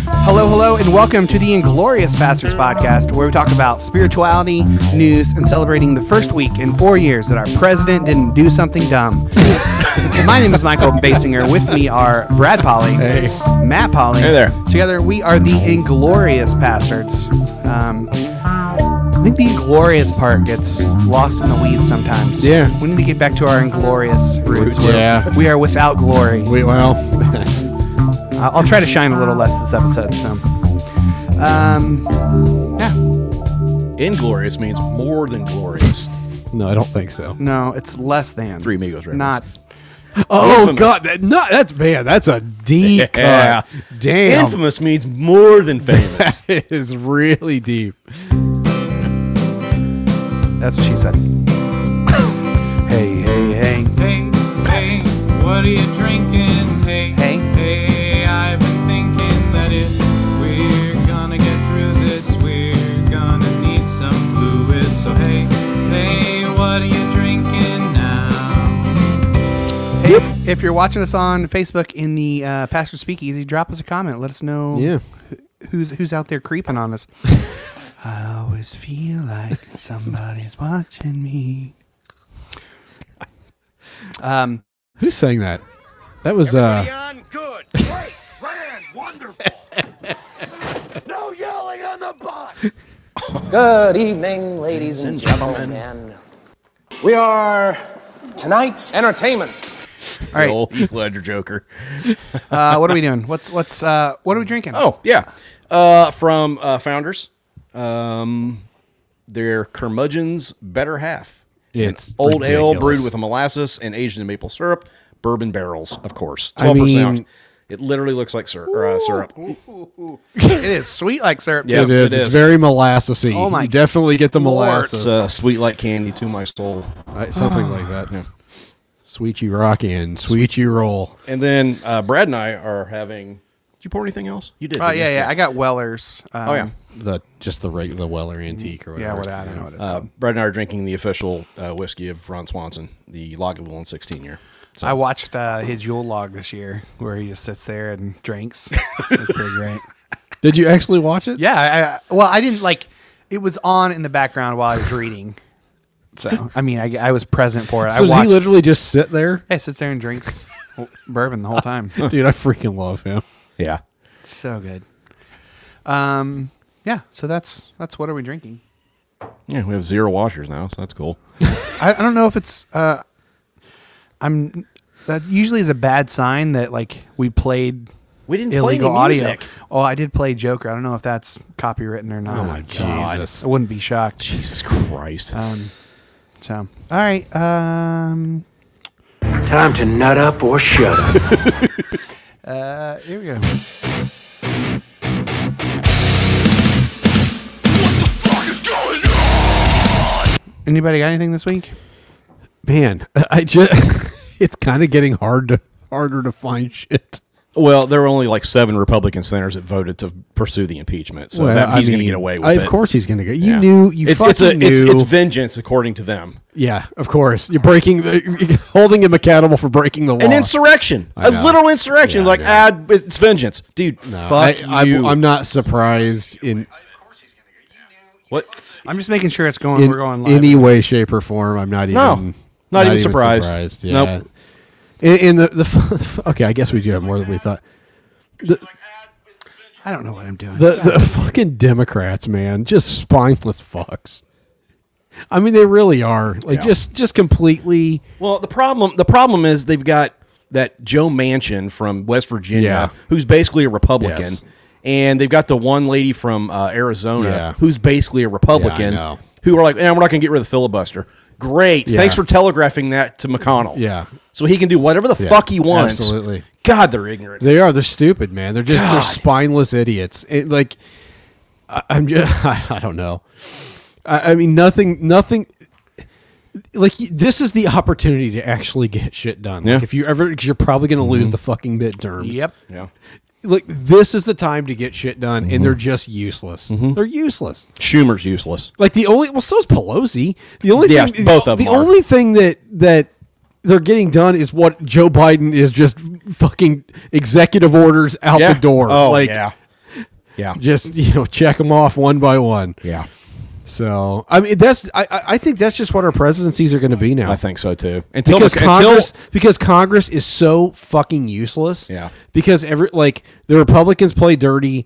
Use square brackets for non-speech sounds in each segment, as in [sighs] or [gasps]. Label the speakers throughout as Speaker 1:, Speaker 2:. Speaker 1: hello, and welcome to the Inglorious Pastors podcast, where we talk about spirituality, news, and celebrating the first week in four years that our president didn't do something
Speaker 2: [laughs]
Speaker 1: dumb. My name is Michael Basinger. With me are Brad Polly, Matt Polly.
Speaker 2: Hey there.
Speaker 1: Together, we are the Inglorious Bastards. Um, I think the inglorious part gets lost in the weeds sometimes.
Speaker 2: Yeah.
Speaker 1: We need to get back to our inglorious roots.
Speaker 2: Yeah.
Speaker 1: We are without glory.
Speaker 2: We well,
Speaker 1: I- I'll try to shine a little less this episode. So, um, yeah,
Speaker 3: Inglorious means more than glorious.
Speaker 2: no, I don't think so.
Speaker 1: no, it's less than
Speaker 3: Three Migos reference.
Speaker 1: Not
Speaker 2: [laughs] Oh
Speaker 3: Infamous.
Speaker 2: God, that, no, that's bad. That's a deep
Speaker 3: Yeah.
Speaker 2: cut. Damn, [laughs]
Speaker 3: Infamous means more than famous.
Speaker 4: [laughs]
Speaker 2: it is really deep.
Speaker 1: that's what she said. [laughs] hey, hey, hey,
Speaker 5: Hey, hey, what are you drinking? Hey,
Speaker 1: Hey.
Speaker 5: hey, I've been thinking that if we're gonna get through this, we're gonna need some fluid. So, hey, hey, what are you drinking now?
Speaker 1: hey! If, if you're watching us on Facebook in the uh, Pastor Speakeasy, drop us a comment. Let us know
Speaker 2: Yeah,
Speaker 1: who's who's out there creeping on
Speaker 3: [laughs]
Speaker 1: us. I always feel like somebody's watching me. Um,
Speaker 2: who sang that? That was uh,
Speaker 4: Beyond good. Great. Grand. Wonderful. no yelling on the box.
Speaker 6: Good evening, ladies and gentlemen. We are tonight's entertainment.
Speaker 1: all right.
Speaker 3: Old Heath Ledger Joker.
Speaker 1: Uh, what are we doing? What's what's uh, what are we drinking?
Speaker 3: Oh yeah, uh, from uh, Founders. Um, their curmudgeon's better half. An
Speaker 2: It's
Speaker 3: old ale
Speaker 2: ridiculous.
Speaker 3: brewed with a molasses and aged in maple syrup, bourbon barrels, of course.
Speaker 2: I
Speaker 3: Twelve
Speaker 2: mean-
Speaker 3: percent. It literally looks like syrup. Or, uh, syrup.
Speaker 1: It is sweet like syrup.
Speaker 3: Yeah.
Speaker 2: it is.
Speaker 3: it
Speaker 2: It's
Speaker 3: is.
Speaker 2: very molassesy.
Speaker 1: Oh my
Speaker 2: you definitely get the
Speaker 3: It's
Speaker 2: molasses,
Speaker 3: uh, sweet like candy to my soul.
Speaker 2: Uh, something like that. Sweet you rock and sweet you roll.
Speaker 3: And then uh, Brad and I are having. Did you pour anything else? You did.
Speaker 1: Oh
Speaker 3: didn't
Speaker 1: yeah,
Speaker 3: you?
Speaker 1: yeah. I got Weller's. Um,
Speaker 3: Oh yeah.
Speaker 2: The just the regular Weller antique or
Speaker 1: Yeah, what I don't know what it's
Speaker 3: Uh, Brad and I are drinking the official uh, whiskey of Ron Swanson, the Lagavulin 16 year. So
Speaker 1: I watched uh, his Yule log this year, where he just sits there and drinks. it's
Speaker 2: [laughs]
Speaker 1: pretty great.
Speaker 2: Did you actually watch it?
Speaker 1: Yeah. I, I, well, I didn't like. It was on in the background while I was reading. So I mean, I, I was present for it.
Speaker 2: So
Speaker 1: I
Speaker 2: does
Speaker 1: watched.
Speaker 2: he literally just sit there?
Speaker 1: Yeah, sits there and drinks bourbon the whole time.
Speaker 2: [laughs] Dude, I freaking love him.
Speaker 3: yeah,
Speaker 1: It's so good. Um. Yeah. So that's that's what are we drinking?
Speaker 3: yeah, we have zero washers now, so that's cool.
Speaker 1: I, I don't know if it's uh, I'm that usually is a bad sign that like we played
Speaker 3: We didn't
Speaker 1: illegal
Speaker 3: play any
Speaker 1: audio.
Speaker 3: music.
Speaker 1: Oh, I did play Joker. I don't know if that's copywritten or not. Oh
Speaker 2: my God. Jesus.
Speaker 1: I wouldn't be shocked.
Speaker 3: Jesus Christ!
Speaker 2: Oh,
Speaker 1: Um, so all right. Um,
Speaker 6: Time to nut up or shut up.
Speaker 1: [laughs] uh, here we go. Anybody got anything this week?
Speaker 2: man, [laughs] I just it's kind of getting hard to harder to find shit.
Speaker 3: well, there were only like seven Republican senators that voted to pursue the impeachment, so that,
Speaker 2: I
Speaker 3: he's going to
Speaker 2: mean,
Speaker 3: get away with
Speaker 2: I-
Speaker 3: it.
Speaker 2: Of course, he's going to go. You
Speaker 3: Yeah.
Speaker 2: knew, you
Speaker 3: it's,
Speaker 2: fucking
Speaker 3: it's, a,
Speaker 2: knew.
Speaker 3: It's, it's vengeance according to them.
Speaker 2: yeah, of course. You're breaking, the, holding him accountable for breaking the law.
Speaker 3: An insurrection,
Speaker 2: Oh, I
Speaker 3: a
Speaker 2: know.
Speaker 3: little insurrection.
Speaker 2: Yeah,
Speaker 3: like,
Speaker 2: I
Speaker 3: ah, it's vengeance, dude.
Speaker 2: I,
Speaker 3: fuck
Speaker 2: I,
Speaker 3: you.
Speaker 2: I'm not surprised in
Speaker 3: what?
Speaker 1: I'm just making sure it's going.
Speaker 2: in
Speaker 1: we're going live.
Speaker 2: any way, shape, or form. I'm not even.
Speaker 3: No, not even surprised.
Speaker 2: Yeah.
Speaker 3: Nope.
Speaker 2: And, and the, the [laughs] okay, I guess we do have more than we thought.
Speaker 1: I don't know what I'm doing.
Speaker 2: The the fucking Democrats, man, just spineless fucks. I mean, they really are like
Speaker 3: Yeah.
Speaker 2: just just completely.
Speaker 3: Well, the problem the problem is they've got that Joe Manchin from West Virginia,
Speaker 2: Yeah.
Speaker 3: who's basically a Republican,
Speaker 2: Yes.
Speaker 3: and they've got the one lady from uh, Arizona,
Speaker 2: Yeah.
Speaker 3: who's basically a Republican,
Speaker 2: know.
Speaker 3: who are like, "And we're not going to get rid of the filibuster." Great,
Speaker 2: Yeah.
Speaker 3: thanks for telegraphing that to McConnell.
Speaker 2: Yeah.
Speaker 3: so he can do whatever the
Speaker 2: Yeah,
Speaker 3: fuck he wants.
Speaker 2: absolutely.
Speaker 3: God, they're ignorant.
Speaker 2: They are. They're stupid, man. They're just they're
Speaker 3: God.
Speaker 2: spineless idiots. It, like I, I'm just [laughs] I, I don't know. I, I mean, nothing, nothing. Like y- this is the opportunity to actually get shit done.
Speaker 3: Yeah.
Speaker 2: Like if you ever, because you're probably going to lose the fucking midterms.
Speaker 1: yep.
Speaker 3: yeah,
Speaker 2: Like this is the time to get shit done, and they're just useless. They're useless.
Speaker 3: Schumer's useless.
Speaker 2: Like the only well, so's Pelosi. The only
Speaker 3: Yeah,
Speaker 2: thing,
Speaker 3: both of
Speaker 2: the
Speaker 3: them are.
Speaker 2: only thing that that they're getting done is what Joe Biden is just fucking executive orders out
Speaker 3: Yeah.
Speaker 2: the door.
Speaker 3: Oh,
Speaker 2: like
Speaker 3: yeah. Yeah.
Speaker 2: Just you know, check them off one by one.
Speaker 3: Yeah.
Speaker 2: So I mean, that's I I I think that's just what our presidencies are going to be now.
Speaker 3: I think so too. Until
Speaker 2: because
Speaker 3: the-
Speaker 2: Congress because Congress is so fucking useless.
Speaker 3: Yeah.
Speaker 2: Because every like the Republicans play dirty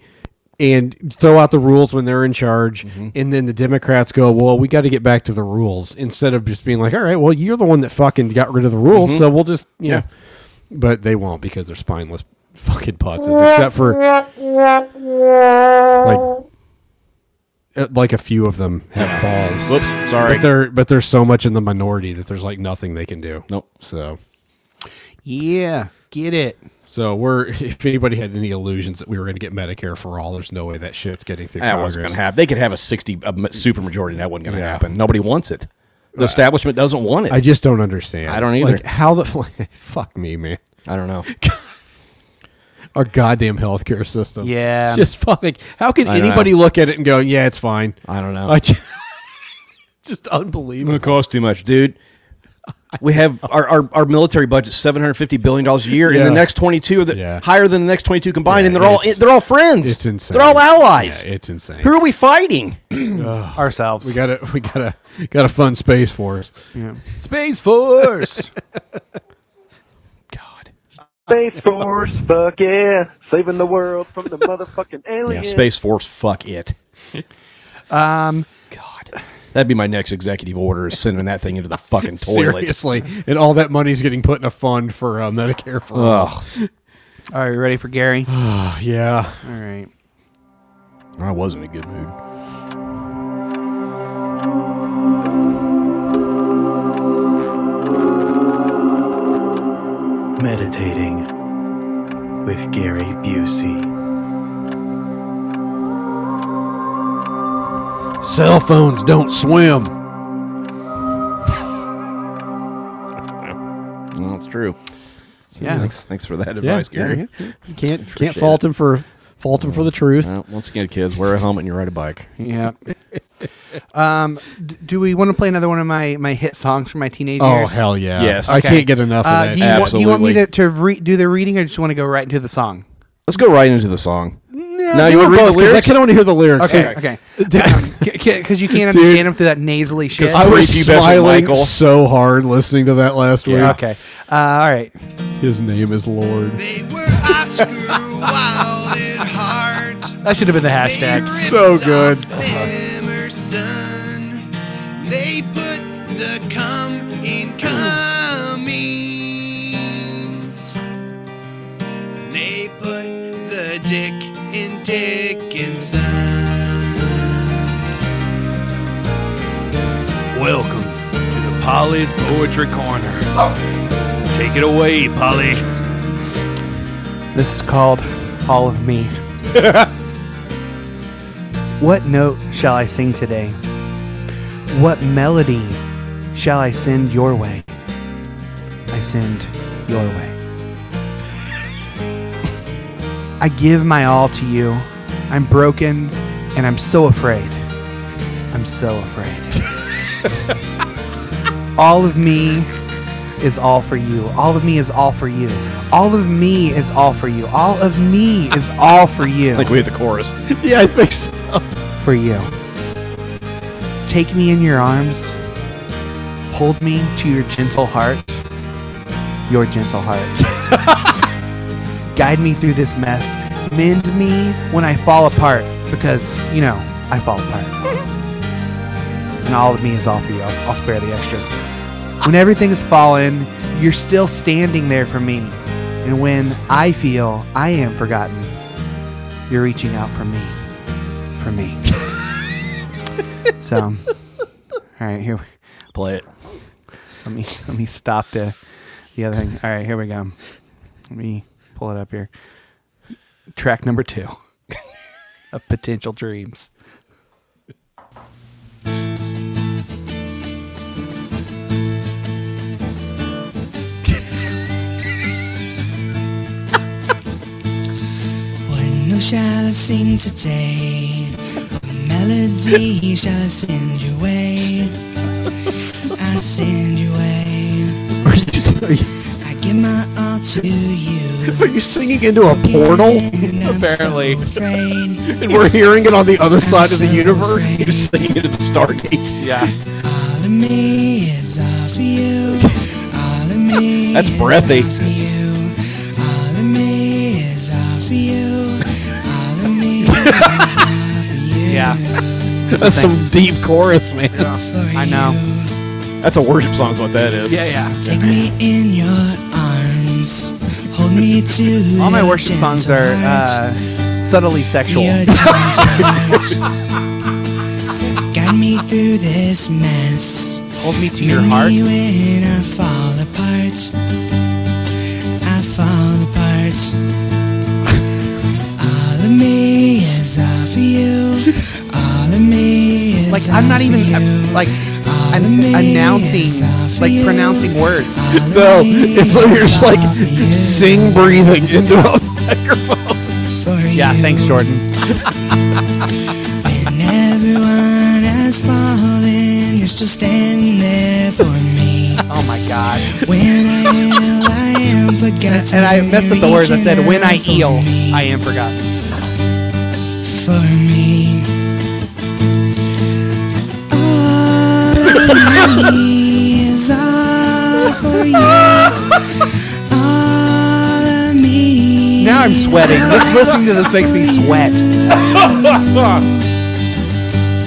Speaker 2: and throw out the rules when they're in charge,
Speaker 3: Mm-hmm.
Speaker 2: and then the Democrats go, "Well, we got to get back to the rules." Instead of just being like, "All right, well, you're the one that fucking got rid of the rules,
Speaker 3: Mm-hmm.
Speaker 2: so we'll just you know." But they won't because they're spineless [laughs] fucking putzes, except for like. uh, Like a few of them have balls.
Speaker 3: Whoops, sorry.
Speaker 2: But they're but there's so much in the minority that there's like nothing they can do.
Speaker 3: Nope.
Speaker 2: So
Speaker 1: Yeah, get it.
Speaker 2: so we're [laughs] if anybody had any illusions that we were going to get Medicare for all, there's no way that shit's getting through.
Speaker 3: That
Speaker 2: Congress.
Speaker 3: wasn't going to happen. They could have a 60 a m- supermajority. and That wasn't going to
Speaker 2: Yeah.
Speaker 3: happen. Nobody wants it. The establishment doesn't want it.
Speaker 2: I just don't understand.
Speaker 3: I don't either.
Speaker 2: Like how the [laughs] fuck me, man.
Speaker 3: I [laughs] don't know.
Speaker 2: Our goddamn healthcare system.
Speaker 1: Yeah.
Speaker 2: It's Just fucking. How can
Speaker 3: I don't
Speaker 2: anybody look at it and go, yeah, it's fine?
Speaker 3: I don't know.
Speaker 2: I ju- [laughs] just,
Speaker 3: It
Speaker 2: unbelievable.
Speaker 3: costs too much, dude. We have our, our, our military budget seven hundred fifty billion dollars a year, and
Speaker 2: Yeah.
Speaker 3: the next twenty two the
Speaker 2: Yeah.
Speaker 3: higher than the next twenty two combined,
Speaker 2: Yeah,
Speaker 3: and they're all
Speaker 2: it's-
Speaker 3: they're all friends.
Speaker 2: It's insane.
Speaker 3: They're all allies.
Speaker 2: Yeah, it's insane.
Speaker 3: Who are we fighting?
Speaker 1: Ourselves.
Speaker 2: we gotta we gotta gotta fund space for us.
Speaker 1: Space [laughs] Force.
Speaker 3: God.
Speaker 7: Space Force, fuck yeah. Saving the world from the motherfucking
Speaker 3: Yeah,
Speaker 7: aliens.
Speaker 3: Space Force. Fuck [laughs] it.
Speaker 1: um,
Speaker 3: God. That'd be my next executive order: is sending that thing into the [laughs] fucking toilet.
Speaker 2: Seriously, and all that money's getting put in a fund for uh, Medicare for all.
Speaker 3: Ugh.
Speaker 1: all right, you ready for Gary? [gasps] All
Speaker 2: Yeah.
Speaker 1: right.
Speaker 3: I was in a good mood.
Speaker 8: Meditating with Gary Busey.
Speaker 2: Cell phones don't swim.
Speaker 3: Well, that's true.
Speaker 1: Yeah.
Speaker 3: Thanks. [laughs] Thanks for that advice, Gary.
Speaker 2: Can't
Speaker 3: Appreciate
Speaker 2: can't fault him for fault him for the truth.
Speaker 3: Well, once again, kids, wear a helmet and you ride a bike.
Speaker 1: [laughs] Yeah. um, d- do we want to play another one of my, my hit songs from my teenage
Speaker 2: oh
Speaker 1: years?
Speaker 2: hell yeah.
Speaker 3: Yes.
Speaker 2: I
Speaker 1: Okay.
Speaker 2: can't get enough of
Speaker 1: Uh,
Speaker 2: that.
Speaker 1: do, you want, do you want me to,
Speaker 3: Absolutely.
Speaker 1: to re- do the reading or just want to go right into the song?
Speaker 3: Let's go right into
Speaker 2: [laughs]
Speaker 3: the song.
Speaker 2: no,
Speaker 3: Now, you
Speaker 2: do
Speaker 3: wanna read
Speaker 2: both,
Speaker 3: the
Speaker 2: 'cause I
Speaker 3: lyrics?
Speaker 2: can only hear the lyrics. Um,
Speaker 1: Okay.
Speaker 2: [laughs]
Speaker 1: Okay. Because you can't understand them through that nasally shit.
Speaker 2: I was
Speaker 3: Creepy Bessie
Speaker 2: smiling
Speaker 3: Michael.
Speaker 2: so hard listening to that last
Speaker 1: Yeah,
Speaker 2: week.
Speaker 1: Okay. Uh, all right.
Speaker 2: His name is [laughs] Lord.
Speaker 5: They were Oscar wild and hard.
Speaker 1: That should have been the hashtag.
Speaker 5: They
Speaker 2: so
Speaker 5: ripped
Speaker 2: good.
Speaker 5: off Emerson. They put the cum in Cummings. They put the dick in Dickinson.
Speaker 9: Welcome to the Polly's Poetry Corner. Take it away, Polly.
Speaker 1: This is called All of Me. what note shall I sing today? What melody shall I send your way? I send your way. I give my all to you. I'm broken and I'm so afraid. I'm so
Speaker 3: [laughs]
Speaker 1: afraid. all of me is all for you. All of me is all for you. All of me is all for you. All of me is all for you.
Speaker 3: Like we hit the chorus.
Speaker 2: [laughs] yeah, I think so.
Speaker 1: for you. Take me in your arms. Hold me to your gentle heart. Your gentle heart. [laughs] Guide me through this mess. Mend me when I fall apart because, you know, I fall apart. and all of me is all for you. I'll, I'll spare the extras. When everything is fallen, you're still standing there for me. And when I feel I am forgotten, you're reaching out for me for [laughs] me. so, all right, here.
Speaker 3: Play it.
Speaker 1: Let me let me stop the the other thing. All right, here we go. Let me pull it up here. Track number two [laughs] of potential dreams.
Speaker 10: What note shall I sing today? What melody shall I send your way? I send your way. I give my all to you.
Speaker 2: Are you singing into a portal?
Speaker 3: Apparently.
Speaker 2: and we're hearing it on the other side of the
Speaker 3: [laughs]
Speaker 2: universe. You're singing into the Stargate.
Speaker 3: Yeah.
Speaker 10: All of me is all for you. All of
Speaker 1: [laughs]
Speaker 10: me.
Speaker 3: That's
Speaker 10: is
Speaker 3: breathy.
Speaker 10: all for you. All of me is all for you. All of me is all
Speaker 1: Yeah.
Speaker 2: That's some deep chorus, man.
Speaker 1: I know.
Speaker 3: That's a worship song, is what that is.
Speaker 1: Yeah, yeah.
Speaker 10: Take me in your arms. Hold me to
Speaker 1: All my
Speaker 10: your
Speaker 1: worship songs
Speaker 10: gentle
Speaker 1: are
Speaker 10: heart.
Speaker 1: uh, subtly sexual.
Speaker 10: Your gentle [laughs] heart. Got me through this mess.
Speaker 1: Hold me to your
Speaker 10: Meet
Speaker 1: heart.
Speaker 10: Me when I fall apart. I fall apart. All of me is all for you. All of me is
Speaker 1: Like
Speaker 10: all
Speaker 1: I'm not
Speaker 10: for
Speaker 1: even
Speaker 10: you.
Speaker 1: I'm, like I'm announcing, like pronouncing words. [laughs]
Speaker 2: No, [laughs] it's like you're just like sing breathing into a microphone.
Speaker 1: Yeah, thanks, Jordan.
Speaker 10: And everyone has fallen, you're still standing there for me.
Speaker 1: Oh my god.
Speaker 10: When I yell, I am forgotten.
Speaker 1: And I messed up the words. I said,
Speaker 10: Reaching
Speaker 1: when I
Speaker 10: out for
Speaker 1: eel,
Speaker 10: me,
Speaker 1: I am forgotten.
Speaker 10: For me. All of me is all for you. All of me.
Speaker 1: Now I'm sweating. [laughs] Just listening to this makes me sweat.
Speaker 10: For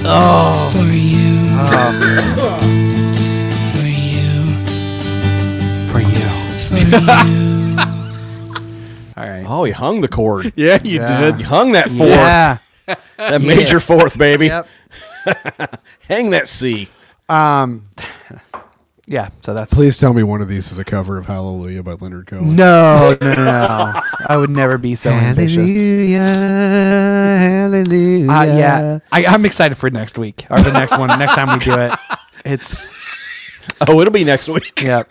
Speaker 10: you.
Speaker 1: Oh.
Speaker 10: For you.
Speaker 1: For you.
Speaker 10: For you.
Speaker 1: All right.
Speaker 3: Oh, you hung the chord.
Speaker 2: [laughs] Yeah, you
Speaker 1: Yeah.
Speaker 3: You hung that fourth.
Speaker 1: Yeah.
Speaker 3: That major fourth, baby.
Speaker 1: Yep.
Speaker 3: [laughs] Hang that C.
Speaker 1: Um. [laughs] Yeah. So that's
Speaker 2: Please tell me one of these is a cover of Hallelujah by Leonard Cohen.
Speaker 1: no, no, no, no. I would never be so ambitious.
Speaker 2: hallelujah.
Speaker 1: Uh, yeah. I, I'm excited for next week or the next one. next time we do it, it's
Speaker 3: Oh, it'll be next week.
Speaker 1: yeah.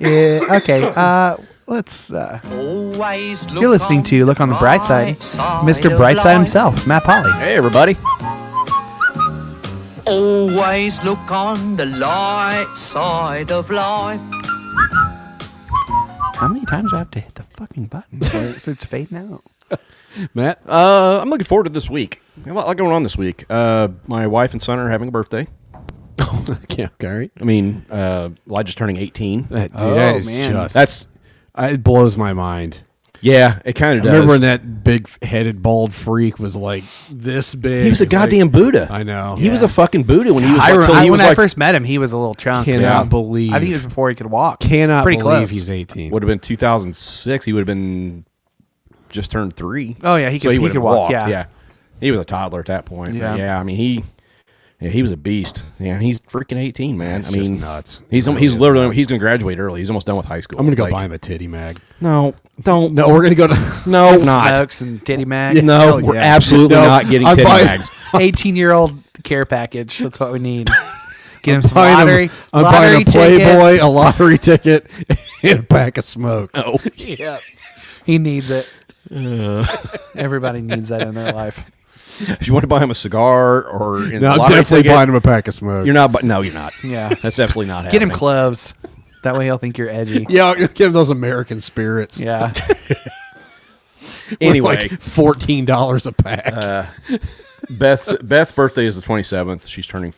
Speaker 1: Yeah, okay. Uh, let's. Uh, you're listening to Look on the Bright Side, Mr. Brightside himself, Matt Polly.
Speaker 3: Hey, everybody.
Speaker 11: Always look on the light side of life.
Speaker 1: How many times do I have to hit the fucking button? [laughs] so it's fading out.
Speaker 3: Matt, uh, I'm looking forward to this week. A lot, lot going on this week. Uh, my wife and son are having a birthday.
Speaker 2: [laughs] yeah, okay, all right.
Speaker 3: I mean, uh, Elijah's turning 18.
Speaker 2: That, dude,
Speaker 1: Oh,
Speaker 2: that is
Speaker 1: man.
Speaker 2: just
Speaker 3: That's
Speaker 2: I- it blows my mind.
Speaker 3: yeah, it kind of
Speaker 2: I
Speaker 3: does.
Speaker 2: remember when that big-headed bald freak was like this big.
Speaker 3: he was a
Speaker 2: like,
Speaker 3: goddamn Buddha.
Speaker 2: I know.
Speaker 3: He was a fucking Buddha when he was
Speaker 1: I,
Speaker 3: like,
Speaker 1: re-
Speaker 3: till
Speaker 1: I-
Speaker 3: he was
Speaker 1: when I
Speaker 3: like
Speaker 1: first met him, he was a little chunk.
Speaker 2: Cannot
Speaker 1: yeah.
Speaker 2: believe.
Speaker 1: I think it was before he could walk.
Speaker 2: cannot
Speaker 1: Pretty
Speaker 2: believe
Speaker 1: close.
Speaker 2: he's 18.
Speaker 3: would have been 2006. He would have been just turned three.
Speaker 1: Oh, yeah, he could- he
Speaker 3: would have
Speaker 1: could walk,
Speaker 3: walked,
Speaker 1: yeah.
Speaker 3: he was a toddler at that point.
Speaker 1: Yeah.
Speaker 3: Yeah, yeah I mean he. Yeah, he was a beast. Yeah, he's freaking eighteen, man.
Speaker 2: It's
Speaker 3: I mean,
Speaker 2: just nuts.
Speaker 3: He's
Speaker 2: It really
Speaker 3: he's
Speaker 2: is
Speaker 3: literally
Speaker 2: nuts.
Speaker 3: he's gonna graduate early. He's almost done with high school.
Speaker 2: I'm gonna go
Speaker 3: Like,
Speaker 2: buy him a titty mag.
Speaker 3: No, don't.
Speaker 2: No, we're gonna go to
Speaker 3: [laughs] No, it's not.
Speaker 1: [laughs] Smokes and Titty Mac.
Speaker 3: No,
Speaker 2: Hell
Speaker 3: we're
Speaker 2: yeah. [laughs]
Speaker 3: absolutely
Speaker 2: No,
Speaker 3: not getting
Speaker 2: I'm
Speaker 3: titty
Speaker 2: buying-
Speaker 3: mags.
Speaker 1: 18 year old care package. That's what we need. Get him some
Speaker 2: [laughs] buying a-
Speaker 1: lottery.
Speaker 2: I'm
Speaker 1: lottery
Speaker 2: buying a Playboy,
Speaker 1: tickets.
Speaker 2: a lottery ticket, [laughs] and a pack of smokes. Oh,
Speaker 1: Yep. He needs it. Everybody needs that in their life.
Speaker 3: If you want to buy him a cigar or in
Speaker 2: no,
Speaker 3: the
Speaker 2: I'm
Speaker 3: lottery
Speaker 2: definitely
Speaker 3: ticket,
Speaker 2: buying him a pack of smokes.
Speaker 3: You're not. Bu- no,
Speaker 2: [laughs]
Speaker 3: you're not.
Speaker 1: Yeah.
Speaker 3: that's absolutely not.
Speaker 1: Get him
Speaker 3: happening.
Speaker 1: cloves. That way he'll think you're
Speaker 2: [laughs]
Speaker 1: edgy.
Speaker 2: Yeah, give him those American spirits. [laughs]
Speaker 1: Yeah.
Speaker 2: Worth
Speaker 3: Anyway,
Speaker 2: [laughs]
Speaker 3: [laughs]
Speaker 2: like fourteen dollars a pack.
Speaker 3: Beth's Beth's birthday is the 27th. She's turning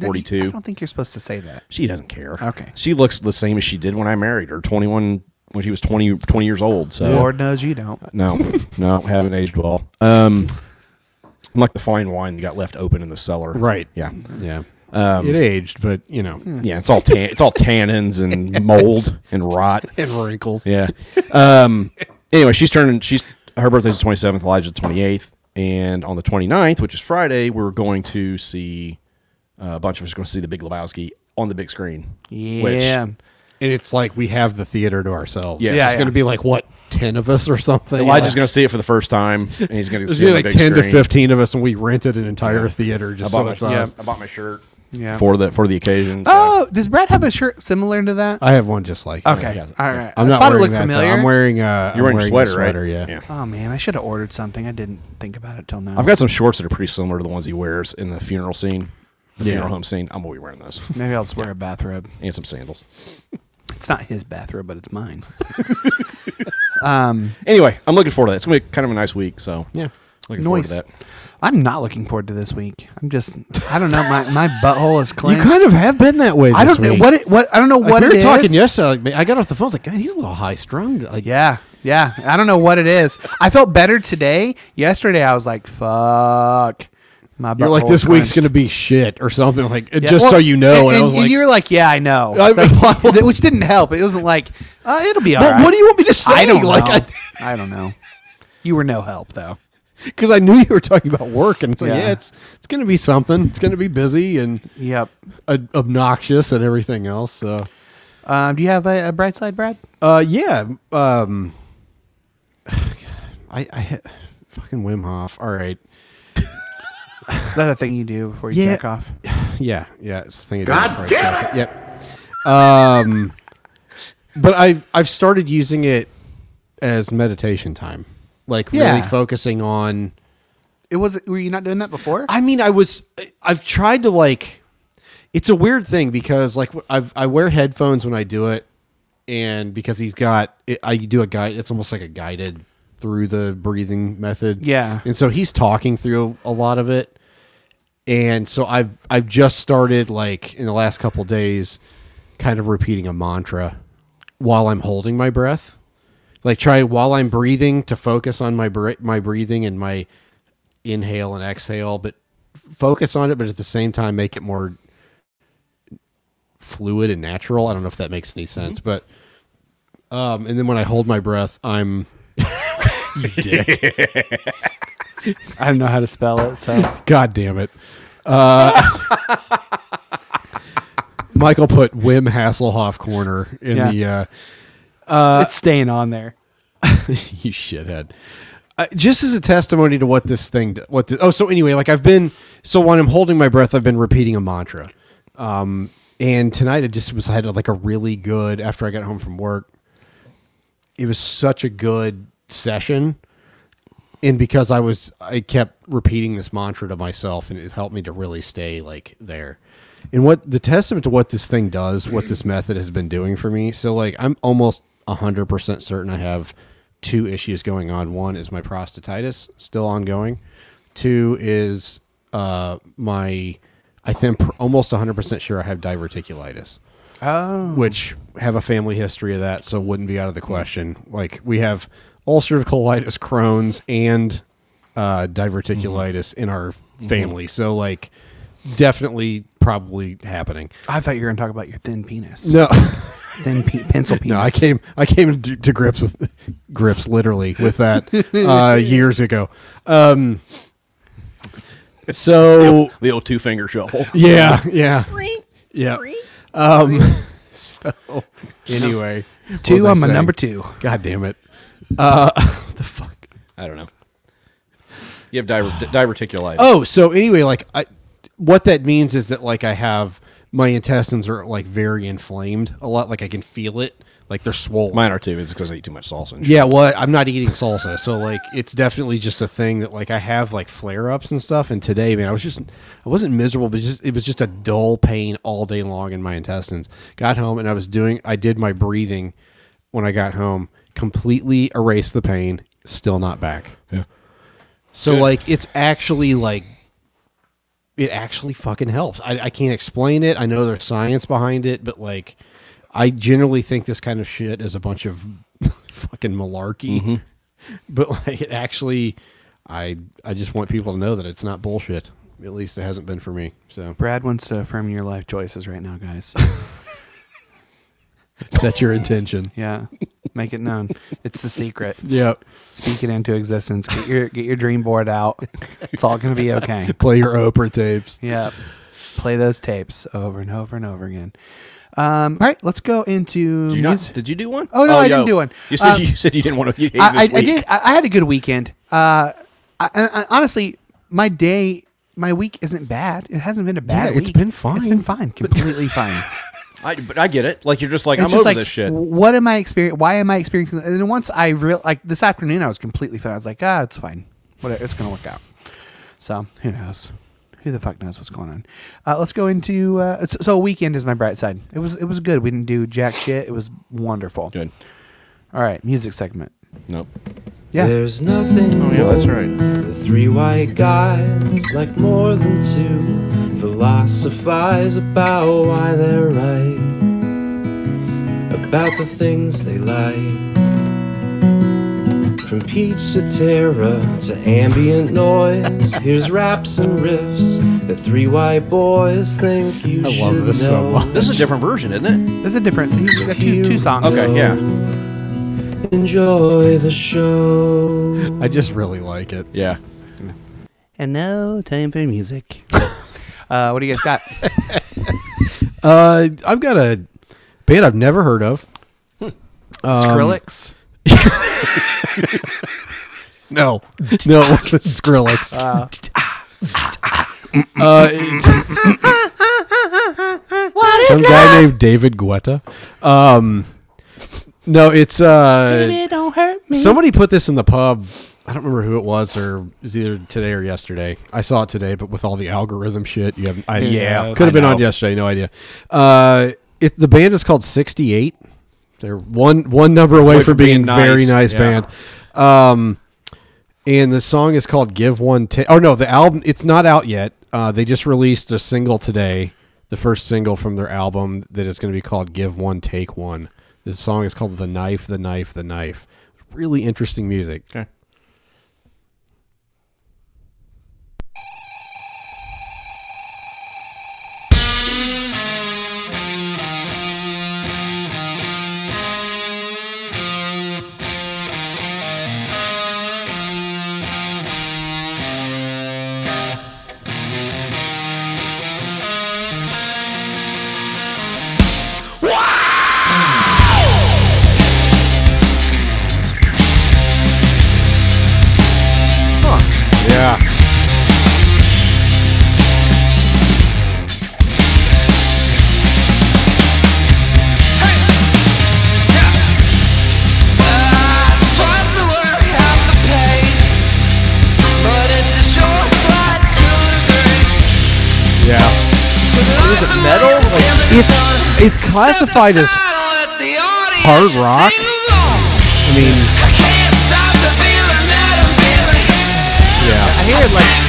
Speaker 3: 42.
Speaker 1: I don't think you're supposed to say that.
Speaker 3: She doesn't care.
Speaker 1: Okay.
Speaker 3: She looks the same as she did when I married her, 21 when she was 20 20 years old. So
Speaker 1: Lord knows you don't.
Speaker 2: [laughs]
Speaker 3: no, no, haven't aged well. Um, I'm like the fine wine that got left open in the cellar.
Speaker 2: right?
Speaker 3: Yeah.
Speaker 2: yeah. Um, it aged, but you know,
Speaker 1: hmm.
Speaker 3: Yeah. It's all tan- it's all tannins
Speaker 2: [laughs]
Speaker 3: and mold and rot.
Speaker 2: and wrinkles.
Speaker 3: Yeah. Um, anyway, she's turning. She's her birthday's the twenty seventh. Elijah's the twenty eighth, and on the 29th, which is Friday, we're going to see uh, a bunch of us are going to see The Big Lebowski on the big screen.
Speaker 1: Yeah.
Speaker 2: And it's like we have the theater to ourselves.
Speaker 3: Yes.
Speaker 2: it's
Speaker 1: Yeah, yeah.
Speaker 2: going to be like what ten of us or something.
Speaker 3: Elijah's
Speaker 2: like,
Speaker 3: going to see it for the first time, and he's going to
Speaker 2: there's
Speaker 3: see it
Speaker 2: gonna
Speaker 3: on
Speaker 2: be
Speaker 3: the
Speaker 2: like
Speaker 3: big
Speaker 2: ten to
Speaker 3: screen.
Speaker 2: fifteen of us, and we rented an entire theater just
Speaker 3: I
Speaker 2: so
Speaker 3: bought,
Speaker 2: it's
Speaker 3: my,
Speaker 2: us.
Speaker 3: I bought my shirt
Speaker 1: Yeah.
Speaker 3: for the for the occasion. so-
Speaker 1: Oh, does Brad have a shirt similar to that?
Speaker 2: I have one just like it.
Speaker 1: Okay.
Speaker 3: yeah.
Speaker 1: All right.
Speaker 2: I'm not
Speaker 1: I thought it
Speaker 2: wearing
Speaker 1: looked
Speaker 2: that, though.
Speaker 1: familiar.
Speaker 2: I'm wearing uh,
Speaker 3: you're wearing
Speaker 2: I'm
Speaker 3: a
Speaker 2: wearing
Speaker 3: sweater,
Speaker 2: the
Speaker 3: right?
Speaker 2: Yeah.
Speaker 1: oh man, I should have ordered something. I didn't think about it till now.
Speaker 3: I've got some shorts that are pretty similar to the ones he wears in the funeral scene, the
Speaker 2: Yeah.
Speaker 3: [laughs] funeral home scene. I'm gonna be wearing those
Speaker 1: Maybe I'll just wear a bathrobe.
Speaker 3: and some sandals.
Speaker 1: It's not his bathrobe, but it's mine.
Speaker 3: Um. Anyway, I'm looking forward to that. It's gonna be kind of a nice week. So
Speaker 1: Yeah. Nice.
Speaker 3: looking forward to that.
Speaker 1: I'm not looking forward to this week. I'm just, I don't know. My, my butthole is
Speaker 2: [laughs] You
Speaker 1: clenched.
Speaker 2: kind of have been that way.
Speaker 1: I
Speaker 2: this
Speaker 1: don't know
Speaker 2: week.
Speaker 1: what it, what I don't know
Speaker 2: Like,
Speaker 1: what
Speaker 2: we were
Speaker 1: it
Speaker 2: talking
Speaker 1: is.
Speaker 2: yesterday. like, I got off the phone. I was like, God, he's a little high strung. Like,
Speaker 1: Yeah, yeah. I don't know what it is. I felt better today. Yesterday, I was like, "Fuck." My
Speaker 2: You're like,
Speaker 1: butthole
Speaker 2: this week's
Speaker 1: clenched."
Speaker 2: going to be shit or something. Like,
Speaker 1: Yeah,
Speaker 2: just
Speaker 1: well,
Speaker 2: so you
Speaker 1: And,
Speaker 2: know. And, I
Speaker 1: and-
Speaker 2: was
Speaker 1: and
Speaker 2: like,
Speaker 1: you were like, "Yeah, I know,"
Speaker 2: I- [laughs]
Speaker 1: Like, which didn't help. It wasn't like uh, it'll be all
Speaker 2: But
Speaker 1: right.
Speaker 2: what do you want me to say?
Speaker 1: I don't
Speaker 2: Like,
Speaker 1: know. I, don't know. You were no help though.
Speaker 2: because I knew [laughs] you were talking about work, and it's like,
Speaker 1: Yeah.
Speaker 2: yeah, it's it's going to be something. It's going to be busy and
Speaker 1: yep,
Speaker 2: obnoxious and everything else. So,
Speaker 1: Um, do you have a, a bright side, Brad?
Speaker 2: uh, yeah, um, [sighs] I, I ha- fucking Wim Hof. All right,
Speaker 1: Another thing you do before you
Speaker 2: Yeah.
Speaker 1: jack off.
Speaker 2: yeah, yeah, it's the thing. I do
Speaker 1: God
Speaker 2: before I
Speaker 1: damn
Speaker 2: check Yep. Um, but I've I've started using it as meditation time, like
Speaker 1: Yeah.
Speaker 2: really focusing on.
Speaker 1: It was. Were you not doing that before?
Speaker 2: I mean, I was. I've tried to like. It's a weird thing because like I've, I wear headphones when I do it, and because he's got it, I do a guide. It's almost like a guided through the breathing method.
Speaker 1: Yeah.
Speaker 2: and so he's talking through a lot of it, and so I've I've just started like in the last couple of days, kind of repeating a mantra while I'm holding my breath. Like try while I'm breathing to focus on my br- my breathing and my inhale and exhale, but focus on it, but at the same time make it more fluid and natural. I don't know if that makes any sense, but um, and then when I hold my breath, I'm you dick.
Speaker 1: I don't know how to spell it, so
Speaker 2: God damn it. Uh, [laughs] Michael put Wim Hasselhoff corner in
Speaker 1: Yeah.
Speaker 2: the. Uh, [laughs] [laughs] uh,
Speaker 1: it's staying on there.
Speaker 2: you shithead. Uh, just as a testimony to what this thing, what the, oh, so anyway, like I've been, so when I'm holding my breath, I've been repeating a mantra. Um, and tonight I just was, I had like a really good, after I got home from work, it was such a good session. And because I was, I kept repeating this mantra to myself and it helped me to really stay like there. And what the testament to what this thing does, what this method has been doing for me. So, like, I'm almost 100% certain I have two issues going on. One is my prostatitis, still ongoing. Two is uh, my, I think, pr- almost 100% sure I have diverticulitis
Speaker 1: Oh,
Speaker 2: which have a family history of that, so wouldn't be out of the question. Like we have ulcerative colitis, Crohn's, and uh, diverticulitis in our family, so like definitely probably happening.
Speaker 1: I thought you were going to talk about your thin penis.
Speaker 2: No,
Speaker 1: thin pe- pencil penis.
Speaker 2: No, I came I came to, to grips with grips literally with that uh, years ago. Um, so
Speaker 3: The old two finger [laughs] shuffle.
Speaker 2: [laughs] yeah, yeah, yeah. Um, [laughs] so anyway, what
Speaker 1: Two,
Speaker 2: was I
Speaker 1: I'm a
Speaker 2: saying?
Speaker 1: number two.
Speaker 2: God damn it! Uh, what the fuck?
Speaker 3: I don't know. You have diver- diverticulitis.
Speaker 2: Oh, so anyway, like I, what that means is that like I have my intestines are like very inflamed a lot. Like I can feel it. Like they're swollen.
Speaker 3: mine are too. It's because I eat too much salsa. And shit.
Speaker 2: Yeah, well, I'm not eating salsa, so like it's definitely just a thing that like I have like flare ups and stuff. And today, man, I was just I wasn't miserable, but just it was just a dull pain all day long in my intestines. Got home and I was doing I did my breathing when I got home, completely erased the pain, still not back. Yeah. So
Speaker 3: Good.
Speaker 2: like it's actually like it actually fucking helps. I, I can't explain it. I know there's science behind it, but like I generally think this kind of shit is a bunch of [laughs] fucking malarkey. [laughs] But like it actually I I just want people to know that it's not bullshit. At least it hasn't been for me. So
Speaker 1: Brad wants to affirm your life choices right now,
Speaker 2: [laughs]
Speaker 1: guys.
Speaker 2: set your intention.
Speaker 1: yeah, make it known. It's the secret.
Speaker 2: Yep.
Speaker 1: Speak it into existence. Get your get your dream board out. It's all going to be
Speaker 3: [laughs]
Speaker 1: okay.
Speaker 2: Play your Oprah tapes.
Speaker 1: Yep. Play those tapes over and over and over again. Um, all right, let's go into.
Speaker 3: Did you, not,
Speaker 1: music-
Speaker 3: did you do one?
Speaker 1: Oh, no, I didn't
Speaker 3: yo.
Speaker 1: do one.
Speaker 3: You said
Speaker 1: Um,
Speaker 3: you said you didn't want to. You hated
Speaker 1: I, I, I
Speaker 3: this week.
Speaker 1: did. I, I had a good weekend. Uh, I, I, I- honestly, my day, my week isn't bad. It hasn't been a bad.
Speaker 3: Yeah, it's
Speaker 1: week.
Speaker 3: been
Speaker 1: It's been fine. Completely fine.
Speaker 3: I, but I get it. Like you're just like
Speaker 1: It's
Speaker 3: I'm
Speaker 1: just
Speaker 3: over
Speaker 1: like,
Speaker 3: this shit.
Speaker 1: What am I experiencing? Why am I experiencing? And then once I real like this afternoon, I was completely fine. I was like, ah, it's fine. Whatever, it's gonna work out. So who knows? Who the fuck knows what's going on? Uh, let's go into uh, s- so weekend is my bright side. It was it was good. We didn't do jack shit. It was wonderful.
Speaker 3: Good.
Speaker 1: All right, music segment.
Speaker 3: Nope.
Speaker 1: Yeah.
Speaker 12: There's nothing.
Speaker 3: Oh, yeah, that's right.
Speaker 12: The three white guys like more than two philosophize about why they're right, about the things they like. From peach to terra to ambient noise, here's raps and riffs that three white boys think you should know.
Speaker 3: This is a different version, isn't it?
Speaker 1: This is a different. He's got two, two songs.
Speaker 3: Okay, yeah.
Speaker 12: Enjoy the show.
Speaker 2: I just really like it.
Speaker 3: Yeah.
Speaker 1: And now time for music. [laughs] uh, what do you guys got?
Speaker 2: Uh, I've got a band I've never heard of. Um,
Speaker 1: Skrillex.
Speaker 2: [laughs] no, no, it wasn't Skrillex. Uh, it's-
Speaker 4: What
Speaker 2: some guy named David Guetta. Um, no, it's uh,
Speaker 4: Baby, don't hurt me.
Speaker 2: Somebody put this in the pub. I don't remember who it was, or it was either today or yesterday. I saw it today, but with all the algorithm shit, you have I,
Speaker 3: Who knows?
Speaker 2: could have been
Speaker 3: I
Speaker 2: on
Speaker 3: know.
Speaker 2: yesterday. No idea. Uh, it, the band is called Sixty Eight. They're one one number away
Speaker 3: Away
Speaker 2: from
Speaker 3: from
Speaker 2: being,
Speaker 3: being nice,
Speaker 2: very nice
Speaker 3: yeah.
Speaker 2: band. Um, and the song is called "Give One Take." Oh no, the album it's not out yet. Uh, they just released a single today, the first single from their album that is going to be called "Give One Take One." This song is called "The Knife, the Knife, the Knife." Really interesting music.
Speaker 3: Okay. Yeah. Yeah.
Speaker 4: Is it metal?
Speaker 2: It's it's classified as hard rock. I mean, yeah.
Speaker 1: I hear like [laughs]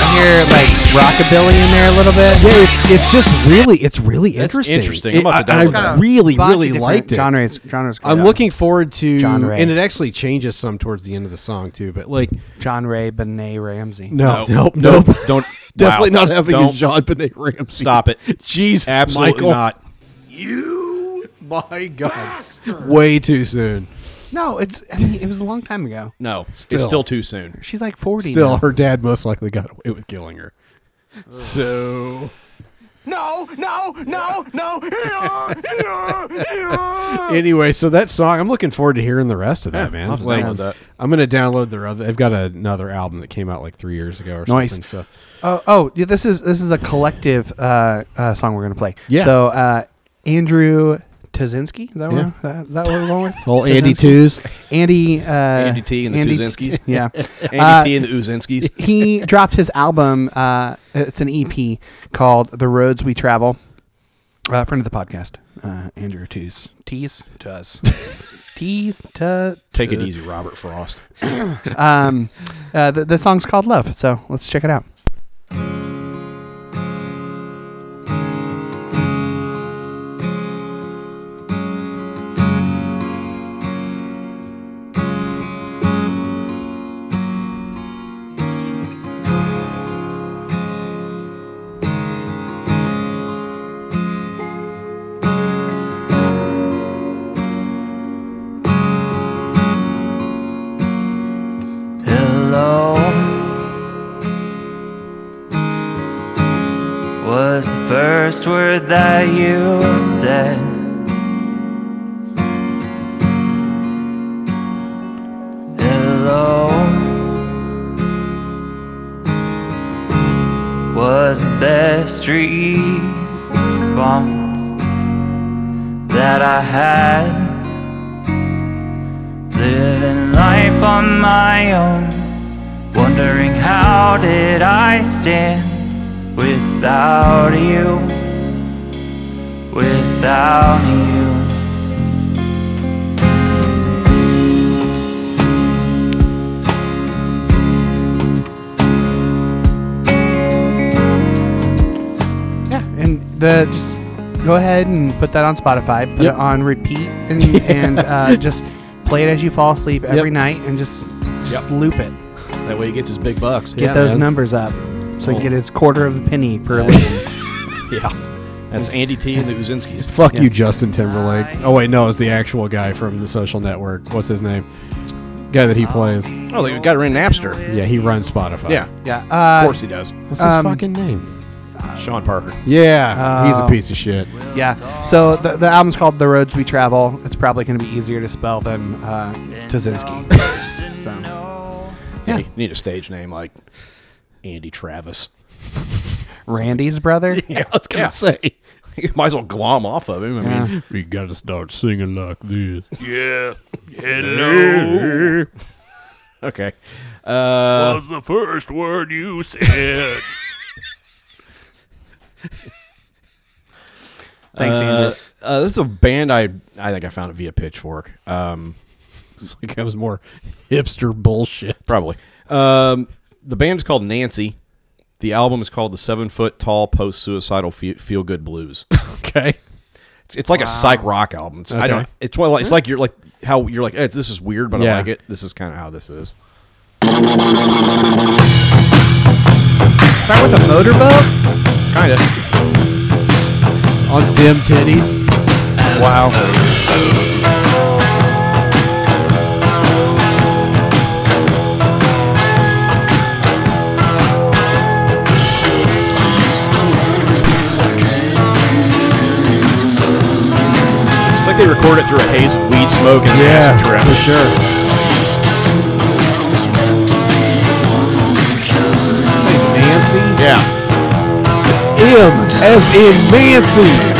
Speaker 1: I hear like rockabilly in there a little bit.
Speaker 2: Yeah, it's it's just really it's really interesting.
Speaker 3: interesting.
Speaker 2: It-
Speaker 3: I'm about to
Speaker 2: I,
Speaker 3: download
Speaker 2: I
Speaker 3: that.
Speaker 2: really
Speaker 1: Bunch of
Speaker 2: really
Speaker 1: different
Speaker 2: liked it.
Speaker 1: Genres, genres.
Speaker 2: I'm
Speaker 1: yeah.
Speaker 2: looking forward to,
Speaker 1: John Ray.
Speaker 2: and it actually changes some towards the end of the song too. But like,
Speaker 1: John Ray, Benet Ramsey.
Speaker 2: no, [laughs] nope,
Speaker 3: Oh, Nope.
Speaker 2: nope,
Speaker 3: Nope. [laughs] Don't-
Speaker 2: definitely
Speaker 3: wow.
Speaker 2: not having a
Speaker 3: Don't.
Speaker 2: John Benet Ramsey. [laughs]
Speaker 3: Stop it.
Speaker 2: jeez,
Speaker 3: Absolutely
Speaker 2: Michael.
Speaker 3: not.
Speaker 2: My God, way too soon.
Speaker 1: No, it's. I mean, it was a long time ago.
Speaker 3: No,
Speaker 2: Still.
Speaker 3: it's still too [laughs] soon.
Speaker 1: She's like forty.
Speaker 2: Still,
Speaker 1: now.
Speaker 2: her dad most likely got away with killing her.
Speaker 3: So
Speaker 4: No, no, no, no.
Speaker 2: anyway, so that song, I'm looking forward to hearing the rest of that, man.
Speaker 3: I'll have to
Speaker 2: Like,
Speaker 3: download that.
Speaker 2: I'm gonna download their other. They've got another album that came out like three years ago or
Speaker 1: Nice.
Speaker 2: something. So
Speaker 1: Oh, oh, yeah, this is this is a collective uh, uh, song we're gonna play.
Speaker 2: Yeah.
Speaker 1: So uh, Andrew Tazinski, is that what,
Speaker 2: Yeah.
Speaker 1: that, is that what we're going with?
Speaker 2: Old Andy
Speaker 1: Tuzinski?
Speaker 2: [laughs] Twos.
Speaker 1: Andy. Uh, Andy
Speaker 3: T and the Tuzinskis.
Speaker 1: [laughs] Yeah.
Speaker 3: Andy
Speaker 1: Uh,
Speaker 3: T and the Uzinskis. [laughs]
Speaker 1: he dropped his album. Uh, it's an EP called "The Roads We Travel." Uh, friend of the podcast, uh, Andrew Tees. Tees, Tuz, Tees, Tuz.
Speaker 3: Take it easy, Robert Frost.
Speaker 1: Um, uh, the, the song's called "Love," so let's check it out.
Speaker 5: Hello. Was the first word that you said. Hello. Was the best response that I had. Living life on my own
Speaker 13: Wondering how did I stand without you? Without you.
Speaker 1: and the just go ahead and put that on Spotify, put
Speaker 2: Yep.
Speaker 1: it on repeat, and, and uh, just play it as you fall asleep every night, and just just
Speaker 3: Yep.
Speaker 1: loop it.
Speaker 3: That way he gets his big bucks.
Speaker 1: Get those numbers up, so you
Speaker 3: Oh.
Speaker 1: get its quarter of a penny per
Speaker 2: [laughs]
Speaker 1: listen.
Speaker 3: Yeah. That's Andy T and the Uzinskis.
Speaker 2: Fuck you,
Speaker 1: Yes.
Speaker 2: Justin Timberlake. Oh wait, no, it's the actual guy from the Social Network. What's his name? Guy that he plays.
Speaker 3: Oh, they got her in Napster.
Speaker 2: Yeah, he runs Spotify.
Speaker 3: Yeah.
Speaker 1: Yeah, uh,
Speaker 3: of course he does.
Speaker 2: What's his
Speaker 1: Um,
Speaker 2: fucking name?
Speaker 3: Sean Parker.
Speaker 2: Yeah, he's a
Speaker 1: Oh.
Speaker 2: piece of shit.
Speaker 1: Yeah. So the, the album's called "The Roads We Travel." It's probably going to be easier to spell than uh, Tazinski. so Yeah.
Speaker 3: You need a stage name like Andy Travis.
Speaker 1: Randy's brother.
Speaker 3: [laughs] Yeah, I was gonna say. [laughs] You might as well glom off of him. I mean,
Speaker 2: We gotta start singing like this.
Speaker 9: Yeah. Hello.
Speaker 3: okay. Uh,
Speaker 9: was the first word you said.
Speaker 1: Thanks, Andrew.
Speaker 3: uh, uh, this is a band I I think I found it via Pitchfork. Um,
Speaker 2: It's like that was more hipster bullshit. [laughs]
Speaker 3: Probably. Um, the band is called Nancy. The album is called The Seven Foot Tall Post Suicidal Fe- Feel
Speaker 2: [laughs]
Speaker 3: Good Blues.
Speaker 2: Okay.
Speaker 3: It's, it's like a psych rock album. It's, I
Speaker 2: Okay.
Speaker 3: don't. It's well, it's like you're like how you're like eh, this is weird, but
Speaker 2: Yeah.
Speaker 3: I like it. This is kind of how this is.
Speaker 1: Start with a motorboat.
Speaker 3: Kind of.
Speaker 2: On dim titties.
Speaker 1: Wow.
Speaker 3: It's like they record it through a haze of weed smoke and acid trip.
Speaker 2: for sure. Nancy.
Speaker 3: Yeah.
Speaker 2: M as
Speaker 3: [laughs]
Speaker 2: in Nancy.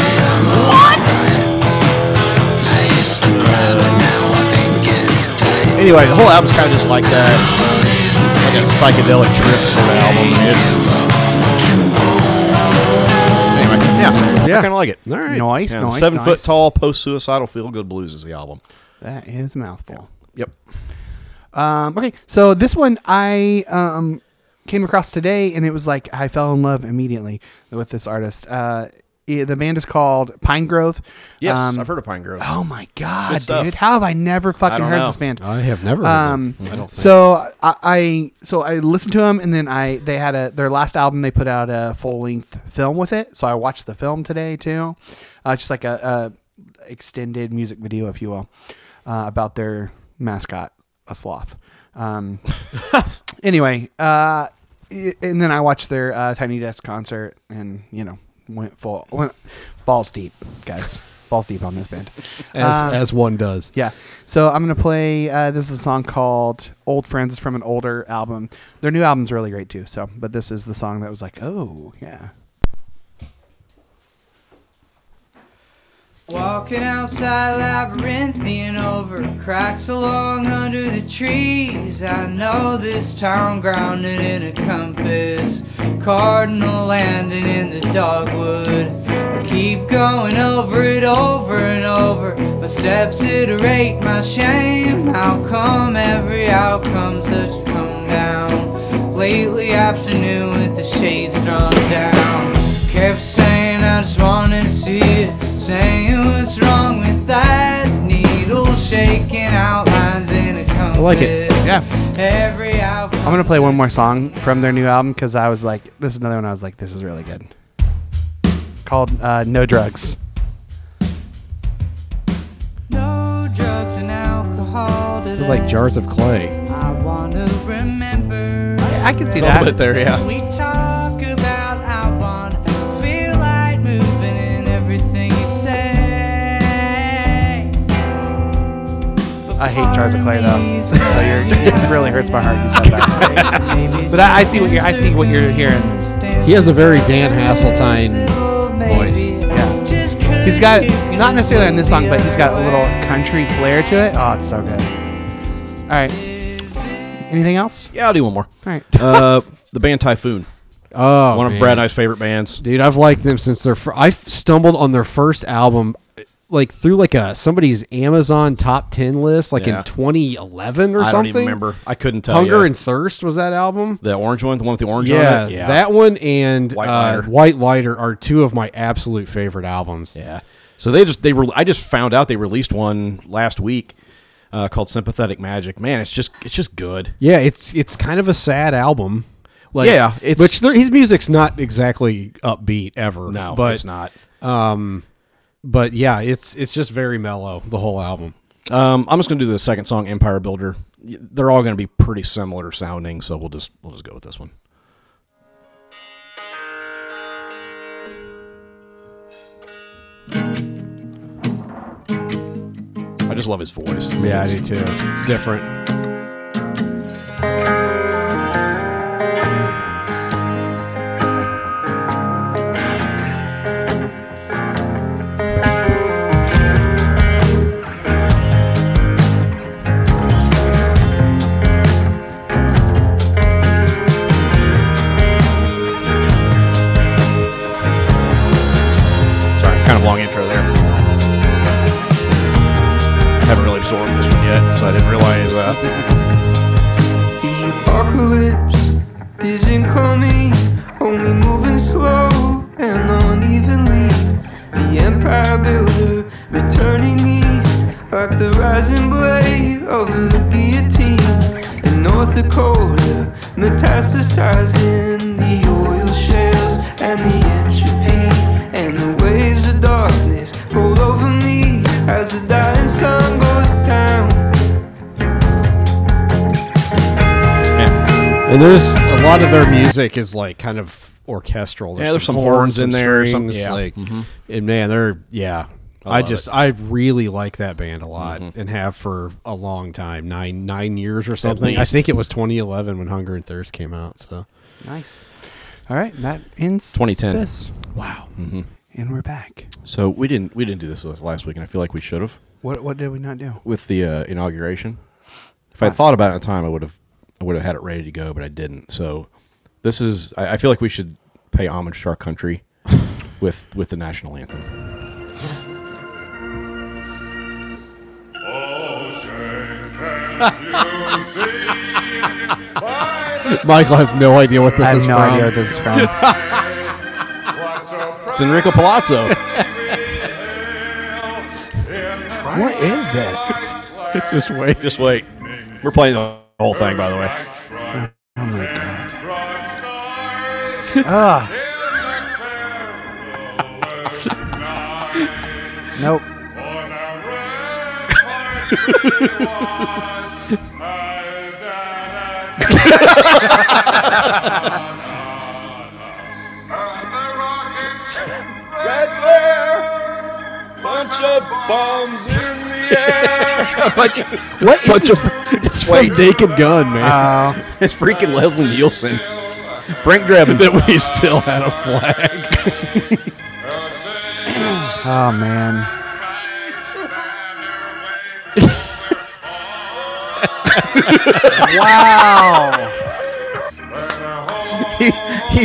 Speaker 3: Anyway, the whole album's kind of just like that, like a psychedelic trip sort of album. It's, anyway, yeah,
Speaker 2: Yeah.
Speaker 3: I kind of like it.
Speaker 2: All right.
Speaker 1: Nice,
Speaker 3: Yeah, the
Speaker 1: nice,
Speaker 3: seven
Speaker 1: nice.
Speaker 3: foot tall post suicidal feel good blues is the album.
Speaker 1: That is a mouthful.
Speaker 3: Yep.
Speaker 1: Um, okay, so this one I um, came across today, and it was like I fell in love immediately with this artist. Uh, i- the band is called Pine Grove.
Speaker 3: Yes,
Speaker 1: Um,
Speaker 3: I've heard of Pine Grove.
Speaker 1: Oh my god,
Speaker 3: good stuff.
Speaker 1: dude! How have I never fucking
Speaker 3: don't
Speaker 1: heard
Speaker 3: know.
Speaker 1: this band?
Speaker 2: I have never. heard
Speaker 1: Um,
Speaker 2: of them. I don't think.
Speaker 1: so I, I so I listened to them, and then I they had a their last album. They put out a full length film with it, so I watched the film today too, uh, just like a, a extended music video, if you will, uh, about their mascot, a sloth. Um, [laughs] anyway, uh, i- and then I watched their uh, Tiny Desk concert, and you know went full went balls deep, guys, balls deep on this band.
Speaker 2: as
Speaker 1: Um,
Speaker 2: as one does.
Speaker 1: yeah. So I'm going to play. Uh, this is a song called Old Friends. It's from an older album. Their new album's really great, too. So, but this is the song that was like, oh, yeah.
Speaker 12: Walking outside Labyrinthian over cracks along under the trees. I know this town grounded in a compass, cardinal landing in the dogwood. I keep going over it over and over. My steps iterate my shame. How come every outcome's such a come down? Lately, afternoon with the shades drawn down. Kept saying I just wanna see it. Saying what's wrong with that needle shaking outlines in a compass. I
Speaker 1: like it. Yeah.
Speaker 12: Every hour.
Speaker 1: I'm going to play one more song from their new album because I was like, this is another one I was like, this is really good. Called uh, No Drugs.
Speaker 12: No drugs and alcohol.
Speaker 2: It was like jars of clay.
Speaker 12: I wanna remember.
Speaker 1: I can see
Speaker 3: A
Speaker 1: that.
Speaker 3: little bit there, yeah.
Speaker 12: We talk about I want feel like moving in everything you say.
Speaker 1: I hate Jars of Clay,
Speaker 2: [laughs]
Speaker 1: though. So you're, it really hurts my heart you said
Speaker 2: [laughs]
Speaker 1: that. but I, I see what you're I see what you're hearing.
Speaker 2: He has a very Dan Hasseltine voice.
Speaker 1: Yeah. He's got not necessarily on this song, but he's got a little country flair to it. Oh, it's so good. All right. Anything else?
Speaker 3: Yeah, I'll do one more.
Speaker 1: All right.
Speaker 3: uh, [laughs] the band Typhoon.
Speaker 2: Oh,
Speaker 3: One of
Speaker 2: man.
Speaker 3: Brad and I's favorite bands.
Speaker 2: dude. I've liked them since their. Fir- I stumbled on their first album, like through like a somebody's Amazon top ten list, like
Speaker 3: Yeah.
Speaker 2: in 2011 or
Speaker 3: I don't
Speaker 2: something.
Speaker 3: even remember. I couldn't tell
Speaker 2: Hunger
Speaker 3: ya.
Speaker 2: and Thirst was that album.
Speaker 3: The orange one, the one with the orange
Speaker 2: yeah,
Speaker 3: on it.
Speaker 2: that one and
Speaker 3: White
Speaker 2: White Lighter.
Speaker 3: Lighter.
Speaker 2: Uh, White Lighter are two of my absolute favorite albums.
Speaker 3: Yeah. So they just they were I just found out they released one last week uh, called Sympathetic Magic. Man, it's just it's just good.
Speaker 2: Yeah, it's it's kind of a sad album.
Speaker 3: Yeah, it's-
Speaker 2: which there, his music's not exactly upbeat ever.
Speaker 3: No,
Speaker 2: but
Speaker 3: it's not.
Speaker 2: Um, but yeah, it's it's just very mellow the whole album.
Speaker 3: Um, I'm just gonna do the second song, Empire Builder. Y- They're all gonna be pretty similar sounding, so we'll just we'll just go with this one. I just love his voice.
Speaker 2: Yeah, I
Speaker 3: It's-
Speaker 2: do too. It's different.
Speaker 3: Sorry, kind of long intro there. Haven't really absorbed this one yet, so I didn't realize that.
Speaker 12: The apocalypse is incoming, only moving slow and unevenly. The empire builder returning east, like the rising blade of the guillotine. In North Dakota, metastasizing the oil shales and the entropy. And the waves of darkness fold over me as the dying sun goes down.
Speaker 2: And there's a lot of their music is like kind of orchestral.
Speaker 3: Yeah, there's some horns in there, some-
Speaker 2: Some,
Speaker 3: yeah.
Speaker 2: like,
Speaker 3: Mhm.
Speaker 2: and man, they're yeah.
Speaker 3: I
Speaker 2: I,
Speaker 3: love Mm-hmm.
Speaker 2: just I really like that band a lot and have for a long time nine nine years or something. I
Speaker 1: least.
Speaker 2: think it was 2011 when Hunger and Thirst came out. [laughs] So
Speaker 1: Nice. All right, that ends
Speaker 3: 2010.
Speaker 1: This. Wow.
Speaker 2: Mm-hmm.
Speaker 3: Mhm.
Speaker 1: And we're back.
Speaker 3: So we didn't we didn't do this last week, and I feel like we should have
Speaker 1: What what did we not do?
Speaker 3: with the uh, inauguration. If I thought about it in time, I would have I would have had it ready to go, but I didn't. So this is I, I feel like we should pay homage to our
Speaker 1: [laughs]
Speaker 3: country with with the national anthem.
Speaker 2: Michael has no idea what this
Speaker 1: I have
Speaker 2: is
Speaker 1: no
Speaker 2: from.
Speaker 1: idea what this is
Speaker 2: [laughs]
Speaker 1: from.
Speaker 3: It's Enrico
Speaker 2: [laughs]
Speaker 3: Palazzo.
Speaker 1: What is this?
Speaker 3: just wait, just wait. We're playing the whole thing, by the way.
Speaker 1: Oh my god. Ah. nope.
Speaker 5: Red glare, bunch of bombs in the air.
Speaker 3: bunch,
Speaker 2: what
Speaker 5: is this?
Speaker 3: [laughs] It's from Naked Gun, man.
Speaker 1: Oh,
Speaker 3: it's freaking Leslie Nielsen. Frank
Speaker 2: [laughs]
Speaker 3: Drebin. That we still had a flag.
Speaker 1: Oh man. wow.
Speaker 3: he,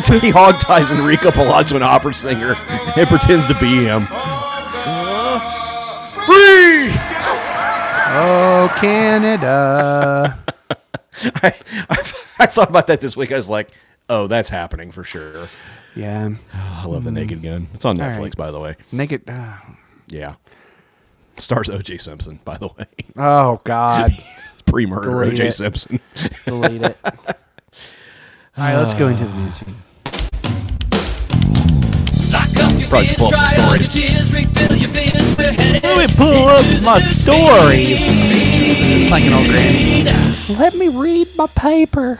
Speaker 3: he, he hog ties Enrico Palazzo, an opera singer, and pretends to be him.
Speaker 1: Uh-huh.
Speaker 3: Free! [laughs]
Speaker 1: Oh
Speaker 2: [laughs]
Speaker 1: Canada.
Speaker 3: I, I, I thought about that this week. I was like, oh, that's happening for sure.
Speaker 1: Yeah.
Speaker 3: I love the Naked Gun. It's on
Speaker 1: Mm-hmm. All
Speaker 3: Netflix,
Speaker 1: right.
Speaker 3: by the way.
Speaker 1: Naked. Uh,
Speaker 3: Yeah. Stars O.J. Simpson, by the way.
Speaker 1: oh
Speaker 2: [laughs]
Speaker 1: God.
Speaker 3: Pre-murder
Speaker 1: Delete
Speaker 3: O.J.
Speaker 1: it.
Speaker 3: Simpson.
Speaker 1: Delete it. All right, let's go into the music.
Speaker 3: Probably pull up the story.
Speaker 5: Let me pull up my stories.
Speaker 1: Like an old granny. Let me read my paper.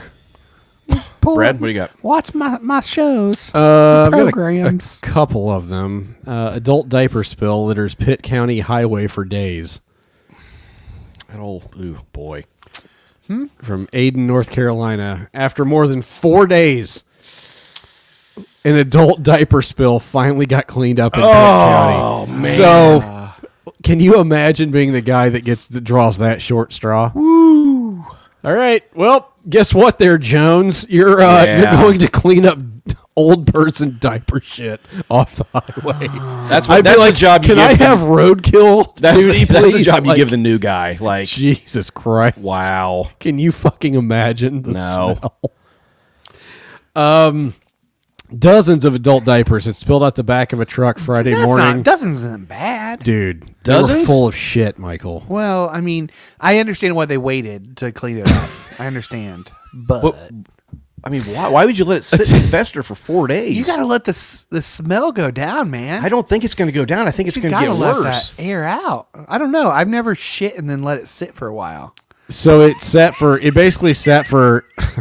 Speaker 1: Pull
Speaker 3: Brad,
Speaker 1: up-
Speaker 3: what do you got?
Speaker 1: Watch my, my shows.
Speaker 2: Uh, I've got a-
Speaker 1: programs.
Speaker 2: a, couple of them. Uh, adult diaper spill litters Pitt County highway for days.
Speaker 3: That old, ooh, boy.
Speaker 2: From Aden, North Carolina. After more than four days, an adult diaper spill finally got cleaned up in Pitt
Speaker 3: Oh,
Speaker 2: County.
Speaker 3: man.
Speaker 2: So, can you imagine being the guy that gets that draws that short straw?
Speaker 1: Woo!
Speaker 2: All right. Well, guess what, there, Jones? You're uh,
Speaker 3: Yeah.
Speaker 2: you're going to clean up old person diaper shit off the highway.
Speaker 3: That's what,
Speaker 2: I'd be
Speaker 3: that's
Speaker 2: like,
Speaker 3: the job. You
Speaker 2: Can
Speaker 3: give
Speaker 2: I
Speaker 3: the-
Speaker 2: have roadkill?
Speaker 3: That's,
Speaker 2: duty,
Speaker 3: the, that's the
Speaker 2: please?"
Speaker 3: job you
Speaker 2: Like,
Speaker 3: give the new guy. Like
Speaker 2: Jesus Christ!
Speaker 3: Wow.
Speaker 2: Can you fucking imagine the
Speaker 3: No.
Speaker 2: smell? Um, dozens of adult diapers had spilled out the back of a truck Friday
Speaker 1: That's
Speaker 2: morning.
Speaker 1: not dozens isn't bad.
Speaker 2: Dude, they were
Speaker 1: Dozens?
Speaker 2: full of shit, Michael.
Speaker 1: Well, I mean, I understand why they waited to clean it up. I understand, but
Speaker 3: I mean, why, why would you let it [laughs] sit and fester for four days?
Speaker 1: you got to let the s- the smell go down, man. I
Speaker 3: don't think it's going to go down. I think it's gonna get worse.
Speaker 1: Let that air out. I don't know. I've never shit and then let it sit for a while.
Speaker 2: So it sat for it basically sat for [laughs]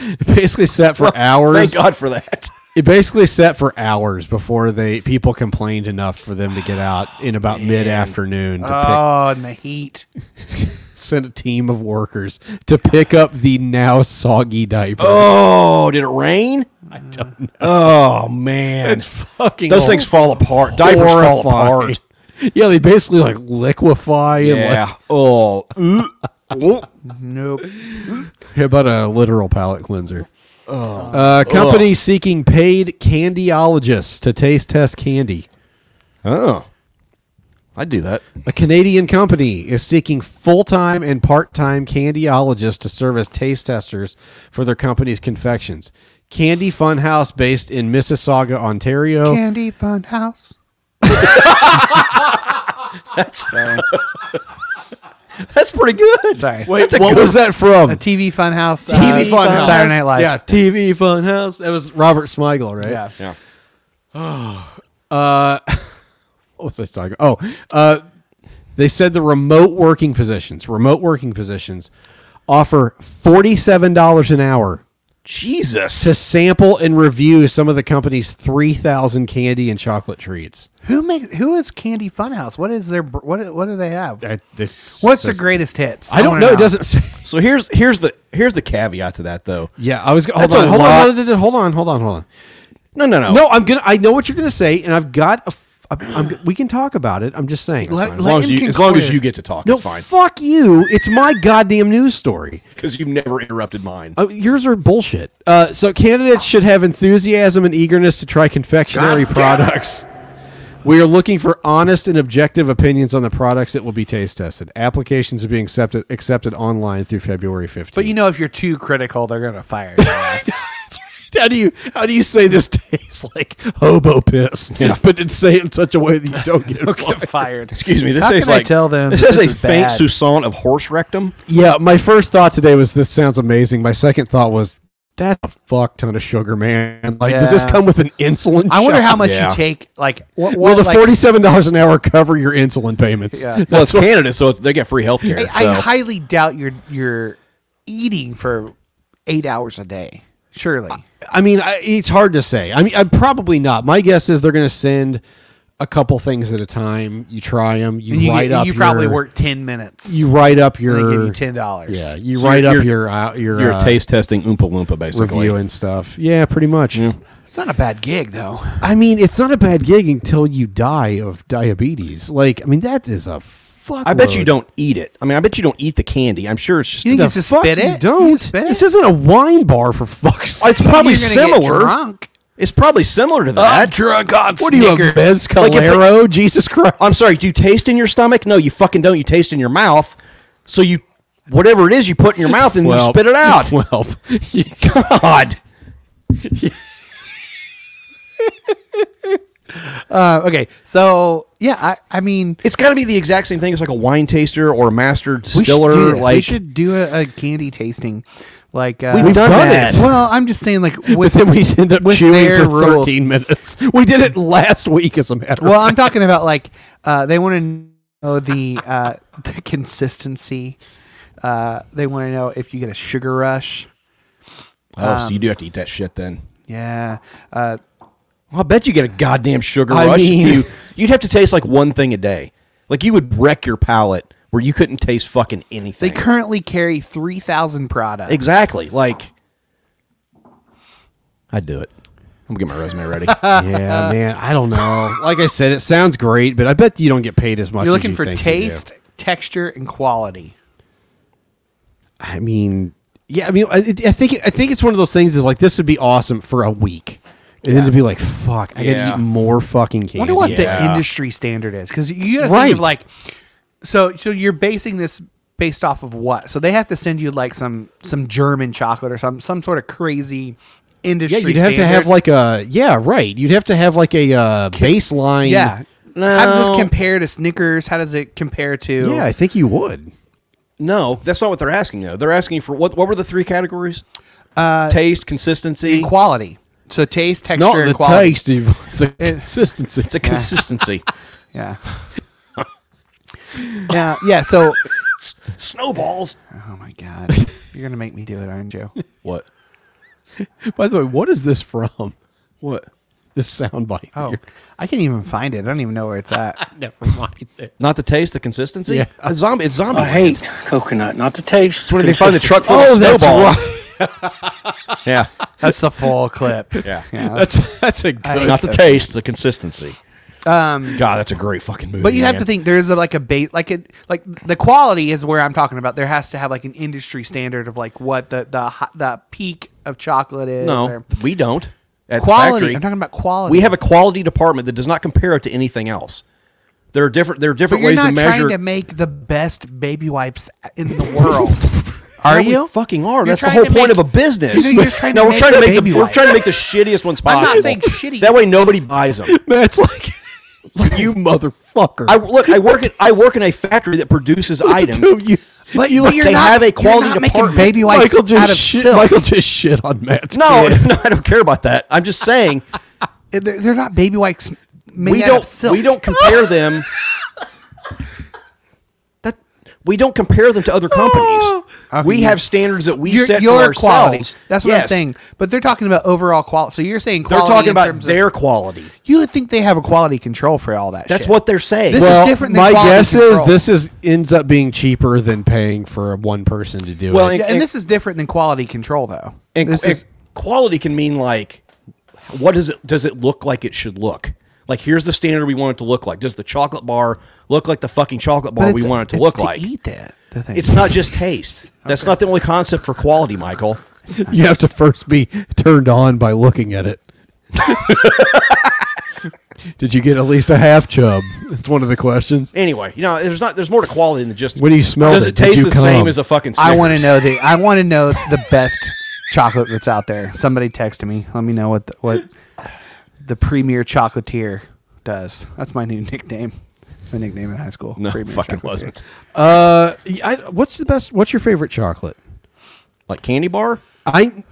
Speaker 2: it basically sat for
Speaker 3: [laughs] Well,
Speaker 2: hours.
Speaker 3: Oh, thank God for that.
Speaker 2: It basically sat for hours before they people complained enough for them to get out in about mid afternoon to
Speaker 1: Oh, in the heat.
Speaker 2: pick, send a team of workers to pick up the now soggy diaper.
Speaker 3: Oh, did it rain? I don't know. Oh man,
Speaker 2: It's fucking
Speaker 3: Those things fall apart. Diapers fall
Speaker 2: horrifying.
Speaker 3: apart.
Speaker 2: [laughs] Yeah, they basically like liquefy and
Speaker 3: Yeah.
Speaker 2: like oh
Speaker 1: nope.
Speaker 2: How [laughs] about a literal palate cleanser? Uh, company seeking paid candyologists to taste test candy.
Speaker 3: Oh. I'd do that.
Speaker 2: A Canadian company is seeking full time and part time candyologists to serve as taste testers for their company's confections. Candy Funhouse, based in Mississauga, Ontario.
Speaker 1: Candy Fun House.
Speaker 3: That's that's pretty good.
Speaker 1: Sorry.
Speaker 2: Wait, what was that from?
Speaker 1: A TV Fun House.
Speaker 2: TV Funhouse.
Speaker 1: uh, Saturday Night Live.
Speaker 2: Yeah, TV Funhouse. That was Robert Smigel, right?
Speaker 1: Yeah.
Speaker 3: Yeah.
Speaker 2: Uh, what was I talking? Oh, uh, they said the remote working positions, remote working positions, offer forty-seven dollars an hour
Speaker 3: Jesus.
Speaker 2: to sample and review some of the company's three thousand candy and chocolate treats.
Speaker 1: Who makes? Who is Candy Fun House? What is their? br- What? What do they have?
Speaker 2: this
Speaker 1: What's
Speaker 2: says-
Speaker 1: their greatest hits?
Speaker 2: I don't
Speaker 1: wanna
Speaker 2: know. It doesn't say. [laughs]
Speaker 3: So here's here's the here's the caveat to that though.
Speaker 2: Yeah, I was. Hold
Speaker 3: That's a
Speaker 2: on, hold
Speaker 3: lot-
Speaker 2: on, hold on, hold on, hold on, hold on.
Speaker 3: No, no, no.
Speaker 2: No, I'm gonna. I know what you're gonna say, and I've got. A, f- I'm, I'm, we can talk about it. I'm just saying.
Speaker 1: Let-
Speaker 2: It's
Speaker 3: As
Speaker 2: fine.
Speaker 3: long as you as long as you get to talk,
Speaker 2: no,
Speaker 3: it's fine.
Speaker 2: fuck you. It's my goddamn news story.
Speaker 3: Because you've never interrupted mine.
Speaker 2: Oh, yours are bullshit. Uh, so candidates should have enthusiasm and eagerness to try confectionery
Speaker 3: God damn it.
Speaker 2: products. We are looking for honest and objective opinions on the products that will be taste tested. Applications are being accepted accepted online through February 15th.
Speaker 1: But you know, if you're too critical, they're gonna fire
Speaker 2: [laughs]
Speaker 1: you.
Speaker 2: how do you how do you say this tastes like hobo piss? [laughs] but it's say it in such a way that you don't
Speaker 3: [laughs]
Speaker 2: get,
Speaker 1: get fired.
Speaker 3: Excuse me. This
Speaker 1: How
Speaker 3: tastes
Speaker 1: can I
Speaker 3: like
Speaker 1: tell them
Speaker 3: This
Speaker 1: that
Speaker 3: is a
Speaker 1: this is
Speaker 3: faint
Speaker 1: bad?
Speaker 3: sousson of horse rectum.
Speaker 2: Yeah, my first thought today was this sounds amazing. My second thought was that's a fuck ton of sugar, man. Like, does this
Speaker 1: Yeah.
Speaker 2: come with an insulin?
Speaker 1: I wonder
Speaker 2: shot?
Speaker 1: how much you take. Like, what?
Speaker 2: Will
Speaker 1: what
Speaker 2: the
Speaker 1: like,
Speaker 2: forty-seven dollars an hour cover your insulin payments?
Speaker 1: Yeah.
Speaker 3: Well, it's Canada, so it's, they get free health care.
Speaker 1: I, I highly doubt you're you're eating for eight hours a day. Surely,
Speaker 2: I mean, I, it's hard to say. I mean, I'm probably not. My guess is they're going to send a couple things at a time. You try them. You,
Speaker 1: And you,
Speaker 2: write
Speaker 1: get-
Speaker 2: up.
Speaker 1: You probably
Speaker 2: your-
Speaker 1: work ten minutes.
Speaker 2: You write up
Speaker 1: and they give
Speaker 2: your
Speaker 1: you ten dollars.
Speaker 2: Yeah, you write up your uh, your
Speaker 3: your
Speaker 2: uh,
Speaker 3: taste testing oompa loompa basically.
Speaker 2: review and stuff. Yeah, pretty much.
Speaker 1: It's not a bad gig though.
Speaker 2: I mean, it's not a bad gig until you die of diabetes. Like, I mean, that is a fuck.
Speaker 3: I bet you don't eat it. I mean, I bet you don't eat the candy. I'm sure it's just.
Speaker 1: You think
Speaker 3: the
Speaker 1: it's just
Speaker 3: fuck
Speaker 1: spit
Speaker 3: you
Speaker 1: it?
Speaker 3: don't.
Speaker 1: You spit
Speaker 2: This
Speaker 1: it?
Speaker 2: isn't a wine bar for fuck's sake.
Speaker 3: [laughs] It's probably
Speaker 1: You're gonna get
Speaker 3: similar.
Speaker 1: drunk.
Speaker 3: It's probably similar to that. drunk on
Speaker 2: What are you, a mezcalero? Jesus Christ!
Speaker 3: I'm sorry. Do you taste in your stomach? No, you fucking don't. You taste in your mouth. So you, whatever it is, you put in your mouth and
Speaker 2: Well,
Speaker 3: you spit it [laughs] out.
Speaker 2: Well,
Speaker 3: God.
Speaker 1: Uh, okay, so yeah, I, I mean,
Speaker 3: It's got to be the exact same thing. It's like a wine taster or a master
Speaker 1: we should, do
Speaker 3: distiller.
Speaker 1: this.
Speaker 3: like
Speaker 1: we should do a, a candy tasting. Like uh,
Speaker 3: We've done that.
Speaker 1: Well, I'm just saying,
Speaker 3: [laughs]
Speaker 1: like with
Speaker 2: then we end up
Speaker 1: with
Speaker 2: chewing
Speaker 1: their
Speaker 2: for
Speaker 1: rules.
Speaker 2: 13 minutes. We did it last week, as a matter
Speaker 1: Well,
Speaker 2: of
Speaker 1: I'm talking about like uh, they want to know the uh, [laughs] the consistency. Uh, they want to know if you get a sugar rush.
Speaker 3: oh, so you do have to eat that shit then.
Speaker 1: Yeah. Uh,
Speaker 3: I bet you get a goddamn sugar
Speaker 2: I
Speaker 3: rush. if
Speaker 2: mean-
Speaker 3: you, you'd have to taste like one thing a day. Like you would wreck your palate where you couldn't taste fucking
Speaker 1: they
Speaker 3: anything.
Speaker 1: currently carry 3,000 products.
Speaker 3: exactly. Like I'd do it. I'm gonna get my
Speaker 1: [laughs]
Speaker 3: resume ready.
Speaker 2: fact. yeah, man. I don't know. Like I said, it sounds great, but I bet you don't get paid as much.
Speaker 1: You're
Speaker 2: as
Speaker 1: looking
Speaker 2: you
Speaker 1: for
Speaker 2: think you do.
Speaker 1: taste, texture, and quality.
Speaker 2: I mean, yeah, I mean, I, it- I think I think it's one of those things is like this would be awesome for a week, and then to be like, fuck, I
Speaker 1: Yeah.
Speaker 2: gotta eat more fucking candy.
Speaker 1: Wonder what the industry standard is because you gotta
Speaker 2: Right.
Speaker 1: think of like, so so you're basing this based off of what? So they have to send you like some some German chocolate or some some sort of crazy
Speaker 2: Yeah,
Speaker 1: industry.
Speaker 2: you'd have to have
Speaker 1: standard.
Speaker 2: like a yeah, right. You'd have to have like a uh, baseline.
Speaker 1: yeah. How does
Speaker 2: No.
Speaker 1: this compare to Snickers? How does it compare to?
Speaker 2: yeah, I think you would.
Speaker 3: No, that's not what they're asking though. They're asking for what? What were the three categories?
Speaker 1: Uh,
Speaker 3: taste, consistency, and
Speaker 1: quality. So taste,
Speaker 3: texture,
Speaker 2: not the taste, [laughs] it's the consistency.
Speaker 3: It's a
Speaker 1: Yeah. [laughs]
Speaker 3: consistency.
Speaker 2: [laughs]
Speaker 1: yeah. yeah. Yeah. So
Speaker 3: snowballs.
Speaker 1: Oh my god, you're gonna make me do it, aren't you?
Speaker 3: What?
Speaker 2: By the way, what is this from?
Speaker 3: What?
Speaker 2: This sound bite.
Speaker 1: Oh, I can't even find it. I don't even know where it's at.
Speaker 2: Never mind.
Speaker 3: Not the taste, the consistency.
Speaker 1: Yeah.
Speaker 3: A zombie. It's zombie.
Speaker 1: I
Speaker 3: hate
Speaker 6: coconut, not the taste.
Speaker 3: It's when they find the truck full
Speaker 2: Oh,
Speaker 3: of
Speaker 2: that's
Speaker 3: snowballs. [laughs] yeah,
Speaker 1: that's the full
Speaker 2: [laughs]
Speaker 1: clip.
Speaker 3: Yeah,
Speaker 1: Yeah.
Speaker 2: that's that's a
Speaker 1: I-
Speaker 3: good. Not the taste, the consistency.
Speaker 1: Um,
Speaker 3: God, that's a great fucking movie.
Speaker 1: But you have
Speaker 3: man.
Speaker 1: to think there's a, like a bait, like it, like the quality is where I'm talking about. There has to have like an industry standard of like what the the hi- the peak of chocolate is.
Speaker 3: No,
Speaker 1: or-
Speaker 3: we don't. At the
Speaker 1: Quality.
Speaker 3: factory,
Speaker 1: I'm talking about quality.
Speaker 3: We have a quality department that does not compare it to anything else. There are different. There are
Speaker 1: but
Speaker 3: different
Speaker 1: you're
Speaker 3: ways
Speaker 1: not
Speaker 3: to measure.
Speaker 1: trying to make the best baby wipes in
Speaker 3: [laughs]
Speaker 1: the world. Are
Speaker 3: Yeah, we
Speaker 1: you?
Speaker 3: fucking are.
Speaker 1: You're
Speaker 3: That's the
Speaker 1: trying
Speaker 3: whole
Speaker 1: to
Speaker 3: point
Speaker 1: make-
Speaker 3: of a business.
Speaker 1: You're just trying
Speaker 3: no,
Speaker 1: to
Speaker 3: we're
Speaker 1: make
Speaker 3: trying to
Speaker 1: the
Speaker 3: make the
Speaker 1: baby
Speaker 3: we're
Speaker 1: wipe.
Speaker 3: trying to make the shittiest ones
Speaker 1: I'm
Speaker 3: possible.
Speaker 1: not saying shitty.
Speaker 3: That way, nobody buys them.
Speaker 2: That's like, [laughs] you motherfucker.
Speaker 3: I look. I work at. I work in a factory
Speaker 1: [laughs]
Speaker 3: that produces items.
Speaker 2: you,
Speaker 1: but
Speaker 3: you,
Speaker 1: you're
Speaker 3: they
Speaker 1: not-
Speaker 3: have a
Speaker 1: you're
Speaker 3: quality
Speaker 1: not making
Speaker 3: department.
Speaker 1: baby wipes
Speaker 2: Michael just
Speaker 1: out of
Speaker 2: shit.
Speaker 1: silk.
Speaker 2: Michael just shit
Speaker 1: [laughs]
Speaker 2: on Matt's
Speaker 3: No,
Speaker 2: kid.
Speaker 3: no, I don't care about that. I'm just saying
Speaker 1: they're, they're not baby wipes. Made
Speaker 3: we
Speaker 1: out
Speaker 3: don't
Speaker 1: Of silk.
Speaker 3: we
Speaker 1: [laughs]
Speaker 3: don't compare them that we don't compare them to other companies we have standards that we
Speaker 1: Oh. Your-
Speaker 3: set
Speaker 1: your
Speaker 3: for ourselves
Speaker 1: quality. That's what I'm
Speaker 3: Yes.
Speaker 1: saying. But they're talking about overall quality. So you're saying
Speaker 3: they're
Speaker 1: quality
Speaker 3: talking
Speaker 1: in
Speaker 3: about
Speaker 1: terms of-
Speaker 3: their quality
Speaker 1: You would think they have a quality control for all that.
Speaker 3: that's
Speaker 1: shit.
Speaker 3: what they're saying
Speaker 1: This
Speaker 2: well,
Speaker 1: is different. Than
Speaker 2: my
Speaker 1: quality
Speaker 2: guess
Speaker 1: control.
Speaker 2: is this is ends up being cheaper than paying for one person to do
Speaker 3: Well,
Speaker 2: it.
Speaker 1: Yeah, and,
Speaker 3: and-
Speaker 1: this is different than quality control, though.
Speaker 3: and,
Speaker 1: this
Speaker 3: and
Speaker 1: is
Speaker 3: quality can mean like what does it does it look like it should look like here's the standard we want it to look like does the chocolate bar look like the fucking chocolate bar
Speaker 1: but
Speaker 3: we
Speaker 1: it's-
Speaker 3: want it to
Speaker 1: it's
Speaker 3: look like
Speaker 1: Eat that. The thing.
Speaker 3: it's not just taste that's not the only concept for quality michael
Speaker 2: you have to first be turned on by looking [laughs] at it. Did you get at least a half chub? It's one of the questions.
Speaker 3: Anyway, you know, there's not there's more to quality than just
Speaker 2: When you smelled
Speaker 3: Does
Speaker 2: it,
Speaker 3: it,
Speaker 2: did
Speaker 3: taste
Speaker 2: you
Speaker 3: the same
Speaker 2: come?
Speaker 3: as a fucking? Snickers?
Speaker 1: I want to know the. I want to know the best chocolate that's out there. Somebody text me. Let me know what the, what the premier chocolatier does. That's my new [laughs] nickname. It's my nickname in high school.
Speaker 3: [laughs] No,
Speaker 1: Premier
Speaker 3: fucking
Speaker 1: chocolatier.
Speaker 3: wasn't.
Speaker 2: Uh, I, what's the best? What's your favorite chocolate?
Speaker 3: Like candy bar?
Speaker 2: I.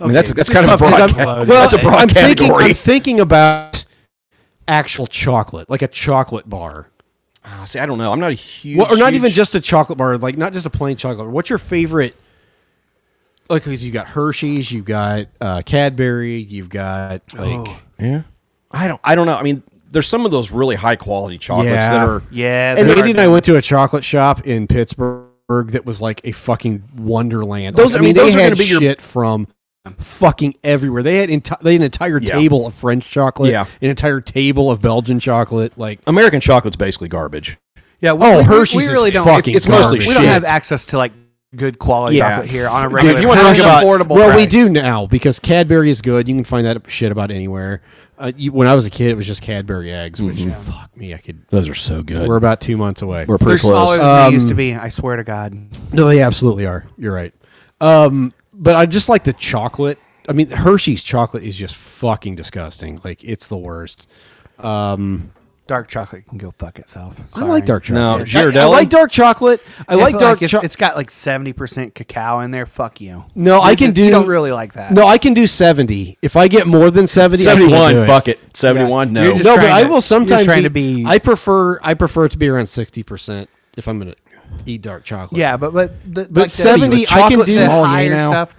Speaker 3: I mean, that's that's
Speaker 2: this
Speaker 3: kind of a
Speaker 2: is tough
Speaker 3: broad.
Speaker 2: because
Speaker 3: ca-
Speaker 2: I'm-
Speaker 3: well, that's a broad
Speaker 2: I'm
Speaker 3: category.
Speaker 2: Thinking, I'm thinking about actual chocolate, like a chocolate bar,
Speaker 3: Ah, see, I don't know. I'm not a huge.
Speaker 2: [laughs] Well, or not even
Speaker 3: huge-
Speaker 2: just a chocolate bar, like not just a plain chocolate. What's your favorite? Like, because you got Hershey's, you've got uh, Cadbury, you've got like
Speaker 3: yeah. I don't. I don't know. I mean, there's some of those really high quality chocolates
Speaker 2: Yeah.
Speaker 3: that are.
Speaker 1: Yeah,
Speaker 2: And
Speaker 1: there
Speaker 2: Andy
Speaker 1: are
Speaker 2: and I went to a chocolate shop in Pittsburgh that was like a fucking wonderland.
Speaker 3: Those-
Speaker 2: Like,
Speaker 3: I mean, those are
Speaker 2: they
Speaker 3: gonna
Speaker 2: had
Speaker 3: be your-
Speaker 2: shit from fucking everywhere. They had enti- they had an entire
Speaker 3: Yeah.
Speaker 2: table of French chocolate,
Speaker 3: Yeah.
Speaker 2: an entire table of Belgian chocolate. Like,
Speaker 3: American chocolate's basically garbage.
Speaker 1: Yeah. We,
Speaker 2: Oh,
Speaker 1: we- we-
Speaker 2: Hershey's
Speaker 1: We
Speaker 2: is
Speaker 1: really don't.
Speaker 2: fucking
Speaker 1: it's, it's mostly
Speaker 2: garbage.
Speaker 1: we don't
Speaker 2: shit.
Speaker 1: have access to like good quality
Speaker 3: Yeah.
Speaker 1: chocolate here on a
Speaker 3: Dude,
Speaker 1: regular.
Speaker 3: if you wanna
Speaker 1: at
Speaker 3: talk
Speaker 1: an
Speaker 3: about-
Speaker 1: affordable,
Speaker 2: well, we
Speaker 1: price.
Speaker 2: do now because Cadbury is good. You can find that shit about anywhere. Uh, you, when I was a kid, it was just Cadbury eggs, which fuck me, I could.
Speaker 3: Mm-hmm. Those are so good.
Speaker 2: We're about two months away.
Speaker 3: We're
Speaker 1: They're
Speaker 3: pretty close.
Speaker 1: smaller than they used to
Speaker 2: Um,
Speaker 1: be. I swear to God.
Speaker 2: No, they absolutely are. You're right. Um, but I just like the chocolate. I mean, Hershey's chocolate is just fucking disgusting. Like it's the worst. Um,
Speaker 1: Dark chocolate can go fuck itself.
Speaker 2: I
Speaker 1: Sorry.
Speaker 2: like dark
Speaker 3: No,
Speaker 2: chocolate. I, I
Speaker 3: Ghirardelli?
Speaker 2: like dark chocolate. I
Speaker 1: If,
Speaker 2: like dark
Speaker 1: it's-
Speaker 2: chocolate.
Speaker 1: it's got like seventy percent cacao in there. Fuck you.
Speaker 2: No, I
Speaker 1: You
Speaker 2: can
Speaker 1: just-
Speaker 2: do.
Speaker 1: You don't really like that.
Speaker 2: No, I can do seventy. If I get more than seventy, I can't
Speaker 3: 71,
Speaker 2: do it.
Speaker 3: fuck it. 71, no.
Speaker 1: You're just
Speaker 2: no, but
Speaker 1: trying
Speaker 2: I
Speaker 1: to-
Speaker 2: will
Speaker 1: you're just
Speaker 2: sometimes
Speaker 1: trying
Speaker 2: eat-
Speaker 1: to be-
Speaker 2: I prefer. I prefer it to be around sixty percent if I'm gonna eat dark chocolate.
Speaker 1: Yeah, but but the,
Speaker 2: But
Speaker 1: like the-
Speaker 2: 70,
Speaker 1: the
Speaker 2: I can
Speaker 1: chocolate
Speaker 2: do
Speaker 1: the
Speaker 2: all
Speaker 1: higher
Speaker 2: now. Oh,
Speaker 1: stuff.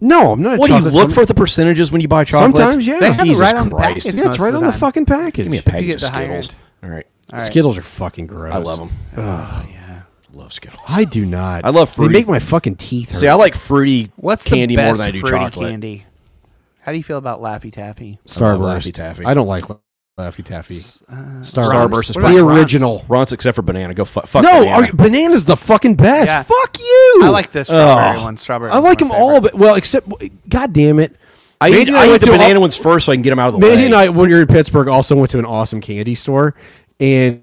Speaker 2: No, I'm not. a
Speaker 3: What do you
Speaker 2: chocolate
Speaker 3: look
Speaker 2: stomach.
Speaker 3: for the percentages when you buy chocolates?
Speaker 2: Sometimes, yeah.
Speaker 1: They have it
Speaker 3: Jesus
Speaker 1: right on the
Speaker 3: Christ.
Speaker 1: package
Speaker 2: Yeah, it's
Speaker 1: most of
Speaker 2: right
Speaker 1: the
Speaker 2: on the
Speaker 1: time.
Speaker 2: fucking package.
Speaker 3: Give me a
Speaker 1: you
Speaker 3: package
Speaker 1: get
Speaker 3: of
Speaker 1: the higher
Speaker 3: Skittles.
Speaker 1: end.
Speaker 3: All right.
Speaker 1: All right.
Speaker 2: Skittles are fucking gross.
Speaker 3: I love them.
Speaker 1: Oh, yeah.
Speaker 3: Love Skittles.
Speaker 2: I do not.
Speaker 3: I love
Speaker 2: They
Speaker 3: fruity-
Speaker 2: make my fucking teeth hurt.
Speaker 3: See, I like fruity
Speaker 1: What's
Speaker 3: candy
Speaker 1: the
Speaker 3: more
Speaker 1: best
Speaker 3: than I do
Speaker 1: fruity
Speaker 3: chocolate.
Speaker 1: candy? How do you feel about Laffy Taffy?
Speaker 3: I love
Speaker 2: Starburst.
Speaker 3: Laffy Taffy.
Speaker 2: I don't like Laffy Taffy.
Speaker 1: uh,
Speaker 3: Star versus
Speaker 2: the original.
Speaker 3: Ron's except for banana. Go fu- fuck.
Speaker 2: no,
Speaker 3: banana.
Speaker 2: are you- banana's the fucking best.
Speaker 1: Yeah.
Speaker 2: Fuck you.
Speaker 1: I like the strawberry
Speaker 2: Oh.
Speaker 1: one. Strawberry.
Speaker 2: I
Speaker 1: one's
Speaker 2: like
Speaker 1: my
Speaker 2: them all, but well, except God damn it.
Speaker 3: I
Speaker 2: Mandy
Speaker 3: eat,
Speaker 2: and
Speaker 3: I eat
Speaker 2: went
Speaker 3: the
Speaker 2: to all-
Speaker 3: banana ones first so I can get them out of the
Speaker 2: Mandy
Speaker 3: way.
Speaker 2: and I, when we were in Pittsburgh, also went to an awesome candy store. And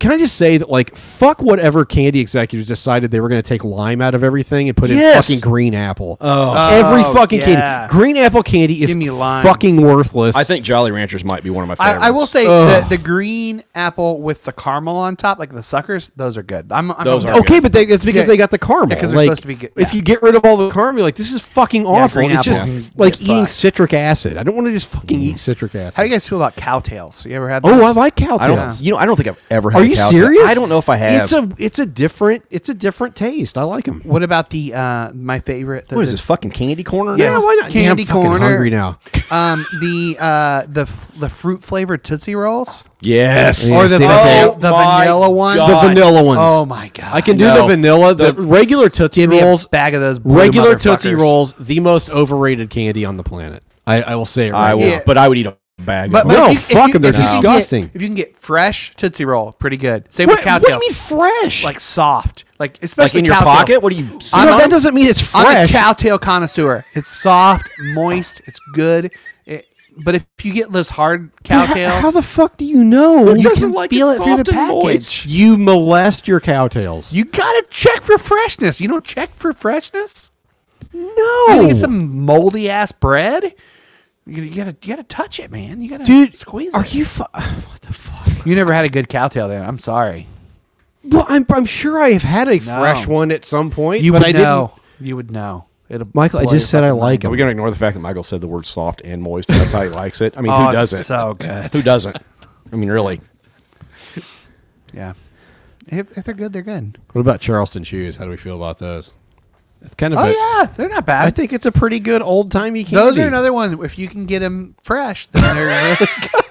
Speaker 2: can I just say that, like, fuck whatever candy executives decided they were going to take lime out of everything and put
Speaker 3: Yes.
Speaker 2: in fucking green apple.
Speaker 3: Oh.
Speaker 2: every
Speaker 1: Oh,
Speaker 2: fucking
Speaker 1: yeah.
Speaker 2: candy. Green apple candy is
Speaker 1: Give me lime.
Speaker 2: fucking worthless.
Speaker 3: I think Jolly Ranchers might be one of my favorites.
Speaker 1: I, I will say
Speaker 2: Ugh.
Speaker 1: the, the green apple with the caramel on top, like the suckers, those are good. I'm, I'm
Speaker 3: Those are
Speaker 1: okay.
Speaker 3: good.
Speaker 2: okay, but they, it's because
Speaker 1: Yeah.
Speaker 2: they got the caramel.
Speaker 1: Yeah, 'cause they're
Speaker 2: Like,
Speaker 1: supposed to be good.
Speaker 2: If you get rid of all the caramel, you're like, this is fucking awful.
Speaker 1: green
Speaker 2: It's just
Speaker 1: apple. Yeah.
Speaker 2: like
Speaker 1: Get
Speaker 2: eating
Speaker 1: fucked. Mm.
Speaker 2: citric acid. I don't want to just fucking eat citric
Speaker 1: How
Speaker 2: acid.
Speaker 1: do you guys feel about cowtails? You ever had?
Speaker 2: Oh,
Speaker 1: those?
Speaker 2: I like
Speaker 3: I don't.
Speaker 2: cowtails.
Speaker 3: You know, I don't think I've ever. had
Speaker 2: Are
Speaker 3: a
Speaker 2: you
Speaker 3: cow tail.
Speaker 2: serious?
Speaker 3: I don't know if I have.
Speaker 2: It's a it's a different it's a different taste. I like them.
Speaker 1: What about the uh my favorite? The,
Speaker 3: what is
Speaker 1: the-
Speaker 3: this fucking candy corner?
Speaker 1: Yeah,
Speaker 3: now?
Speaker 1: why not? Candy
Speaker 2: I'm fucking
Speaker 1: corner.
Speaker 2: hungry now.
Speaker 1: um, the uh the f- the fruit flavored tootsie rolls.
Speaker 3: Yes.
Speaker 1: Or the,
Speaker 2: see,
Speaker 1: vanilla,
Speaker 2: okay.
Speaker 1: the
Speaker 3: Oh my
Speaker 1: vanilla ones.
Speaker 3: God.
Speaker 2: The vanilla ones.
Speaker 1: Oh my god!
Speaker 2: I can do
Speaker 3: No.
Speaker 2: the vanilla, the,
Speaker 3: The-
Speaker 2: regular Tootsie
Speaker 1: Give me a
Speaker 2: Rolls.
Speaker 1: bag of those blue
Speaker 2: Regular Tootsie
Speaker 1: motherfuckers.
Speaker 2: Rolls, the most overrated candy on the planet. I, I will say it right
Speaker 3: I will,
Speaker 1: Yeah.
Speaker 3: but I would eat a bag.
Speaker 1: But,
Speaker 3: of
Speaker 1: but
Speaker 3: them.
Speaker 2: No,
Speaker 1: if you,
Speaker 2: fuck
Speaker 1: if you,
Speaker 2: 'em, they're
Speaker 1: if you can get-
Speaker 2: disgusting.
Speaker 1: if you can get fresh tootsie roll, pretty good. Same
Speaker 2: What,
Speaker 1: with
Speaker 2: what
Speaker 1: cowtails.
Speaker 2: do you mean fresh?
Speaker 1: Like soft, like
Speaker 3: like
Speaker 1: especially
Speaker 3: in your
Speaker 1: cowtails.
Speaker 3: pocket, what do you?
Speaker 2: You know,
Speaker 1: I'm-
Speaker 2: that doesn't mean it's
Speaker 1: I'm a
Speaker 2: fresh.
Speaker 1: cowtail connoisseur. It's soft, moist. It's good. It, but if you get those hard
Speaker 2: But ho-
Speaker 1: cowtails,
Speaker 2: How the fuck do you know?
Speaker 1: you
Speaker 2: You,
Speaker 1: can feel it through the package.
Speaker 2: you molest your cowtails.
Speaker 1: You gotta check for freshness. You don't check for freshness.
Speaker 2: no,
Speaker 1: You gotta get some moldy ass bread. You gotta, you gotta, you gotta touch it, man. You gotta
Speaker 2: dude.
Speaker 1: squeeze
Speaker 2: Are
Speaker 1: it.
Speaker 2: you? Fu- [sighs] what the fuck?
Speaker 1: You never had a good cowtail, then. I'm sorry.
Speaker 2: Well, I'm, I'm sure I have had a fresh one at some point,
Speaker 1: You
Speaker 2: but
Speaker 1: would
Speaker 2: I
Speaker 1: know. You would know. It'll
Speaker 2: Michael, I
Speaker 1: blow your
Speaker 2: just said I
Speaker 1: fucking
Speaker 2: like
Speaker 1: mind.
Speaker 3: Are we gonna ignore the fact that Michael said the word soft and moist? That's how he likes it. I mean,
Speaker 1: Oh,
Speaker 3: who
Speaker 1: it's
Speaker 3: doesn't?
Speaker 1: so good.
Speaker 3: Who doesn't? I mean, really.
Speaker 1: Yeah. If, if they're good, they're good.
Speaker 2: didn't. What about Charleston shoes? How do we feel about those? It's kind of.
Speaker 1: Oh
Speaker 2: a-
Speaker 1: yeah, they're not bad.
Speaker 2: I think it's a pretty good old timey candy.
Speaker 1: Those are another one. If you can get them fresh, then
Speaker 2: [laughs]
Speaker 1: they're really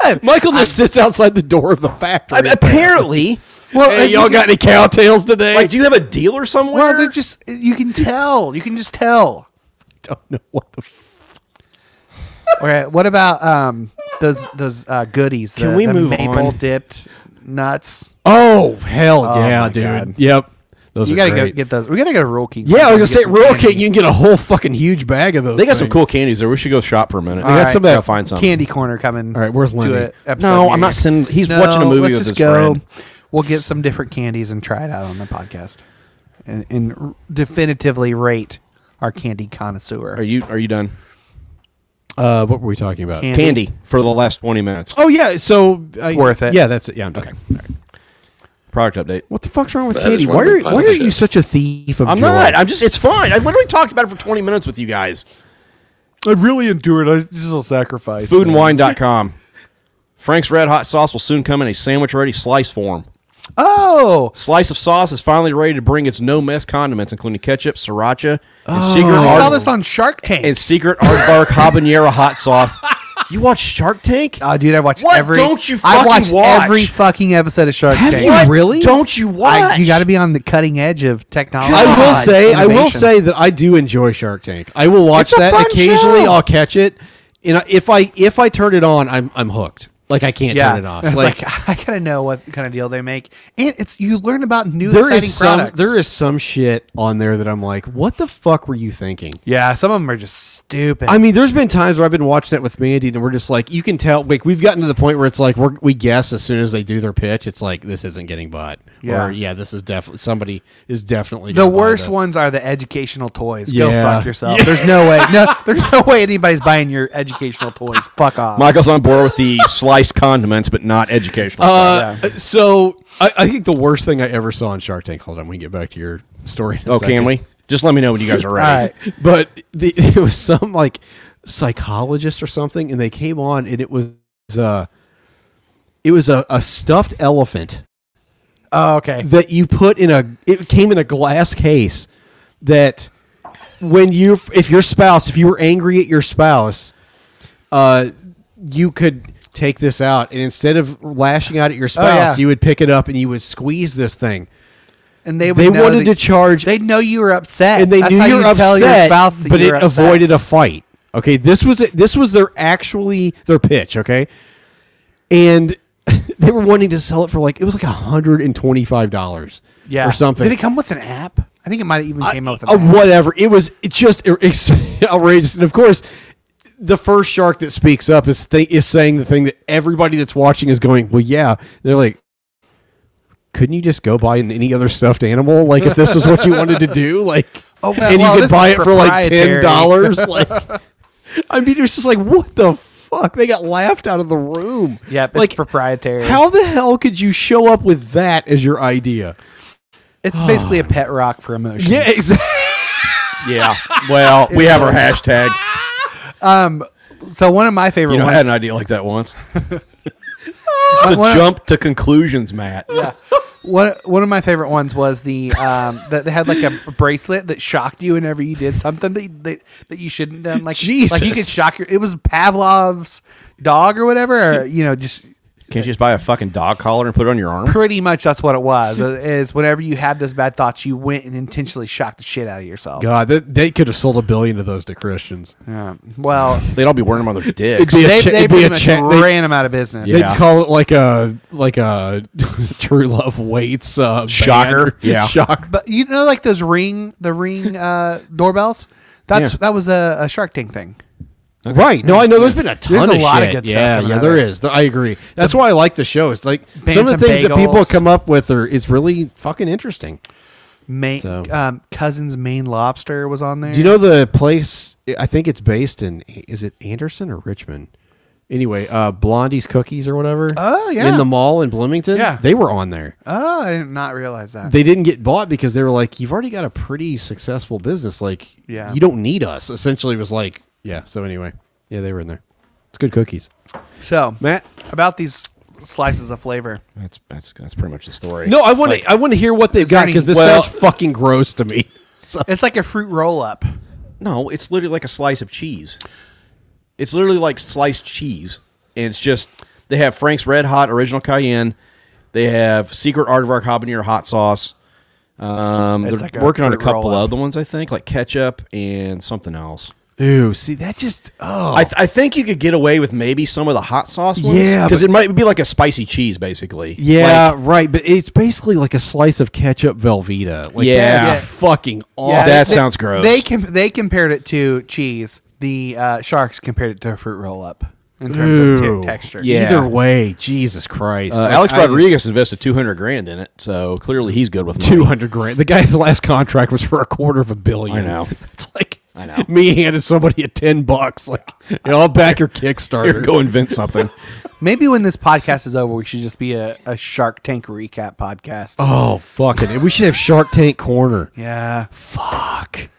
Speaker 1: good.
Speaker 2: Michael just sits outside the door of the factory.
Speaker 3: apparently,
Speaker 1: Well,
Speaker 2: hey,
Speaker 1: if you
Speaker 2: y'all
Speaker 1: can-
Speaker 2: got any cowtails today?
Speaker 3: like, do you have a dealer somewhere?
Speaker 1: Well, they're just you can tell. You can just tell.
Speaker 2: [laughs] don't know what the. F-
Speaker 1: All right. What about um those those uh, goodies?
Speaker 2: Can
Speaker 1: the-
Speaker 2: we
Speaker 1: the
Speaker 2: move
Speaker 1: maple
Speaker 2: on?
Speaker 1: dipped nuts?
Speaker 2: oh hell
Speaker 1: Oh,
Speaker 2: yeah,
Speaker 1: my
Speaker 2: dude.
Speaker 1: God.
Speaker 2: Yep. Those
Speaker 1: you
Speaker 2: are
Speaker 1: gotta
Speaker 2: great.
Speaker 1: go get those. We gotta go to Roll King.
Speaker 2: Yeah, I was
Speaker 1: Get
Speaker 2: gonna say
Speaker 1: some
Speaker 2: roll
Speaker 1: candy.
Speaker 2: cake. You can get a whole fucking huge bag of those.
Speaker 3: They got some
Speaker 2: things.
Speaker 3: cool candies there. We should go shop for a minute.
Speaker 1: All
Speaker 2: got
Speaker 1: right.
Speaker 2: some uh, of that-
Speaker 3: Go find something.
Speaker 1: Candy corner coming.
Speaker 2: All right, where's
Speaker 1: to
Speaker 2: Lenny?
Speaker 1: a episode
Speaker 3: No,
Speaker 1: near
Speaker 3: I'm
Speaker 1: you.
Speaker 3: not sending. He's
Speaker 1: No,
Speaker 3: watching a movie
Speaker 1: let's
Speaker 3: with
Speaker 1: just
Speaker 3: his
Speaker 1: go.
Speaker 3: friend.
Speaker 1: We'll get some different candies and try it out on the podcast, and, and r- definitively rate our candy connoisseur.
Speaker 3: Are you Are you done?
Speaker 2: Uh, what were we talking about?
Speaker 1: Candy.
Speaker 3: Candy for the last twenty minutes.
Speaker 2: Oh yeah, so I,
Speaker 1: Worth it.
Speaker 2: Yeah, that's it. Yeah, I'm okay.
Speaker 3: Product update.
Speaker 2: What the fuck's wrong with
Speaker 8: That
Speaker 2: candy?
Speaker 8: is
Speaker 2: Why
Speaker 8: one
Speaker 2: are
Speaker 8: big pile
Speaker 2: Why
Speaker 8: of
Speaker 2: are
Speaker 8: shit.
Speaker 2: you such a thief of
Speaker 3: I'm
Speaker 2: joy?
Speaker 3: not. I'm just. It's fine. I literally talked about it for twenty minutes with you guys.
Speaker 1: I really endured. I just will sacrifice.
Speaker 3: Foodandwine.com. Frank's Red Hot Sauce will soon come in a sandwich ready slice form.
Speaker 1: Oh,
Speaker 3: Slice of sauce is finally ready to bring its no mess condiments, including ketchup, sriracha, and secret
Speaker 1: I saw
Speaker 3: art,
Speaker 1: this on Shark Tank.
Speaker 3: and secret aardvark habanero hot sauce. You watch Shark Tank?
Speaker 1: Oh, dude, I watched
Speaker 3: What
Speaker 1: every.
Speaker 3: don't you
Speaker 1: I
Speaker 3: fucking
Speaker 1: watched
Speaker 3: watch?
Speaker 1: every fucking episode of Shark
Speaker 2: Have
Speaker 1: Tank.
Speaker 2: you really?
Speaker 3: Don't you watch?
Speaker 1: I- you got to be on the cutting edge of technology.
Speaker 2: I will
Speaker 1: and
Speaker 2: say, I will
Speaker 1: innovation.
Speaker 2: say that I do enjoy Shark Tank. I will watch
Speaker 1: It's a
Speaker 2: that
Speaker 1: fun
Speaker 2: occasionally.
Speaker 1: show.
Speaker 2: I'll catch it, and I, if I if I turn it on, I'm I'm hooked. Like I can't
Speaker 1: yeah,
Speaker 2: turn it off.
Speaker 1: It's like, [laughs] I gotta know what kind of deal they make, and it's you learn about new
Speaker 2: there
Speaker 1: exciting
Speaker 2: is some
Speaker 1: products.
Speaker 2: there is some shit on there that I'm like, what the fuck were you thinking?
Speaker 1: yeah, some of them are just stupid.
Speaker 2: I mean, there's been times where I've been watching it with Mandy, and we're just like, you can tell. Like, we've gotten to the point where it's like we're, we guess as soon as they do their pitch, it's like this isn't getting bought.
Speaker 1: Yeah.
Speaker 2: Or yeah, this is definitely somebody is definitely
Speaker 1: the
Speaker 2: gonna buy
Speaker 1: worst
Speaker 2: this.
Speaker 1: ones are the educational toys. Go
Speaker 2: Yeah.
Speaker 1: fuck yourself. There's no
Speaker 2: [laughs]
Speaker 1: way. No, there's no way anybody's buying your educational toys. Fuck off.
Speaker 3: Michael's on board with the sliced condiments, but not educational.
Speaker 2: Uh, So I, I think the worst thing I ever saw in Shark Tank. Hold on, we can get back to your story. in a
Speaker 3: oh,
Speaker 2: second.
Speaker 3: can we? Just let me know when you guys are ready.
Speaker 1: All right.
Speaker 2: [laughs] But the, [laughs] it was some like psychologist or something, and they came on, and it was uh, it was a, a stuffed elephant.
Speaker 1: Oh, okay.
Speaker 2: that you put in a it came in a glass case that when you if your spouse if you were angry at your spouse uh you could take this out and instead of lashing out at your spouse
Speaker 1: Oh, yeah.
Speaker 2: you would pick it up and you would squeeze this thing
Speaker 1: And they would
Speaker 2: they
Speaker 1: know
Speaker 2: wanted
Speaker 1: that-
Speaker 2: to charge
Speaker 1: They'd know you were upset,
Speaker 2: and they
Speaker 1: That's
Speaker 2: knew
Speaker 1: how
Speaker 2: you were
Speaker 1: tell your
Speaker 2: upset
Speaker 1: spouse that
Speaker 2: but
Speaker 1: you
Speaker 2: it
Speaker 1: were upset.
Speaker 2: avoided a fight Okay, this was it. This was their actually their pitch. Okay, and [laughs] they were wanting to sell it for like it was like hundred and twenty five dollars.
Speaker 1: Yeah.
Speaker 2: or something.
Speaker 1: Did it come with an app? I think it might have even came out with an
Speaker 2: Uh,
Speaker 1: app.
Speaker 2: whatever. It was it just it- it's [laughs] outrageous. And of course, the first shark that speaks up is th- is saying the thing that everybody that's watching is going, "Well, yeah." They're like, "Couldn't you just go buy an, any other stuffed animal? Like if this is what you wanted
Speaker 1: [laughs]
Speaker 2: to do, like,
Speaker 1: Oh, well,
Speaker 2: and you
Speaker 1: well,
Speaker 2: could
Speaker 1: this
Speaker 2: buy
Speaker 1: is
Speaker 2: it for like ten
Speaker 1: proprietary. [laughs]
Speaker 2: dollars? Like, I mean, it was just like, what the fuck? They got laughed out of the room.
Speaker 1: Yep, it's
Speaker 2: like
Speaker 1: proprietary.
Speaker 2: How the hell could you show up with that as your idea?
Speaker 1: It's basically a pet rock for emotions.
Speaker 2: Yeah, exactly.
Speaker 3: Yeah. Well, we have our hashtag.
Speaker 1: Um, so one of my favorite
Speaker 3: You know, I
Speaker 1: ones.
Speaker 3: had an idea like that once. [laughs] it's a
Speaker 1: One of-
Speaker 3: jump to conclusions, Matt.
Speaker 1: Yeah. [laughs] One, one of my favorite ones was the um that they had like a bracelet that shocked you whenever you did something that you, that, that you shouldn't done like like you could
Speaker 3: Jesus.
Speaker 1: shock your it was Pavlov's dog or whatever or you know just
Speaker 3: Can't you just buy a fucking dog collar and put it on your arm?
Speaker 1: pretty much that's what it was uh, is whenever you had those bad thoughts you went and intentionally shocked the shit out of yourself
Speaker 2: God, they, they could have sold a billion of those to Christians.
Speaker 1: Yeah. Well,
Speaker 3: they'd all be wearing them on their
Speaker 1: It'd
Speaker 3: dicks.
Speaker 1: be a They- cha- they it'd be pretty a much cha-
Speaker 2: they-
Speaker 1: ran 'em out of business.
Speaker 2: They'd
Speaker 1: Yeah.
Speaker 2: call it like a like a [laughs] true love waits uh, band. [laughs]
Speaker 3: Shocker. Yeah.
Speaker 2: shock.
Speaker 1: but you know like those ring the ring uh doorbells that's
Speaker 2: Yeah.
Speaker 1: that was a, a Shark Tank thing
Speaker 2: Right? No, I know. There's been a ton
Speaker 1: There's
Speaker 2: of
Speaker 1: a lot of
Speaker 2: shit.
Speaker 1: good stuff
Speaker 2: Yeah,
Speaker 1: coming
Speaker 2: yeah,
Speaker 1: out
Speaker 2: there
Speaker 1: of it.
Speaker 2: is. I agree. That's why I like the show. It's like some of
Speaker 1: Bantam
Speaker 2: the things that people
Speaker 1: bagels.
Speaker 2: come up with are is really fucking interesting.
Speaker 1: Maine,
Speaker 2: So-
Speaker 1: um, cousins Maine Lobster was on there.
Speaker 2: Do you know the place? I think it's based in. Is it Anderson or Richmond? Anyway, uh, Blondie's Cookies or whatever.
Speaker 1: Oh, yeah.
Speaker 2: in the mall in Bloomington.
Speaker 1: Yeah.
Speaker 2: they were on there.
Speaker 1: Oh, I did not realize that.
Speaker 2: they didn't get bought because they were like, you've already got a pretty successful business. Like,
Speaker 1: Yeah.
Speaker 2: you don't need us. Essentially, was like, yeah. So anyway, yeah, they were in there. It's good cookies.
Speaker 1: so Matt about these slices of [laughs] flavor.
Speaker 3: That's that's that's pretty much the story.
Speaker 2: No, I want to.
Speaker 1: Like,
Speaker 2: I want to hear what they've
Speaker 1: is there
Speaker 2: got
Speaker 1: any-
Speaker 2: because this
Speaker 1: Well-
Speaker 2: sounds fucking gross to me. So-
Speaker 1: It's like a fruit roll up.
Speaker 3: No, it's literally like a slice of cheese. It's literally like sliced cheese, and it's just they have Frank's Red Hot original cayenne. They have Secret Aardvark habanero hot sauce. Um,
Speaker 2: It's
Speaker 3: they're
Speaker 2: like a
Speaker 3: working on a
Speaker 2: fruit
Speaker 3: couple
Speaker 2: roll-up.
Speaker 3: other ones, I think, like ketchup and something else.
Speaker 2: Ew. See, that just. Oh.
Speaker 3: I, th- I think you could get away with maybe some of the hot sauce ones.
Speaker 2: Yeah,
Speaker 3: because
Speaker 2: but-
Speaker 3: it might be like a spicy cheese, basically. uh,
Speaker 2: yeah. right. But it's basically like a slice of ketchup Velveeta. Like,
Speaker 3: Yeah.
Speaker 2: that's
Speaker 3: Yeah.
Speaker 2: Fucking. Awful.
Speaker 1: Yeah,
Speaker 3: Oh, that
Speaker 1: they-
Speaker 3: sounds gross.
Speaker 1: They com- they compared it to cheese. The uh, sharks compared it to a fruit roll up in terms of
Speaker 2: Ew.
Speaker 1: t- texture.
Speaker 3: Yeah.
Speaker 2: Either way, Jesus Christ.
Speaker 3: Uh,
Speaker 2: Like,
Speaker 3: Alex
Speaker 2: I just-
Speaker 3: Rodriguez invested two hundred grand in it, so clearly he's good with money.
Speaker 2: Two hundred grand. The guy's last contract was for a quarter of a billion.
Speaker 3: I know.
Speaker 2: [laughs] It's like
Speaker 3: I know.
Speaker 2: Me handed somebody a ten bucks. Like, you know, I'll back your Kickstarter.
Speaker 3: Here, go invent something.
Speaker 1: Maybe when this podcast is over, we should just be a, a Shark Tank recap podcast.
Speaker 2: [laughs] Oh fucking! it. We should have Shark Tank corner.
Speaker 1: yeah.
Speaker 2: Fuck.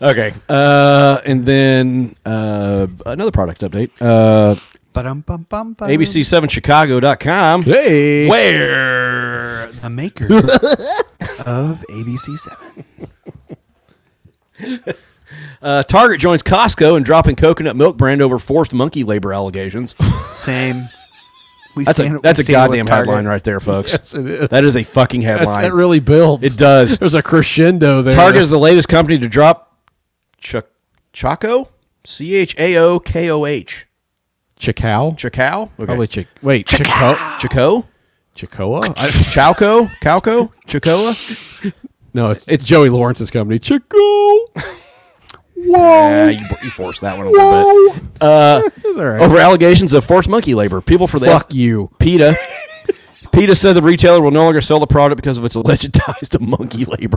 Speaker 3: Okay. Uh, and then uh, another product update. Uh,
Speaker 1: Ba-dum, bum, bum,
Speaker 3: Uh-huh.
Speaker 1: bum.
Speaker 3: ABC7Chicago.com.
Speaker 2: Hey.
Speaker 3: Where?
Speaker 1: the
Speaker 3: [laughs]
Speaker 1: maker of ABC Seven.
Speaker 3: Uh, Target joins Costco in dropping coconut milk brand over forced monkey labor [laughs] allegations.
Speaker 1: Same. We
Speaker 3: That's a,
Speaker 1: stand- we
Speaker 3: that's a
Speaker 1: stand with
Speaker 3: goddamn
Speaker 1: Target.
Speaker 3: headline right there, [laughs] folks.
Speaker 2: Yes, it is.
Speaker 3: That is a fucking
Speaker 2: That's-
Speaker 3: headline.
Speaker 2: that really builds.
Speaker 3: It [laughs]
Speaker 2: [laughs]
Speaker 3: does.
Speaker 2: There's a crescendo there.
Speaker 3: Target is the latest company to drop ch- Choco? C H A O K O H.
Speaker 2: Chacow.
Speaker 3: Chacow? Okay.
Speaker 2: Probably Ah. Chick. Wait, Chaco.
Speaker 3: Chaco. Chaco?
Speaker 2: Chacoa. I-
Speaker 3: Chalco? Calco? Chacoa?
Speaker 2: no, it's it's Joey Lawrence's company. Chico. Oh.
Speaker 3: Yeah, Ah, you, you forced that one a little bit. Uh,
Speaker 2: It's all right.
Speaker 3: Over allegations of forced monkey labor, people for the
Speaker 2: Fuck you.
Speaker 3: PETA. PETA said the retailer will no longer sell the product because of its alleged ties to
Speaker 2: [laughs]
Speaker 3: monkey labor.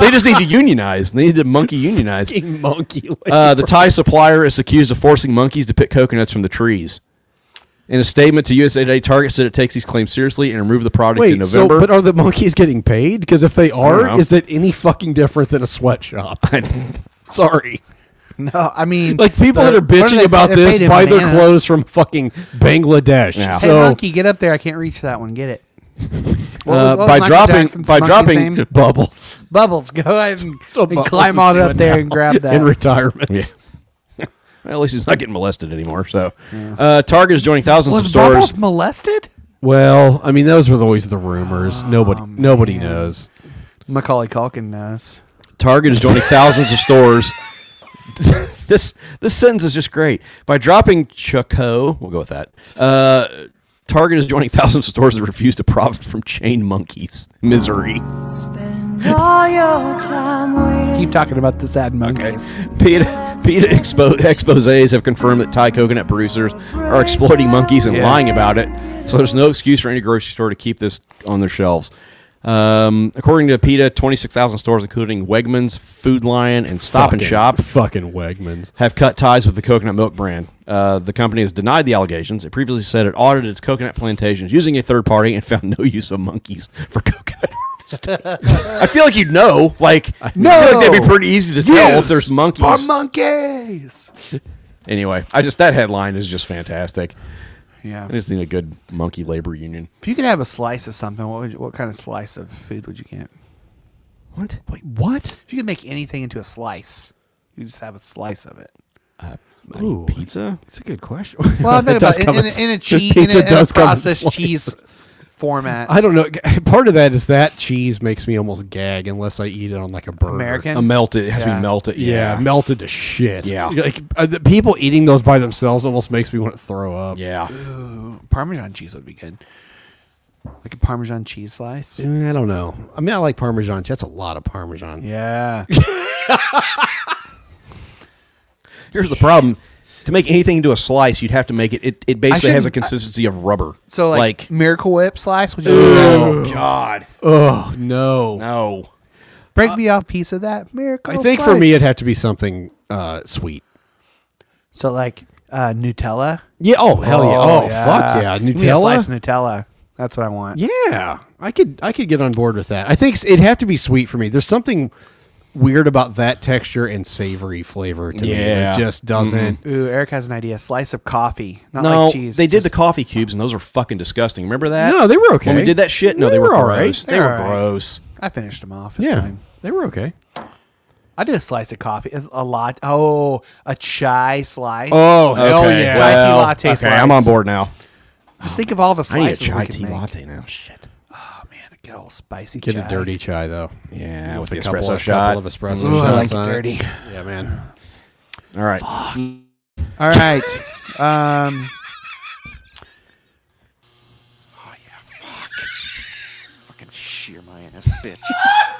Speaker 3: they just need to unionize. They need to monkey unionize.
Speaker 2: Fucking monkey. [laughs]
Speaker 3: Uh, the Thai supplier is accused of forcing monkeys to pick coconuts from the trees. In a statement to USA Today, Target said it takes these claims seriously and removed the product in
Speaker 2: Wait, so
Speaker 3: November.
Speaker 2: but are the monkeys getting paid? Because if they
Speaker 3: know.
Speaker 2: are, is that any fucking different than
Speaker 1: [laughs]
Speaker 2: a sweatshop? [laughs] Sorry.
Speaker 1: No, I mean,
Speaker 2: Like people that
Speaker 1: they're-
Speaker 2: are
Speaker 1: what
Speaker 2: bitching
Speaker 1: they-
Speaker 2: about
Speaker 1: they're made
Speaker 2: this
Speaker 1: in
Speaker 2: buy their
Speaker 1: bananas.
Speaker 2: clothes from fucking Bangladesh.
Speaker 3: Yeah.
Speaker 1: Hey,
Speaker 2: So
Speaker 1: monkey, get up there! I can't reach that one. Get
Speaker 3: [laughs]
Speaker 1: it. What
Speaker 3: Uh,
Speaker 1: was- what was
Speaker 3: by
Speaker 1: Michael
Speaker 3: dropping,
Speaker 1: Jackson's
Speaker 3: by
Speaker 1: monkey's
Speaker 3: dropping
Speaker 1: name?
Speaker 2: [laughs] bubbles
Speaker 1: Bubbles, go ahead [laughs] and, and
Speaker 2: Bubbles
Speaker 1: climb
Speaker 2: is
Speaker 1: on
Speaker 2: doing
Speaker 1: up there
Speaker 2: now
Speaker 1: and [laughs] grab that.
Speaker 2: [laughs] in retirement.
Speaker 3: Well, at least he's not getting molested anymore. So, uh, Target is joining thousands of
Speaker 1: was
Speaker 3: stores.
Speaker 1: Bubbles
Speaker 3: [laughs]
Speaker 1: molested?
Speaker 2: Well, I mean, those were always the rumors. nobody,
Speaker 1: Oh,
Speaker 2: nobody knows.
Speaker 1: Macaulay Culkin knows.
Speaker 3: Target is joining thousands of stores. [laughs] this this sentence is just great. By dropping Choco, we'll go with that. Uh, Target is joining thousands of stores that refuse to profit from chain monkeys. Misery.
Speaker 14: All your time waiting.
Speaker 1: Keep talking about the sad monkeys. [laughs]
Speaker 3: PETA, PETA expo- exposes have confirmed that Thai coconut producers are exploiting monkeys and
Speaker 1: Yeah.
Speaker 3: lying about it. So there's no excuse for any grocery store to keep this on their shelves. Um, according to PETA, 26,000 stores, including Wegmans, Food Lion, and Stop and
Speaker 2: Fucking-
Speaker 3: Shop,
Speaker 2: Fucking Wegmans.
Speaker 3: have cut ties with the coconut milk brand. Uh, the company has denied the allegations. It previously said it audited its coconut plantations using a third party and found no use of monkeys for [laughs] coconut. I feel like you'd know. Like, I feel like that'd be pretty easy to tell if there's monkeys.
Speaker 1: Are monkeys.
Speaker 3: anyway, I just that headline is just fantastic.
Speaker 1: Yeah.
Speaker 3: I just need a good monkey labor union.
Speaker 1: If you could have a slice of something, what would you, what kind of slice of food would you get?
Speaker 3: What? Wait, what?
Speaker 1: If you could make anything into a slice, you just have a slice of it.
Speaker 3: Ooh, pizza? It's a good question.
Speaker 1: Well, I'm thinking
Speaker 2: That does
Speaker 1: about in,
Speaker 2: come
Speaker 1: in,
Speaker 2: as-
Speaker 1: in a
Speaker 2: the
Speaker 1: cheese, in a,
Speaker 2: pizza
Speaker 1: in a
Speaker 2: does come as
Speaker 1: processed
Speaker 2: slices.
Speaker 1: cheese format.
Speaker 2: [laughs] I don't know. Part of that is that cheese makes me almost gag unless I eat it on like a burger.
Speaker 1: American?
Speaker 3: A melted- it has to be melted,
Speaker 2: Yeah,
Speaker 3: yeah.
Speaker 2: melted to shit.
Speaker 3: Yeah.
Speaker 2: like uh, the people eating those by themselves almost makes me want to throw up.
Speaker 3: Yeah,
Speaker 1: Ooh, Parmesan cheese would be good. Like a Parmesan cheese slice.
Speaker 2: Mm, I don't know. I mean, I like Parmesan. That's a lot of Parmesan.
Speaker 1: Yeah.
Speaker 3: Here's the problem: to make anything into a slice, you'd have to make it. It, it basically has a
Speaker 1: shouldn't- I-
Speaker 3: consistency of rubber.
Speaker 1: So like, Miracle Whip slice. Would you? do that?
Speaker 3: oh God,
Speaker 2: Oh no,
Speaker 3: no.
Speaker 1: Break me off a piece of that Miracle.
Speaker 2: I think for me
Speaker 1: slice.
Speaker 2: it'd have to be something uh, sweet.
Speaker 1: So like uh, Nutella.
Speaker 2: Yeah, oh, hell yeah. Oh, fuck yeah.
Speaker 1: Give me a
Speaker 2: Nutella?
Speaker 1: slice of Nutella. That's what I want.
Speaker 2: Yeah, I could I could get on board with that. I think s- it'd have to be sweet for me. There's something weird about that texture and savory flavor to
Speaker 3: Yeah. Mm-hmm.
Speaker 2: me. It just doesn't.
Speaker 1: Ooh, Eric has an idea. Slice of coffee, not
Speaker 3: no,
Speaker 1: like cheese.
Speaker 3: they did the coffee cubes, and those were fucking disgusting. Remember that?
Speaker 2: No, they were
Speaker 3: When we
Speaker 2: okay.
Speaker 3: did that shit, no, they,
Speaker 2: They
Speaker 3: were,
Speaker 2: were all right.
Speaker 3: gross. They,
Speaker 1: They
Speaker 3: were
Speaker 1: were all right.
Speaker 3: gross.
Speaker 1: I finished them off. It's
Speaker 2: Yeah,
Speaker 1: fine.
Speaker 2: they were okay.
Speaker 1: I did a slice of coffee, a, a lot. Oh, a chai slice.
Speaker 2: Oh, hell
Speaker 3: Okay,
Speaker 2: yeah.
Speaker 1: Chai tea
Speaker 3: well,
Speaker 1: latte
Speaker 3: okay,
Speaker 1: slice.
Speaker 3: I'm on board now.
Speaker 1: Just think of Oh, all the
Speaker 3: I need a
Speaker 1: slices.
Speaker 3: chai
Speaker 1: we could
Speaker 3: tea
Speaker 1: make.
Speaker 3: latte now. Shit.
Speaker 1: Get all spicy.
Speaker 2: Get
Speaker 1: chai.
Speaker 2: a dirty chai though.
Speaker 3: Yeah, with
Speaker 2: a
Speaker 3: the
Speaker 2: couple,
Speaker 3: espresso
Speaker 2: a
Speaker 3: shot.
Speaker 2: couple of espresso
Speaker 1: Ooh, I like
Speaker 2: shots
Speaker 1: it
Speaker 2: on it. [laughs]
Speaker 1: dirty.
Speaker 2: Yeah, man.
Speaker 3: All right.
Speaker 1: All right. Um,
Speaker 4: Fucking shear my ass, bitch.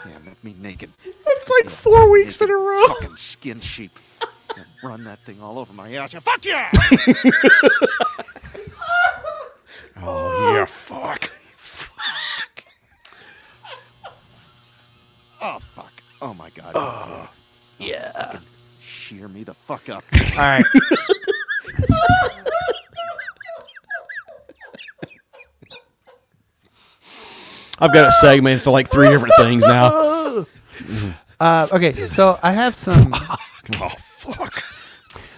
Speaker 4: yeah, make me naked.
Speaker 2: That's like four weeks in a row.
Speaker 4: Fucking skin sheep. And run that thing all over my ass. Yeah, fuck yeah!
Speaker 3: Oh yeah, fuck.
Speaker 4: oh fuck. Oh my god.
Speaker 11: Yeah.
Speaker 4: Fucking shear me the fuck up.
Speaker 1: all right.
Speaker 3: I've got it segmented to like three different things now.
Speaker 1: [laughs] Uh, okay, so I have
Speaker 2: [laughs]
Speaker 1: some.
Speaker 3: Oh fuck.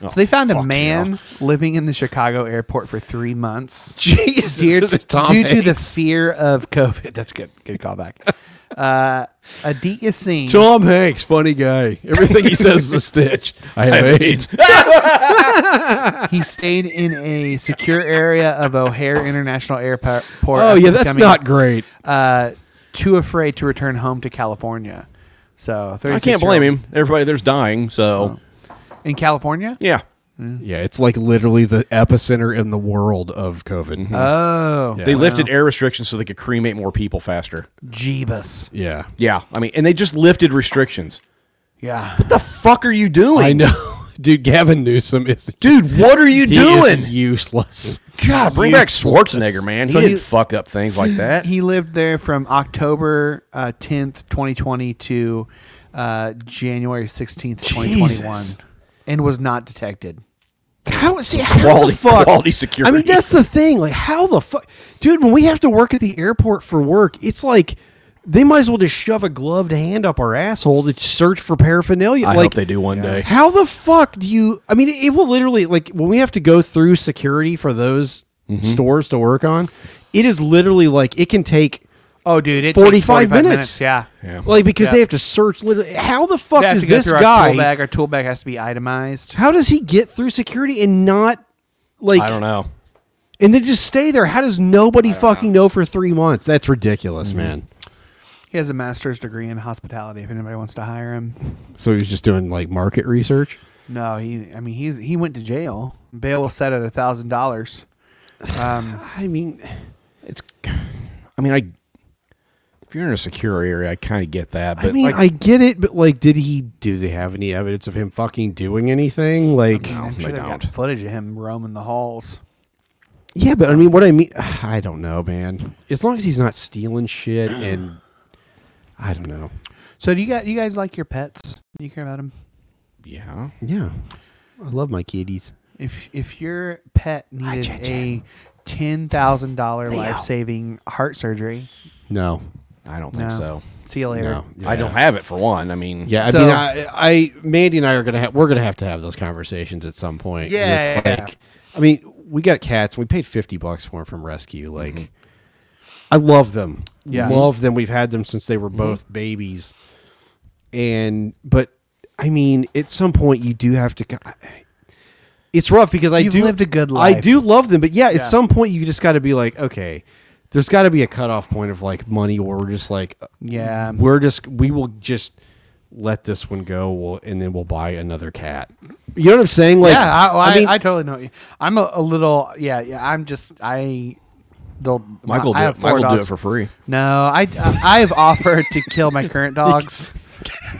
Speaker 2: Oh,
Speaker 1: So they found a man living in the Chicago airport for three months.
Speaker 2: Jesus,
Speaker 1: due,
Speaker 2: this is Tom
Speaker 1: due to the fear of COVID. That's good. Good callback.
Speaker 2: [laughs]
Speaker 1: Uh, Aditya Singh.
Speaker 2: Tom Hanks, funny guy. Everything he says is a stitch. I have AIDS.
Speaker 1: he stayed in a secure area of O'Hare International Airport.
Speaker 2: Oh
Speaker 1: after
Speaker 2: yeah, that's
Speaker 1: becoming,
Speaker 2: not great.
Speaker 1: Uh, too afraid to return home to California. So
Speaker 3: I can't
Speaker 1: 36
Speaker 3: blame
Speaker 1: year old-
Speaker 3: him. Everybody there's dying,
Speaker 1: Oh.
Speaker 3: so
Speaker 1: in California.
Speaker 3: yeah.
Speaker 2: Yeah, it's like literally the epicenter in the world of COVID.
Speaker 1: Oh,
Speaker 3: They
Speaker 1: wow.
Speaker 3: lifted air restrictions so they could cremate more people faster.
Speaker 1: Jeebus.
Speaker 2: Yeah.
Speaker 3: Yeah, I mean, and they just lifted restrictions.
Speaker 1: Yeah.
Speaker 3: What the fuck are you doing?
Speaker 2: I know. Dude, Gavin Newsom [laughs] is
Speaker 3: dude. What are you
Speaker 2: he
Speaker 3: doing?
Speaker 2: is useless.
Speaker 3: God, bring back
Speaker 2: Useless.
Speaker 3: Schwarzenegger, man.
Speaker 1: So
Speaker 3: he
Speaker 1: he-
Speaker 3: didn't fuck up things like that.
Speaker 1: He lived there from October uh, 10th, 2020 to uh, January 16th, 2021
Speaker 2: Jesus.
Speaker 1: and was not detected.
Speaker 2: [laughs] How see how
Speaker 3: Quality-
Speaker 2: the fuck?
Speaker 3: quality security.
Speaker 2: I mean, that's the thing. Like, how the fuck, dude? When we have to work at the airport for work, it's like they might as well just shove a gloved hand up our asshole to search for paraphernalia.
Speaker 3: I
Speaker 2: like,
Speaker 3: hope they do one day.
Speaker 2: How the fuck do you? I mean, it will literally like when we have to go through security for those stores to work on. It is literally like it can take
Speaker 1: Oh, dude, it 45,
Speaker 2: 45
Speaker 1: takes 45 minutes.
Speaker 2: minutes.
Speaker 1: Yeah.
Speaker 2: like because
Speaker 1: Yeah.
Speaker 2: they have to search literally. How the
Speaker 1: They
Speaker 2: fuck
Speaker 1: have
Speaker 2: is
Speaker 1: to go
Speaker 2: this
Speaker 1: through Our tool
Speaker 2: guy?
Speaker 1: bag. Our tool bag has to be itemized.
Speaker 2: How does he get through security and not like?
Speaker 3: I don't know.
Speaker 2: and then just stay there. How does nobody fucking know. for three months? That's ridiculous,
Speaker 3: Mm-hmm.
Speaker 2: man.
Speaker 1: He has a master's degree in hospitality if anybody wants to hire him.
Speaker 2: So he was just doing like market research.
Speaker 1: No, he. I mean, he's he went to jail. Bail was set at a thousand dollars. Um, [sighs] I
Speaker 3: mean, it's. I mean, I. If you're in a secure area, I kind of get that. But
Speaker 2: I mean,
Speaker 3: like,
Speaker 2: I get it, but like, did he? Do they have any evidence of him fucking doing anything? Like,
Speaker 1: I'm sure they have got footage of him roaming the halls.
Speaker 2: yeah, but I mean, what I mean, [sighs] I don't know, man. As long as he's not stealing shit, and I don't know.
Speaker 1: So do you guys? You guys like your pets? Do you care about them?
Speaker 3: Yeah,
Speaker 2: yeah. I love my kitties.
Speaker 1: If if your pet needed a ten thousand dollar
Speaker 3: Leo.
Speaker 1: life saving heart surgery,
Speaker 2: No,
Speaker 3: I don't think
Speaker 1: No.
Speaker 3: so.
Speaker 1: See you later.
Speaker 2: No.
Speaker 3: I don't have it for one. I mean,
Speaker 2: Yeah, I mean, I, I, Mandy and I are gonna have we're gonna have to have those conversations at some point.
Speaker 1: Yeah,
Speaker 2: It's
Speaker 1: yeah, yeah.
Speaker 2: like- I mean, we got cats. We paid fifty bucks for them from rescue. Like, I love them.
Speaker 1: Yeah.
Speaker 2: love them. We've had them since they were both babies. And but I mean, at some point you do have to. go- It's rough because I
Speaker 1: You've
Speaker 2: do
Speaker 1: lived a good
Speaker 2: I
Speaker 1: life.
Speaker 2: do love them, but yeah,
Speaker 1: Yeah.
Speaker 2: at some point you just got to be like, okay, there's got to be a cutoff point of like money where we're just like, uh,
Speaker 1: Yeah.
Speaker 2: Um, we're just we will just let this one go, we'll, and then we'll buy another cat. You know what I'm saying? Like,
Speaker 1: yeah, I, I, I,
Speaker 2: mean,
Speaker 1: totally know. what you- I'm a, a little, yeah, yeah. I'm just, I, they'll,
Speaker 3: Michael
Speaker 1: I
Speaker 3: do
Speaker 1: have
Speaker 3: it.
Speaker 1: four
Speaker 3: Michael do it
Speaker 1: dogs.
Speaker 3: for free.
Speaker 1: No, I, I, I have offered to kill my
Speaker 3: [laughs]
Speaker 1: current dogs,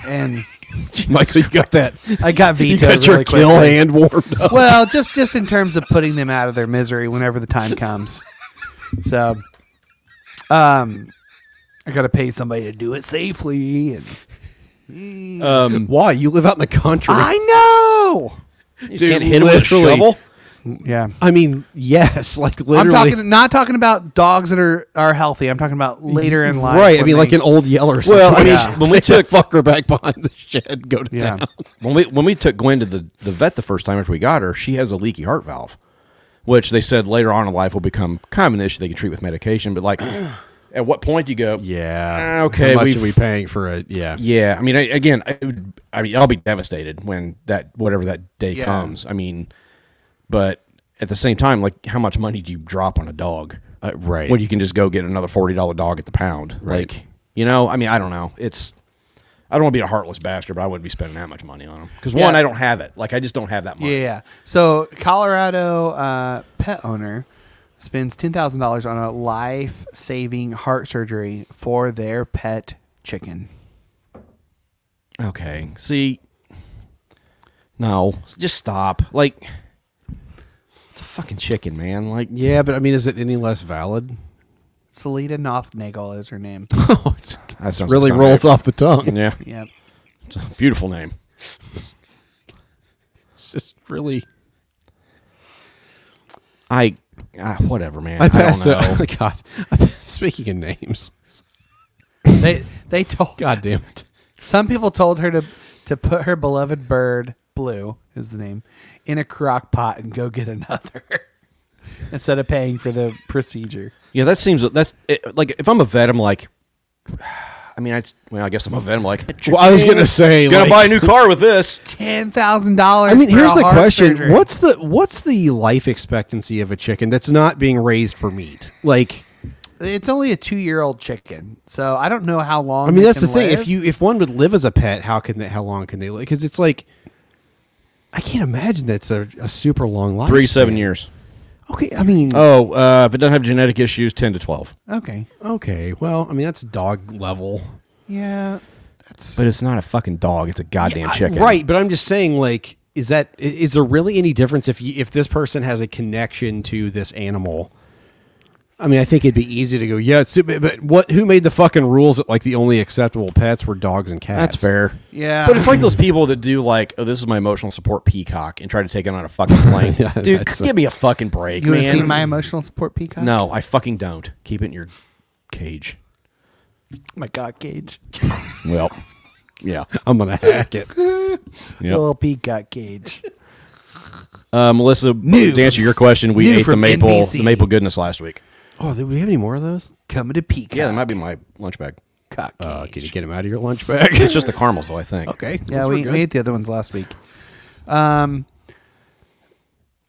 Speaker 1: and [laughs]
Speaker 2: [laughs]
Speaker 3: Michael, you got that?
Speaker 1: I got
Speaker 3: [laughs] You
Speaker 1: vetoed.
Speaker 3: got your
Speaker 1: really
Speaker 3: kill
Speaker 1: quickly.
Speaker 3: hand warmed up.
Speaker 1: Well, just just in terms of putting them out of their misery whenever the
Speaker 2: [laughs]
Speaker 1: time comes. So, um, I gotta pay somebody to do it safely. And
Speaker 2: um, [laughs] why you live out in the country?
Speaker 1: I know.
Speaker 3: You Dude, can't hit him with a
Speaker 2: literally.
Speaker 3: shovel?
Speaker 1: Yeah.
Speaker 2: I mean, yes, like literally.
Speaker 1: I'm talking not talking about dogs that are are healthy. I'm talking about later in life.
Speaker 2: Right, I
Speaker 1: when
Speaker 2: mean, like
Speaker 1: they-
Speaker 2: an old Yeller.
Speaker 3: Well, I mean,
Speaker 2: [laughs]
Speaker 3: when we took
Speaker 2: fucker back behind the shed, and go to
Speaker 1: Yeah.
Speaker 2: town.
Speaker 3: when we when we took Gwen to the, the vet the first time after we got her, she has a leaky heart valve, which they said later on in life will become kind of an issue they can treat with medication. But like, [clears throat] at what point do you go?
Speaker 2: Yeah.
Speaker 3: "Ah, okay.
Speaker 2: How much
Speaker 3: we've-
Speaker 2: are we paying for it? Yeah.
Speaker 3: Yeah, I mean, I, again, I, would- I mean, I'll be devastated when that whatever that day
Speaker 1: Yeah.
Speaker 3: comes. I mean, but at the same time, like, how much money do you drop on a dog?
Speaker 2: Uh, right.
Speaker 3: When you can just go get another forty dollar dog at the pound,
Speaker 2: Right.
Speaker 3: Like, you know, I mean, I don't know. It's I don't want to be a heartless bastard, but I wouldn't be spending that much money on them because one,
Speaker 1: Yeah.
Speaker 3: I don't have it. Like, I just don't have that
Speaker 1: Yeah,
Speaker 3: money.
Speaker 1: yeah. So Colorado uh, pet owner spends ten thousand dollars on a life saving heart surgery for their pet chicken.
Speaker 3: Okay. See, no, just stop. Like, it's a fucking chicken, man. Like,
Speaker 2: Yeah, but I mean, is it any less valid?
Speaker 1: Salida Nothnagel is her name.
Speaker 3: that sounds
Speaker 2: Really
Speaker 3: sounds
Speaker 2: rolls
Speaker 3: right.
Speaker 2: off the tongue.
Speaker 3: Yeah.
Speaker 1: yep.
Speaker 3: It's a beautiful name.
Speaker 2: It's just really.
Speaker 3: I, ah, whatever, man.
Speaker 2: I passed
Speaker 3: I
Speaker 2: a
Speaker 3: [laughs] don't know.
Speaker 2: [laughs] God. Speaking of names,
Speaker 1: They they told
Speaker 2: God damn it.
Speaker 1: Some people told her to to put her beloved bird, Blue is the name, in a crock pot and go get another [laughs] instead of paying for the procedure.
Speaker 3: yeah, that seems that's it, like if I'm a vet, I'm like, [sighs] I mean, I just- well, I guess I'm a vet. I'm [laughs] like,
Speaker 2: Well, I was gonna
Speaker 3: [laughs]
Speaker 2: say,
Speaker 3: gonna
Speaker 2: like-
Speaker 3: buy a new car with this.
Speaker 1: Ten thousand dollars.
Speaker 2: I mean, here's the question: What's the what's the life expectancy of a chicken that's not being raised for meat? Like,
Speaker 1: It's only a two year old chicken, so I don't know how long.
Speaker 2: I mean,
Speaker 1: they
Speaker 2: that's the
Speaker 1: can
Speaker 2: thing.
Speaker 1: live.
Speaker 2: If you if one would live as a pet, how can they? How long can they live? Because it's like, I can't imagine that's a, a super long life.
Speaker 3: [laughs] Three seven years.
Speaker 2: Okay, I mean,
Speaker 3: Oh, uh, if it doesn't have genetic issues, ten to twelve.
Speaker 1: okay,
Speaker 2: okay. Well, I mean, that's dog level,
Speaker 1: yeah,
Speaker 3: But it's not a fucking dog. It's a goddamn chicken.
Speaker 1: [laughs]
Speaker 2: right? But I'm just saying, like, is that i- is there really any difference if you, if this person has a connection to this animal? I mean, I think it'd be easy to go, yeah, it's stupid, but what? Who made the fucking rules that like the only acceptable pets were dogs and cats?
Speaker 3: That's fair.
Speaker 1: Yeah.
Speaker 3: But it's like those people that do like, oh, this is my emotional support peacock and try to take it on a [laughs] fucking plane.
Speaker 2: Yeah,
Speaker 3: Dude,
Speaker 2: that's
Speaker 3: give me a fucking break,
Speaker 1: you
Speaker 3: man.
Speaker 1: have seen my emotional support peacock.
Speaker 3: no, I fucking don't. Keep it in your cage.
Speaker 1: my God, cage,
Speaker 3: Well,
Speaker 1: [laughs]
Speaker 3: yeah.
Speaker 2: I'm gonna hack
Speaker 3: [laughs]
Speaker 2: it.
Speaker 3: Yep.
Speaker 1: little peacock cage.
Speaker 3: Uh, Melissa,
Speaker 1: News.
Speaker 3: to answer your question, we
Speaker 1: New
Speaker 3: ate the
Speaker 1: from
Speaker 3: maple
Speaker 1: NBC.
Speaker 3: the maple goodness last week.
Speaker 2: Oh, do we have any more of those?
Speaker 1: Coming to peacock.
Speaker 3: Yeah, that might Oh. be my lunch bag.
Speaker 1: Cock
Speaker 2: Uh,
Speaker 1: cage.
Speaker 2: can you get them out of your lunch bag?
Speaker 3: It's just the caramels, though. I think.
Speaker 2: okay.
Speaker 1: Yeah,
Speaker 2: those were
Speaker 1: we,
Speaker 2: good.
Speaker 1: we ate the other ones last week. Um.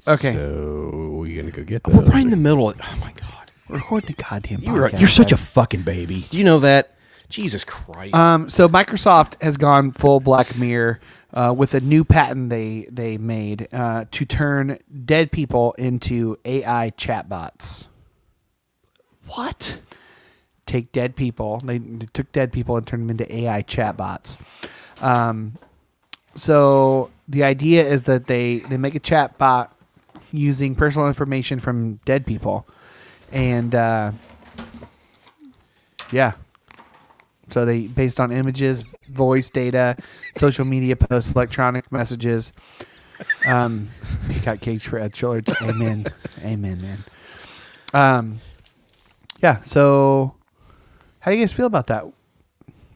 Speaker 1: Okay.
Speaker 2: So we're gonna go get
Speaker 3: We're
Speaker 2: those.
Speaker 3: right in the middle. Of, oh my god,
Speaker 1: We're recording a goddamn podcast.
Speaker 3: you're a- you're such a
Speaker 1: guys.
Speaker 3: fucking
Speaker 2: Uh,
Speaker 3: baby. Do you know that? Jesus Christ.
Speaker 1: um. So Microsoft has gone full Black Mirror uh, with a new patent they they made uh, to turn dead people into AI chatbots.
Speaker 3: What?
Speaker 1: Take dead people. They, they took dead people and turned them into AI chatbots. Um, so the idea is that they they make a chatbot using personal information from dead people, and uh, yeah. So they based on images, voice data, social media posts, electronic messages. Um, [laughs] he got cage for Ed Shorts. Amen. Amen, man. Um, yeah. So, how do you guys feel about that?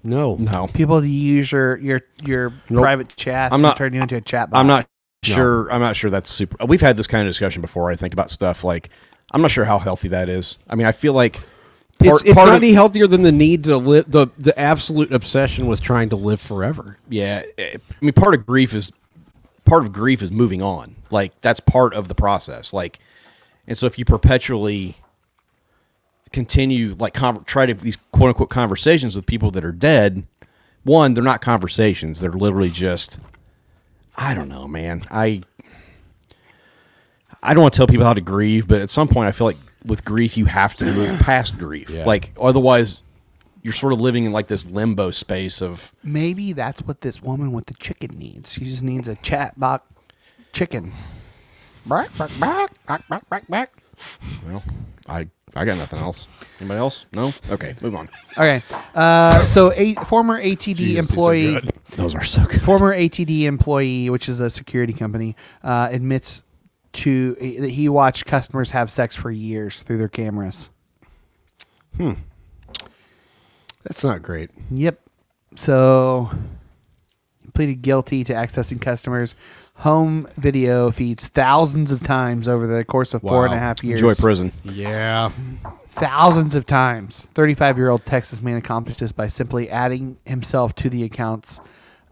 Speaker 2: No,
Speaker 3: no.
Speaker 1: People to use your your your
Speaker 3: Nope.
Speaker 1: private chats
Speaker 3: I'm
Speaker 1: and
Speaker 3: not-
Speaker 1: turn you into a chat.
Speaker 3: I'm not sure. I'm not sure that's super. We've had this kind of discussion before. I think about stuff like I'm not sure how healthy that is. I mean, I feel like
Speaker 2: it's, it's not
Speaker 3: of-
Speaker 2: any healthier than the need to live the the absolute obsession with trying to live forever.
Speaker 3: yeah. I mean, part of grief is part of grief is moving on. Like that's part of the process. Like, and so if you perpetually continue like con- try to these quote unquote conversations with people that are dead, one they're not conversations. They're literally just I don't know, man. I I don't want to tell people how to grieve, but at some point, I feel like with grief, you have to [clears throat] move past grief.
Speaker 1: Yeah.
Speaker 3: Like otherwise, you're sort of living in like this limbo space of
Speaker 1: Maybe that's what this woman with the chicken needs. She just needs a chat bot chicken. Bark, bark, bark, bark, bark, bark, bark.
Speaker 3: well, I I got nothing else. Anybody else? No. Okay, move on.
Speaker 1: Okay. Uh, so, a former ATD employee.
Speaker 3: Those are so good.
Speaker 1: Former ATD employee, which is a security company, uh, admits to eh, that he watched customers have sex for years through their cameras.
Speaker 2: Hmm. That's not great.
Speaker 1: Yep. So he pleaded guilty to accessing customers' home video feeds thousands of times over the course of four and a
Speaker 3: Wow.
Speaker 1: half years.
Speaker 3: Enjoy prison.
Speaker 2: Yeah.
Speaker 1: Thousands of times. 35 year old Texas man accomplished this by simply adding himself to the accounts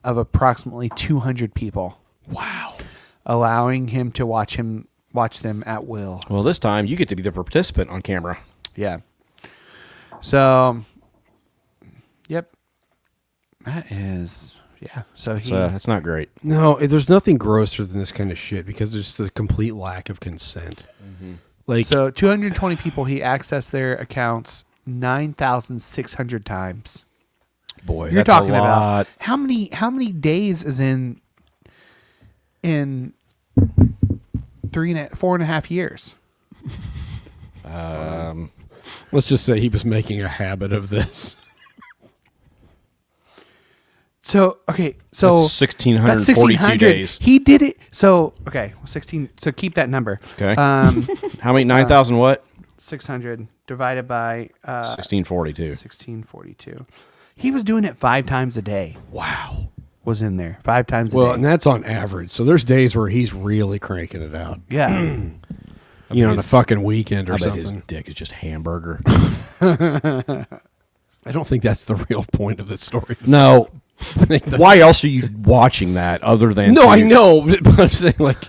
Speaker 1: of approximately 200 people. Wow. Allowing him to watch him watch them at will.
Speaker 3: Well, this time you get to be the participant on camera.
Speaker 1: Yeah. So, yep. That is, yeah. So
Speaker 3: That's,
Speaker 1: he,
Speaker 3: uh, that's not great.
Speaker 2: No, eh, there's nothing grosser than this kind of shit because there's the complete lack of consent.
Speaker 3: Mm-hmm.
Speaker 2: Like
Speaker 1: so 220 people, he accessed their accounts 9,600 times.
Speaker 3: Boy,
Speaker 1: You're
Speaker 3: that's
Speaker 1: talking
Speaker 3: a
Speaker 1: about
Speaker 3: lot.
Speaker 1: how many how many days is in in three and a, four and a half years?
Speaker 3: Um,
Speaker 2: let's just say he was making a habit of this.
Speaker 1: So okay, so
Speaker 3: That's 1,642
Speaker 1: that's 1,600.
Speaker 3: days.
Speaker 1: He did it. So okay, sixteen. So keep that number.
Speaker 3: Okay.
Speaker 1: Um, [laughs]
Speaker 3: How many? Nine thousand. what?
Speaker 1: Six hundred divided by uh,
Speaker 3: Sixteen forty-two.
Speaker 1: Sixteen forty-two. He was doing it five times a day. Wow. Was in there five times a
Speaker 2: Well,
Speaker 1: day.
Speaker 2: and that's on average. So there's days where he's really cranking it out.
Speaker 1: Yeah.
Speaker 2: you know, on a fucking weekend or
Speaker 3: I bet
Speaker 2: something.
Speaker 3: his dick is
Speaker 2: [laughs]
Speaker 3: just hamburger.
Speaker 2: I don't think that's the real point of the [laughs] story.
Speaker 3: No. Why else are you watching that other than?
Speaker 2: no, I
Speaker 3: to-
Speaker 2: know, [laughs] but I'm saying like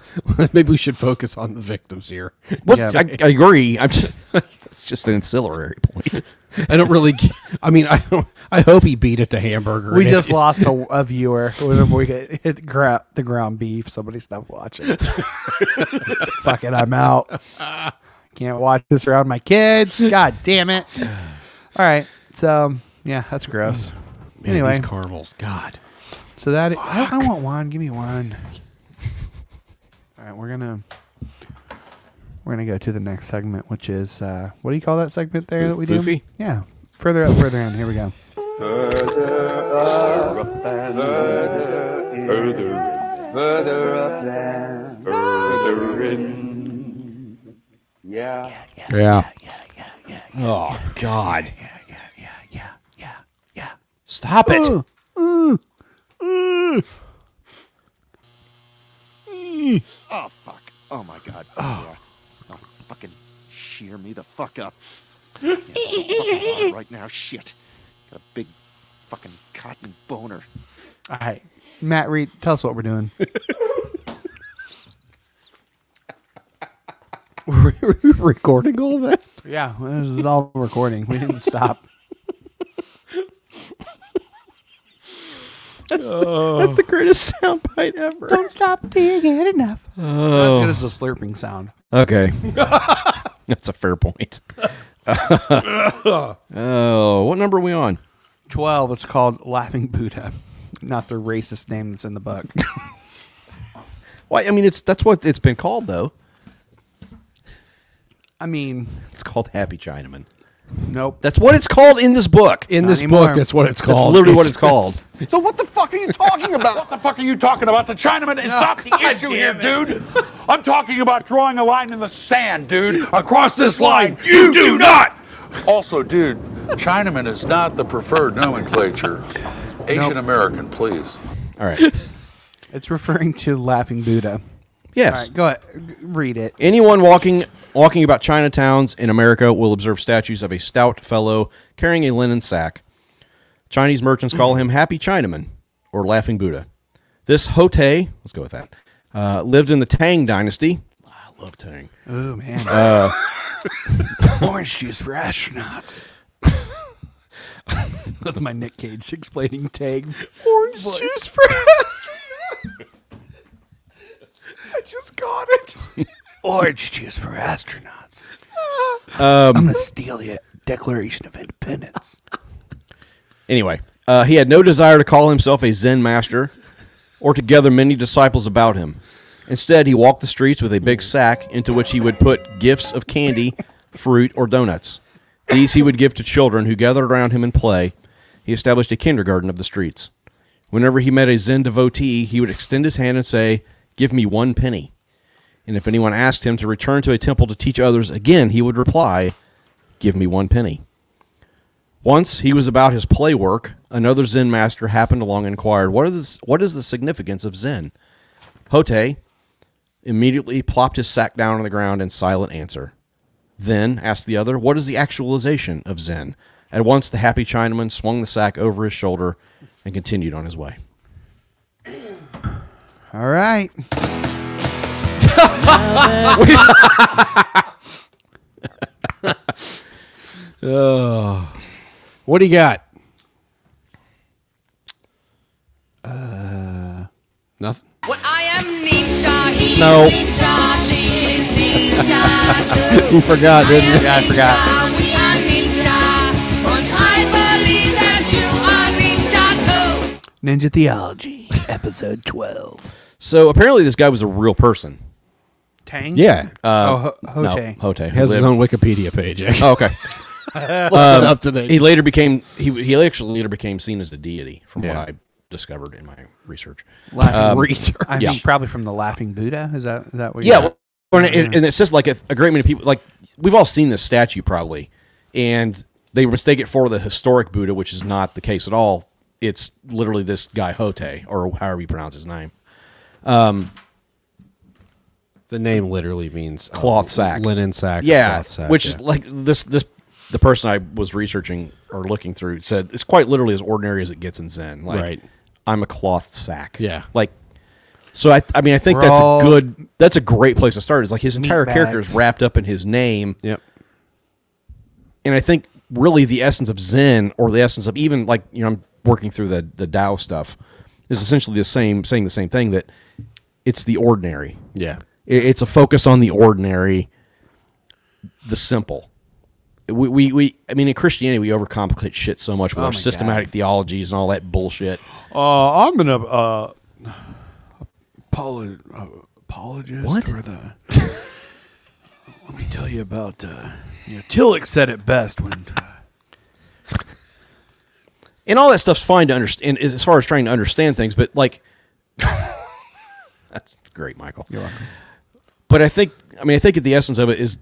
Speaker 2: maybe we should focus on the victims here.
Speaker 3: What? I, I agree. I'm [laughs] just. it's just an ancillary point.
Speaker 2: I don't really. ca- I mean, I don't. I hope he beat it to hamburger.
Speaker 1: We
Speaker 2: It
Speaker 1: just
Speaker 2: is-
Speaker 1: lost
Speaker 2: [laughs]
Speaker 1: a, a viewer. Whenever we hit, hit the ground, the ground beef, somebody stopped
Speaker 2: [laughs]
Speaker 1: watching. Fuck it, I'm out. Can't watch this around my kids. God damn it. All right. So, um, yeah, that's gross.
Speaker 2: Man,
Speaker 1: anyway.
Speaker 2: these caramels. God.
Speaker 1: So that I, I want one. Give me one. All right, we're gonna we're gonna go to the next segment, which is uh, what do you call that segment there that we do?
Speaker 3: Foofy?
Speaker 1: Yeah, further up, further in. Here we go.
Speaker 4: Further up and further in. Further in. Further up and further in. Yeah.
Speaker 2: Yeah.
Speaker 3: Oh God. [laughs] Yeah, yeah, yeah, yeah, yeah, yeah. Stop it.
Speaker 4: Oh fuck. Oh my god. Oh. Yeah. Oh, fucking shear me the fuck up. Yeah, it's so fucking hard right now. Shit. Got a big fucking cotton boner.
Speaker 1: All right, Matt Reed, tell us what we're doing.
Speaker 2: Were we recording all that?
Speaker 1: yeah, this is all recording. We didn't stop.
Speaker 3: That's, the, that's the greatest soundbite ever.
Speaker 1: Don't stop till you get enough.
Speaker 3: Oh.
Speaker 1: That's good as the slurping sound.
Speaker 3: [laughs] Okay. That's a fair point. [laughs] oh, what number are we on?
Speaker 1: 12. It's called Laughing Buddha, not the racist name that's in the book.
Speaker 3: Well, I mean, it's that's what it's been called though.
Speaker 1: I mean,
Speaker 3: It's called Happy Chinaman.
Speaker 1: Nope.
Speaker 3: That's what it's called in this book.
Speaker 2: In this book, that's what [laughs] it's called.
Speaker 3: That's literally what it's [laughs] called.
Speaker 1: So what the fuck are you talking about?
Speaker 15: What the fuck are you talking about? The Chinaman is not the issue here, dude. I'm talking about drawing a line in the sand, dude. Across this line, you do not. Also, dude, Chinaman is not the preferred nomenclature. Asian American, please.
Speaker 3: All right.
Speaker 1: It's referring to Laughing Buddha.
Speaker 3: Yes.
Speaker 1: All right, go ahead. G- Read it.
Speaker 3: Anyone walking walking about Chinatowns in America will observe statues of a stout fellow carrying a linen sack. Chinese merchants call him Happy Chinaman or Laughing Buddha. This Hotei, let's go with that, uh, lived in the Tang Dynasty. I love Tang.
Speaker 1: Oh, man.
Speaker 3: Uh,
Speaker 1: Orange juice for astronauts. [laughs] That's my Nick Cage explaining tag.
Speaker 3: Orange
Speaker 1: [laughs]
Speaker 3: juice for astronauts.
Speaker 1: I just got it. [laughs] Orange juice for astronauts.
Speaker 3: Um,
Speaker 1: I'm going to steal the Declaration of Independence.
Speaker 3: Anyway, uh, he had no desire to call himself a Zen master or to gather many disciples about him. Instead, he walked the streets with a big sack into which he would put gifts of candy, fruit, or donuts. These he would give to children who gathered around him and play. He established a kindergarten of the streets. Whenever he met a Zen devotee, he would extend his hand and say, Give me one penny. And if anyone asked him to return to a temple to teach others again, he would reply, Give me one penny. Once he was about his play work, another Zen master happened along and inquired, what is, what is the significance of Zen? Hotei immediately plopped his sack down on the ground in silent answer. Then asked the other, What is the actualization of Zen? At once the happy Chinaman swung the sack over his shoulder and continued on his way.
Speaker 1: All right.
Speaker 2: Oh. What do you got? Uh, nothing.
Speaker 16: What I am Nietzsche, he's
Speaker 2: No.
Speaker 16: Nietzsche, she is
Speaker 2: [laughs]
Speaker 16: Nietzsche.
Speaker 2: you forgot, didn't you? Yeah, I
Speaker 16: Nietzsche, we are Nietzsche, and I believe that you are Nietzsche too.
Speaker 1: Ninja Theology, episode 12.
Speaker 3: So apparently, this guy was a real person.
Speaker 1: Tang?
Speaker 3: Yeah. Uh,
Speaker 1: oh, Ho- Hotei.
Speaker 3: No, Hotei.
Speaker 2: Has his
Speaker 3: Lived-
Speaker 2: own Wikipedia page. actually.
Speaker 3: Oh, okay.
Speaker 2: Look it
Speaker 3: Um,
Speaker 2: up today.
Speaker 3: He later became he he actually later became seen as a deity, from what I discovered in my research.
Speaker 2: [laughs]
Speaker 3: Um,
Speaker 1: I
Speaker 3: yeah.
Speaker 1: think probably from the Laughing Buddha. Is that, is that what
Speaker 3: yeah,
Speaker 1: you're-
Speaker 3: well, and, it, and it's just like a, a great many people. Like we've all seen this statue probably, and they mistake it for the historic Buddha, which is not the case at all. It's literally this guy Hotei, or however you pronounce his name. Um,
Speaker 2: The name literally means uh,
Speaker 3: cloth sack,
Speaker 2: linen sack, or
Speaker 3: Yeah,
Speaker 2: cloth sack,
Speaker 3: which
Speaker 2: yeah.
Speaker 3: is like this this the person I was researching or looking through said it's quite literally as ordinary as it gets in Zen. Like,
Speaker 2: Right.
Speaker 3: I'm a cloth sack.
Speaker 2: Yeah.
Speaker 3: like so. I I mean I think
Speaker 2: We're
Speaker 3: that's
Speaker 2: all
Speaker 3: a good that's a great place to start. Is like his entire character is
Speaker 2: bags.
Speaker 3: wrapped up in his name.
Speaker 2: Yep.
Speaker 3: And I think really the essence of Zen or the essence of even like you know I'm working through the the Dao stuff is essentially the same saying the same thing that it's the ordinary.
Speaker 2: Yeah.
Speaker 3: It- it's a focus on the ordinary, the simple. We, we, we I mean, in Christianity, we overcomplicate shit so much with
Speaker 1: Oh
Speaker 3: our
Speaker 1: my God.
Speaker 3: systematic theologies and all that bullshit.
Speaker 1: Uh, I'm gonna uh, apolo- uh, apologize for the. [laughs] Let me tell you about. Uh, you know, Tillich said it best when. uh,
Speaker 3: And all that stuff's fine to understand as far as trying to understand things, but like, [laughs] that's great, Michael. You're welcome. But I think, I mean, I think at the essence of it is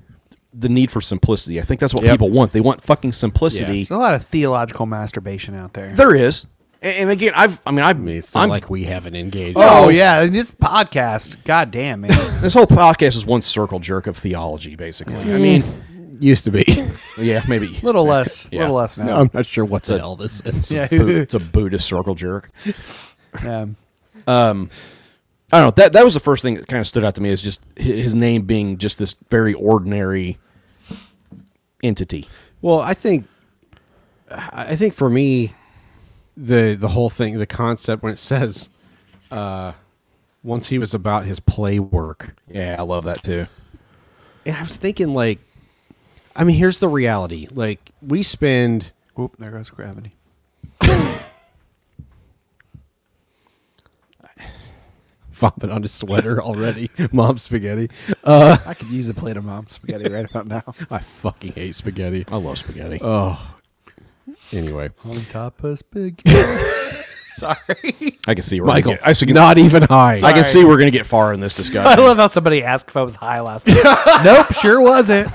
Speaker 3: the need for simplicity. I think that's what
Speaker 1: Yep.
Speaker 3: people want. They want fucking simplicity.
Speaker 1: There's a lot of theological masturbation out there.
Speaker 3: There is. And and again, I've, I mean, I've, it's
Speaker 2: not like we haven't engaged.
Speaker 1: Oh yeah, and this podcast. God damn
Speaker 3: [laughs]
Speaker 1: man.
Speaker 3: This whole podcast is one circle jerk of theology, basically. I mean,
Speaker 2: used to [laughs] be.
Speaker 3: yeah, maybe a
Speaker 1: Little less- little less now. No,
Speaker 2: I'm not sure what the hell this is.
Speaker 1: Yeah.
Speaker 3: it's a Buddhist circle jerk.
Speaker 1: Um,
Speaker 3: Um, I don't know. That that was the first thing that kind of stood out to me is just hi- his name being just this very ordinary entity.
Speaker 2: Well, I think I I think for me, the the whole thing, the concept when it says, uh, once he was about his play work.
Speaker 3: Yeah, I love that too.
Speaker 2: And I was thinking, like, I mean, here's the reality: like, we spend. [laughs]
Speaker 1: Whoop! There goes gravity.
Speaker 2: Vomit on his
Speaker 3: [laughs]
Speaker 2: sweater already. Mom spaghetti. Uh,
Speaker 1: I could use a plate of mom spaghetti right about now.
Speaker 2: I fucking hate spaghetti.
Speaker 3: I love spaghetti.
Speaker 2: Oh. Anyway,
Speaker 1: [laughs] On top of spaghetti. Sorry.
Speaker 3: I can see we're
Speaker 2: Michael,
Speaker 3: Gonna get, I see-
Speaker 2: not even high.
Speaker 3: I
Speaker 1: Sorry.
Speaker 3: can see we're gonna get far in this
Speaker 2: [laughs]
Speaker 1: [laughs]
Speaker 3: discussion.
Speaker 1: I love how somebody asked if I was high last night. nope, sure wasn't.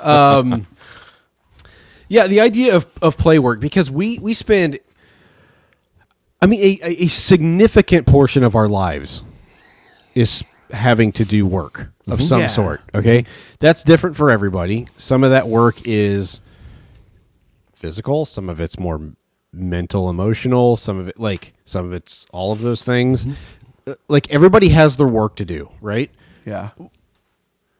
Speaker 2: um, yeah, the idea of, of play work because we we spend, I mean, a, a a significant portion of our lives is having to do work of
Speaker 3: Mhm.
Speaker 2: some
Speaker 3: Yeah.
Speaker 2: sort. Okay, that's different for everybody. Some of that work is physical. Some of it's more m- mental, emotional. Some of it, like some of it's all of those things. Uh, Like everybody has their work to do, right?
Speaker 1: [laughs] Yeah.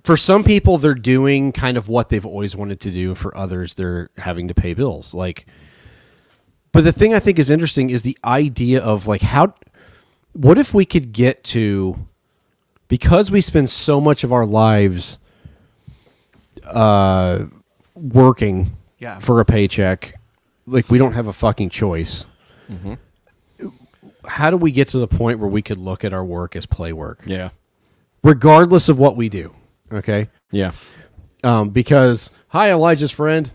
Speaker 2: for some people they're doing kind of what they've always wanted to do for others they're having to pay bills like but the thing i think is interesting is the idea of like how what if we could get to because we spend so much of our lives uh working
Speaker 1: Yeah.
Speaker 2: for a paycheck like we don't have a fucking choice
Speaker 3: Mhm.
Speaker 2: how do we get to the point where we could look at our work as play work
Speaker 3: Yeah.
Speaker 2: regardless of what we do okay
Speaker 3: Yeah.
Speaker 2: um, because hi Elijah's friend.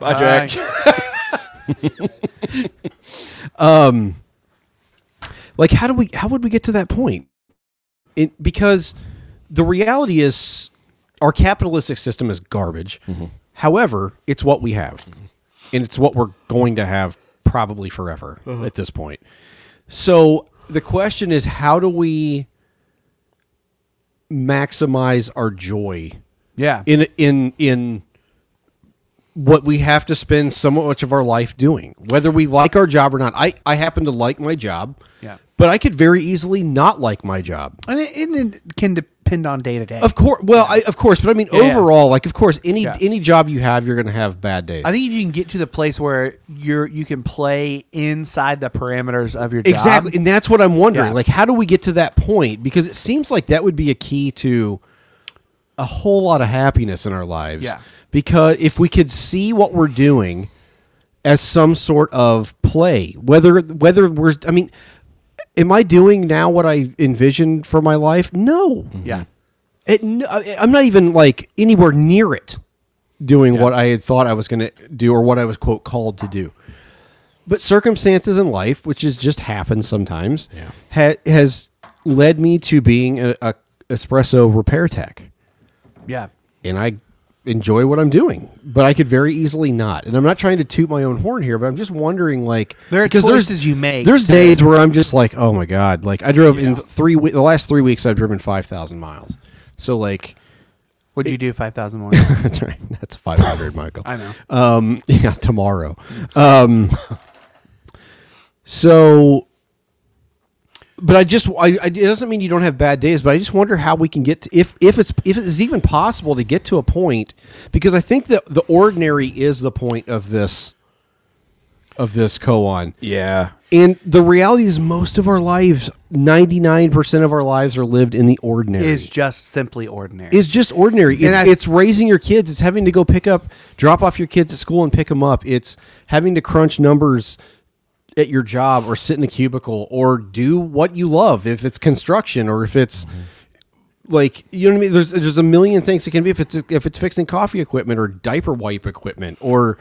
Speaker 3: Bye, Jack.
Speaker 2: um, like how do we how would we get to that point? It, because the reality is our capitalistic system is garbage. However, it's what we have, and it's what we're going to have probably forever at this point. So the question is, how do we maximize our joy
Speaker 1: Yeah.
Speaker 2: in in in what we have to spend so much of our life doing whether we like our job or not i i happen to like my job
Speaker 1: Yeah.
Speaker 2: but i could very easily not like my job
Speaker 1: And it, and it can depend on day to day.
Speaker 2: of course well i of course but i mean
Speaker 1: Yeah, yeah.
Speaker 2: overall like of course any
Speaker 1: Yeah.
Speaker 2: any job you have you're gonna have bad days
Speaker 1: I think if you can get to the place where you're you can play inside the parameters of your job.
Speaker 2: Exactly. And that's what I'm wondering.
Speaker 1: Yeah.
Speaker 2: Like, how do we get to that point? Because it seems like that would be a key to a whole lot of happiness in our lives.
Speaker 1: Yeah.
Speaker 2: Because if we could see what we're doing as some sort of play, whether whether we're I mean, am I doing now what I envisioned for my life? No.
Speaker 1: Yeah.
Speaker 2: It, no, I- I'm not even like anywhere near it doing what I had thought I was going to do or what I was quote called to do. But circumstances in life, which is just happens sometimes, ha- has led me to being a, a espresso repair tech,
Speaker 1: Yeah.
Speaker 2: and I enjoy what I'm doing. But I could very easily not, and I'm not trying to toot my own horn here, but I'm just wondering, like,
Speaker 1: There are
Speaker 2: because there's-
Speaker 1: choices you make.
Speaker 2: There's days where I'm just like, oh my god, like I drove in three we- the last three weeks I've driven five thousand miles, so like.
Speaker 1: What'd you do five thousand more?
Speaker 2: that's right. [laughs] That's five hundred, Michael.
Speaker 1: I know.
Speaker 2: Um, [laughs] yeah, tomorrow. Um, so, but I just, I, I- it doesn't mean you don't have bad days, but I just wonder how we can get to, if if it's if it's even possible to get to a point because I think that the ordinary is the point of this of this koan.
Speaker 3: Yeah.
Speaker 2: And the reality is, most of our lives, ninety nine percent of our lives, are lived in the ordinary
Speaker 1: Is just simply ordinary.
Speaker 2: is just ordinary.
Speaker 1: And
Speaker 2: It's,
Speaker 1: I-
Speaker 2: it's raising your kids. It's having to go pick up, drop off your kids at school and pick them up. It's having to crunch numbers at your job or sit in a cubicle or do what you love. If it's construction or if it's like you know what I mean. There's there's a million things it can be. If it's if it's fixing coffee equipment or diaper wipe equipment or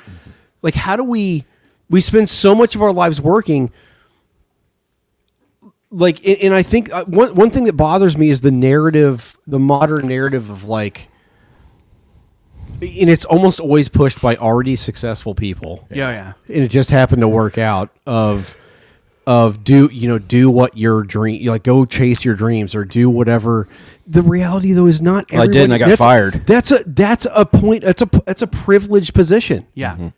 Speaker 2: like how do we we spend so much of our lives working like and, and i think uh, one, one thing that bothers me is the narrative the modern narrative of like and it's almost always pushed by already successful people
Speaker 1: Yeah, yeah.
Speaker 2: and it just happened to work out of of do you know do what your dream like go chase your dreams or do whatever the reality though is not
Speaker 3: Well, I did, and I got
Speaker 2: everybody-
Speaker 3: fired.
Speaker 2: that's a that's a point that's a that's a privileged position
Speaker 1: Yeah.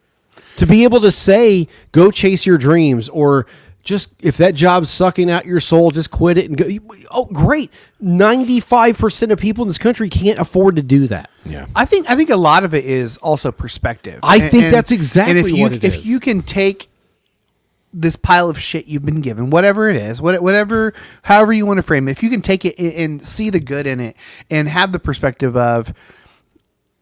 Speaker 2: to be able to say go chase your dreams or just if that job's sucking out your soul just quit it and go oh great 95% of people in this country can't afford to do that
Speaker 3: yeah
Speaker 1: I think I think a lot of it is also perspective.
Speaker 2: I
Speaker 1: And-
Speaker 2: think
Speaker 1: and-
Speaker 2: that's exactly
Speaker 1: and if you,
Speaker 2: what it
Speaker 1: if
Speaker 2: is.
Speaker 1: you can take this pile of shit you've been given, whatever it is, what, whatever, however you want to frame it, if you can take it a- and see the good in it and have the perspective of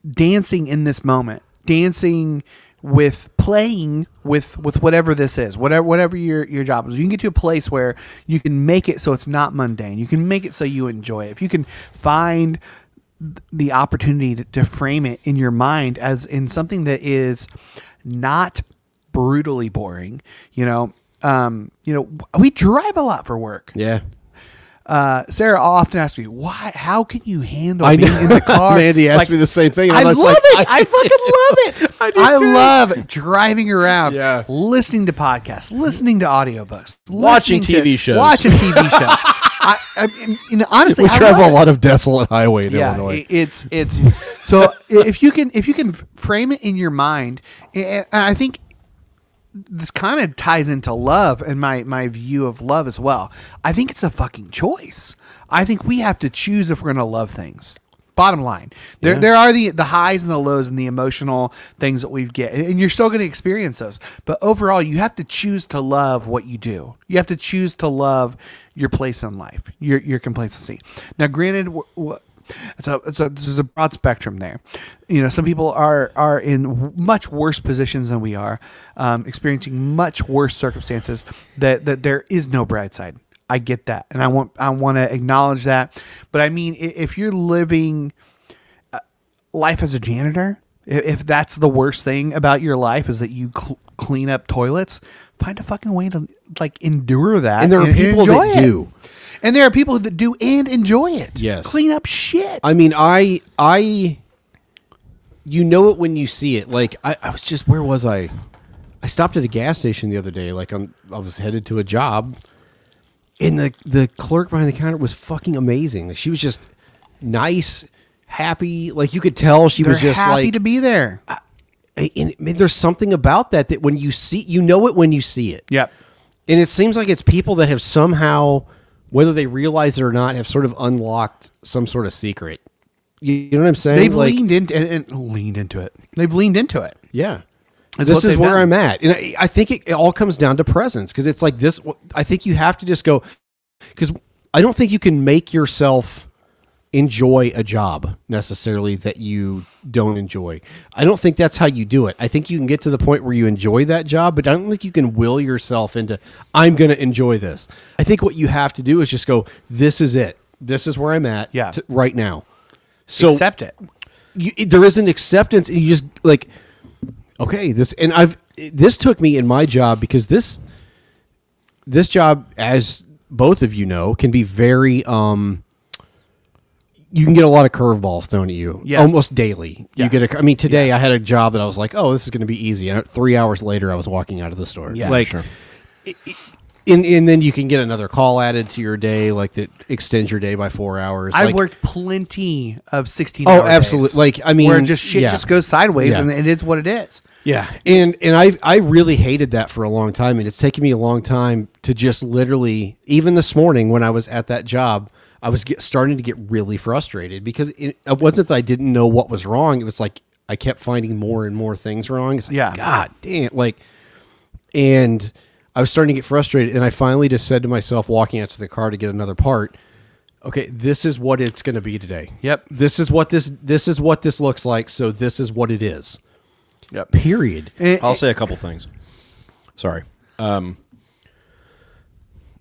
Speaker 1: dancing in this moment, dancing with playing with with whatever this is, whatever whatever your your job is. You can get to a place where you can make it so it's not mundane. You can make it so you enjoy it. If you can find th- the opportunity to, to frame it in your mind as in something that is not brutally boring, you know, um, you know, we drive a lot for work.
Speaker 2: Yeah.
Speaker 1: Uh, Sarah often asks me, "Why? How can you handle
Speaker 2: I
Speaker 1: being
Speaker 2: know.
Speaker 1: in
Speaker 2: [laughs]
Speaker 1: the car?"
Speaker 2: Mandy asked me the same thing, and
Speaker 1: I
Speaker 2: I
Speaker 1: love
Speaker 2: was like,
Speaker 1: it. I,
Speaker 2: I [laughs]
Speaker 1: fucking love it.
Speaker 2: do
Speaker 1: I,
Speaker 2: too.
Speaker 1: love driving around, listening to podcasts, listening to audiobooks,
Speaker 2: Watching
Speaker 1: listening
Speaker 2: TV
Speaker 1: to,
Speaker 2: shows.
Speaker 1: watching TV
Speaker 2: [laughs]
Speaker 1: shows. I, I, you know, honestly,
Speaker 2: we
Speaker 1: I
Speaker 2: travel
Speaker 1: love
Speaker 2: a lot of desolate highway in
Speaker 1: yeah,
Speaker 2: Illinois.
Speaker 1: i- it's it's [laughs] so i- if you can if you can frame it in your mind, a- a- and I think this kind of ties into love and my my view of love as well. I think it's a fucking choice. I think we have to choose if we're going to love things. Bottom line, there
Speaker 2: Yeah.
Speaker 1: there are the the highs and the lows and the emotional things that we get, and you're still going to experience those. But overall, you have to choose to love what you do. You have to choose to love your place in life, your your complacency. Now, granted, w- w- so so this is a broad spectrum there. You know, some people are are in w- much worse positions than we are, um, experiencing much worse circumstances. That that there is no bright side. I get that, and I want I want to acknowledge that. But I mean, i- if you're living uh, life as a janitor, i- if that's the worst thing about your life is that you cl- clean up toilets, find a fucking way to like endure that.
Speaker 2: And there are people
Speaker 1: enjoy
Speaker 2: that
Speaker 1: it.
Speaker 2: do.
Speaker 1: and there are people that do and enjoy it.
Speaker 2: Yes.
Speaker 1: clean up shit.
Speaker 2: I mean, I I you know it when you see it. Like I, I was just where was I? I stopped at a gas station the other day. Like I'm, I was headed to a job, and the the clerk behind the counter was fucking amazing. Like she was just nice, happy. Like you could tell she
Speaker 1: They're
Speaker 2: was just
Speaker 1: happy
Speaker 2: like
Speaker 1: to be there.
Speaker 2: I- and I mean, there's something about that that when you see you know it when you see it
Speaker 1: yep
Speaker 2: and it seems like it's people that have somehow whether they realize it or not have sort of unlocked some sort of secret you, you know what i'm saying
Speaker 1: They've
Speaker 2: Like,
Speaker 1: leaned into and, and leaned into it. They've leaned into it.
Speaker 2: Yeah.
Speaker 1: It's what
Speaker 2: this is
Speaker 1: they've
Speaker 2: where
Speaker 1: done.
Speaker 2: I'm at. And I, I think it, it all comes down to presence because it's like this. I think you have to just go because I don't think you can make yourself enjoy a job necessarily that you don't enjoy. I don't think that's how you do it. I think you can get to the point where you enjoy that job, but I don't think you can will yourself into, I'm going to enjoy this. I think what you have to do is just go, this is it. This is where I'm at yeah. right now. So
Speaker 1: accept it.
Speaker 2: You, there is an acceptance. And you just like, okay this and i've this took me in my job because this this job as both of you know can be very um you can get a lot of curveballs thrown at you
Speaker 1: Yeah.
Speaker 2: almost daily you get a i mean today i had a job that i was like oh this is going to be easy and three hours later i was walking out of the store
Speaker 1: Yeah.
Speaker 2: like
Speaker 1: Sure.
Speaker 2: it- it- and, and then you can get another call added to your day like that extends your day by four hours
Speaker 1: I
Speaker 2: like,
Speaker 1: worked plenty of sixteen.
Speaker 2: Oh,
Speaker 1: hour
Speaker 2: absolute-
Speaker 1: days
Speaker 2: like, I mean,
Speaker 1: where just shit
Speaker 2: yeah.
Speaker 1: just goes sideways,
Speaker 2: Yeah.
Speaker 1: and it is what it is.
Speaker 2: Yeah, and and I I really hated that for a long time, and it's taken me a long time to just literally. Even this morning when I was at that job, I was get, starting to get really frustrated because it, it wasn't that I didn't know what was wrong. It was like I kept finding more and more things wrong. It's like,
Speaker 1: Yeah.
Speaker 2: God damn, like, and I was starting to get frustrated, and I finally just said to myself, walking out to the car to get another part. Okay, this is what it's going to be today.
Speaker 1: Yep.
Speaker 2: This is what this this is what this looks like. So this is what it is.
Speaker 1: Yep.
Speaker 2: Period.
Speaker 3: I'll say a couple things. Sorry. Um,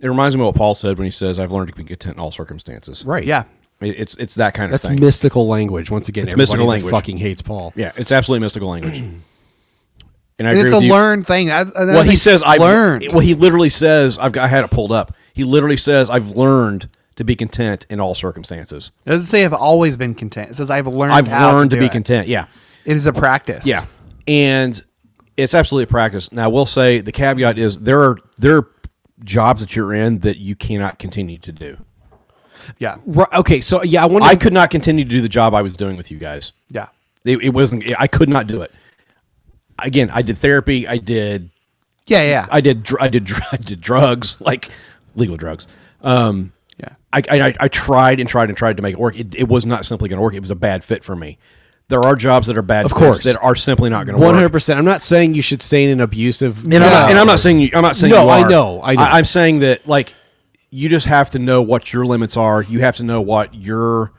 Speaker 3: it reminds me of what Paul said when he says, "I've learned to be content in all circumstances."
Speaker 2: Right. Yeah.
Speaker 3: It- It's it's that kind of
Speaker 2: That's
Speaker 3: thing.
Speaker 2: mystical language. Once again,
Speaker 3: it's
Speaker 2: everybody
Speaker 3: mystical
Speaker 2: that
Speaker 3: language.
Speaker 2: Fucking hates Paul.
Speaker 3: Yeah, it's absolutely mystical language. [clears throat] And I
Speaker 1: And
Speaker 3: agree
Speaker 1: it's a
Speaker 3: with you.
Speaker 1: learned thing. I, I-
Speaker 3: Well, he
Speaker 1: think
Speaker 3: says I
Speaker 1: learned.
Speaker 3: Well, he literally says I've got, I had it pulled up. He literally says I've learned to be content in all circumstances.
Speaker 1: It doesn't say I've always been content. It says I've learned.
Speaker 3: I've
Speaker 1: how
Speaker 3: learned to,
Speaker 1: do
Speaker 3: be
Speaker 1: it.
Speaker 3: content. Yeah.
Speaker 1: It is a practice.
Speaker 3: Yeah. And it's absolutely a practice. Now, I will say the caveat is there are there are jobs that you're in that you cannot continue to do.
Speaker 1: Yeah.
Speaker 2: Right, okay. So yeah, I wonder.
Speaker 3: I could not continue to do the job I was doing with you guys.
Speaker 1: Yeah.
Speaker 3: It, it wasn't. I could not do it. Again, I did therapy. I did.
Speaker 1: Yeah, yeah.
Speaker 3: I did. dr- I did. dr- [laughs] I did drugs, like legal drugs. Um,
Speaker 1: yeah.
Speaker 3: I, I I tried and tried and tried to make it work. It, it was not simply going to work. It was a bad fit for me. there are jobs that are bad,
Speaker 2: Of
Speaker 3: for us
Speaker 2: course.
Speaker 3: that are simply not going to
Speaker 2: One
Speaker 3: work.
Speaker 2: hundred percent. I'm not saying you should stay in an abusive.
Speaker 3: And, I'm, not, and I'm not saying you. I'm not saying
Speaker 2: No,
Speaker 3: you
Speaker 2: I
Speaker 3: are.
Speaker 2: know. I know.
Speaker 3: I, am saying that like you just have to know what your limits are. You have to know what your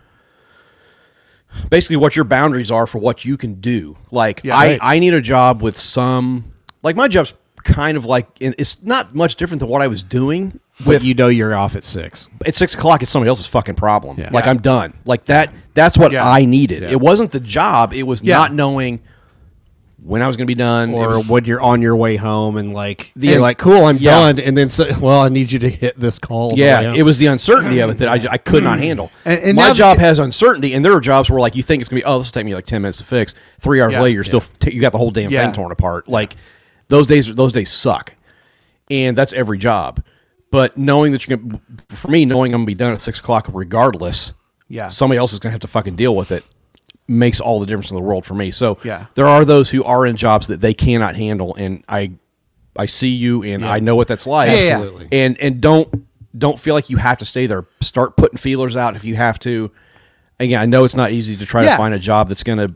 Speaker 3: basically what your boundaries are for what you can do. Like
Speaker 2: Yeah,
Speaker 3: I,
Speaker 2: right.
Speaker 3: I need a job with some like my job's kind of like it- it's not much different than what I was doing.
Speaker 2: But
Speaker 3: With
Speaker 2: you know you're off at six.
Speaker 3: at six o'clock, it's somebody else's fucking problem.
Speaker 2: Yeah.
Speaker 3: Like
Speaker 2: Yeah.
Speaker 3: I'm done. Like that. That's what I needed.
Speaker 2: Yeah.
Speaker 3: It wasn't the job. It was
Speaker 2: Yeah.
Speaker 3: not knowing when I was going to be done It
Speaker 2: or
Speaker 3: was-
Speaker 2: when you're on your way home and like
Speaker 3: The-
Speaker 2: you're like cool i'm
Speaker 3: Yeah.
Speaker 2: done and then so, well i need you to hit this call
Speaker 3: Yeah, it was the uncertainty of it that I, I could not handle.
Speaker 2: And- and now
Speaker 3: My
Speaker 2: that
Speaker 3: job
Speaker 2: you-
Speaker 3: has uncertainty, and there are jobs where like you think it's gonna be, oh, this will take me like ten minutes to fix. Three hours
Speaker 2: Yeah.
Speaker 3: later, you're still t- you got the whole damn
Speaker 2: Yeah.
Speaker 3: thing torn apart. Like those days, those days suck, and that's every job. But knowing that you're gonna, for me, knowing I'm gonna be done at six o'clock regardless.
Speaker 1: Yeah.
Speaker 3: somebody else is gonna have to fucking deal with it. Makes all the difference in the world for me. So
Speaker 1: Yeah.
Speaker 3: there are those who are in jobs that they cannot handle, and I, I see you, and I know what that's like.
Speaker 1: Yeah, yeah, yeah.
Speaker 3: Absolutely. And and don't don't feel like you have to stay there. Start putting feelers out if you have to. Again, I know it's not easy to try
Speaker 1: Yeah.
Speaker 3: to find a job that's going to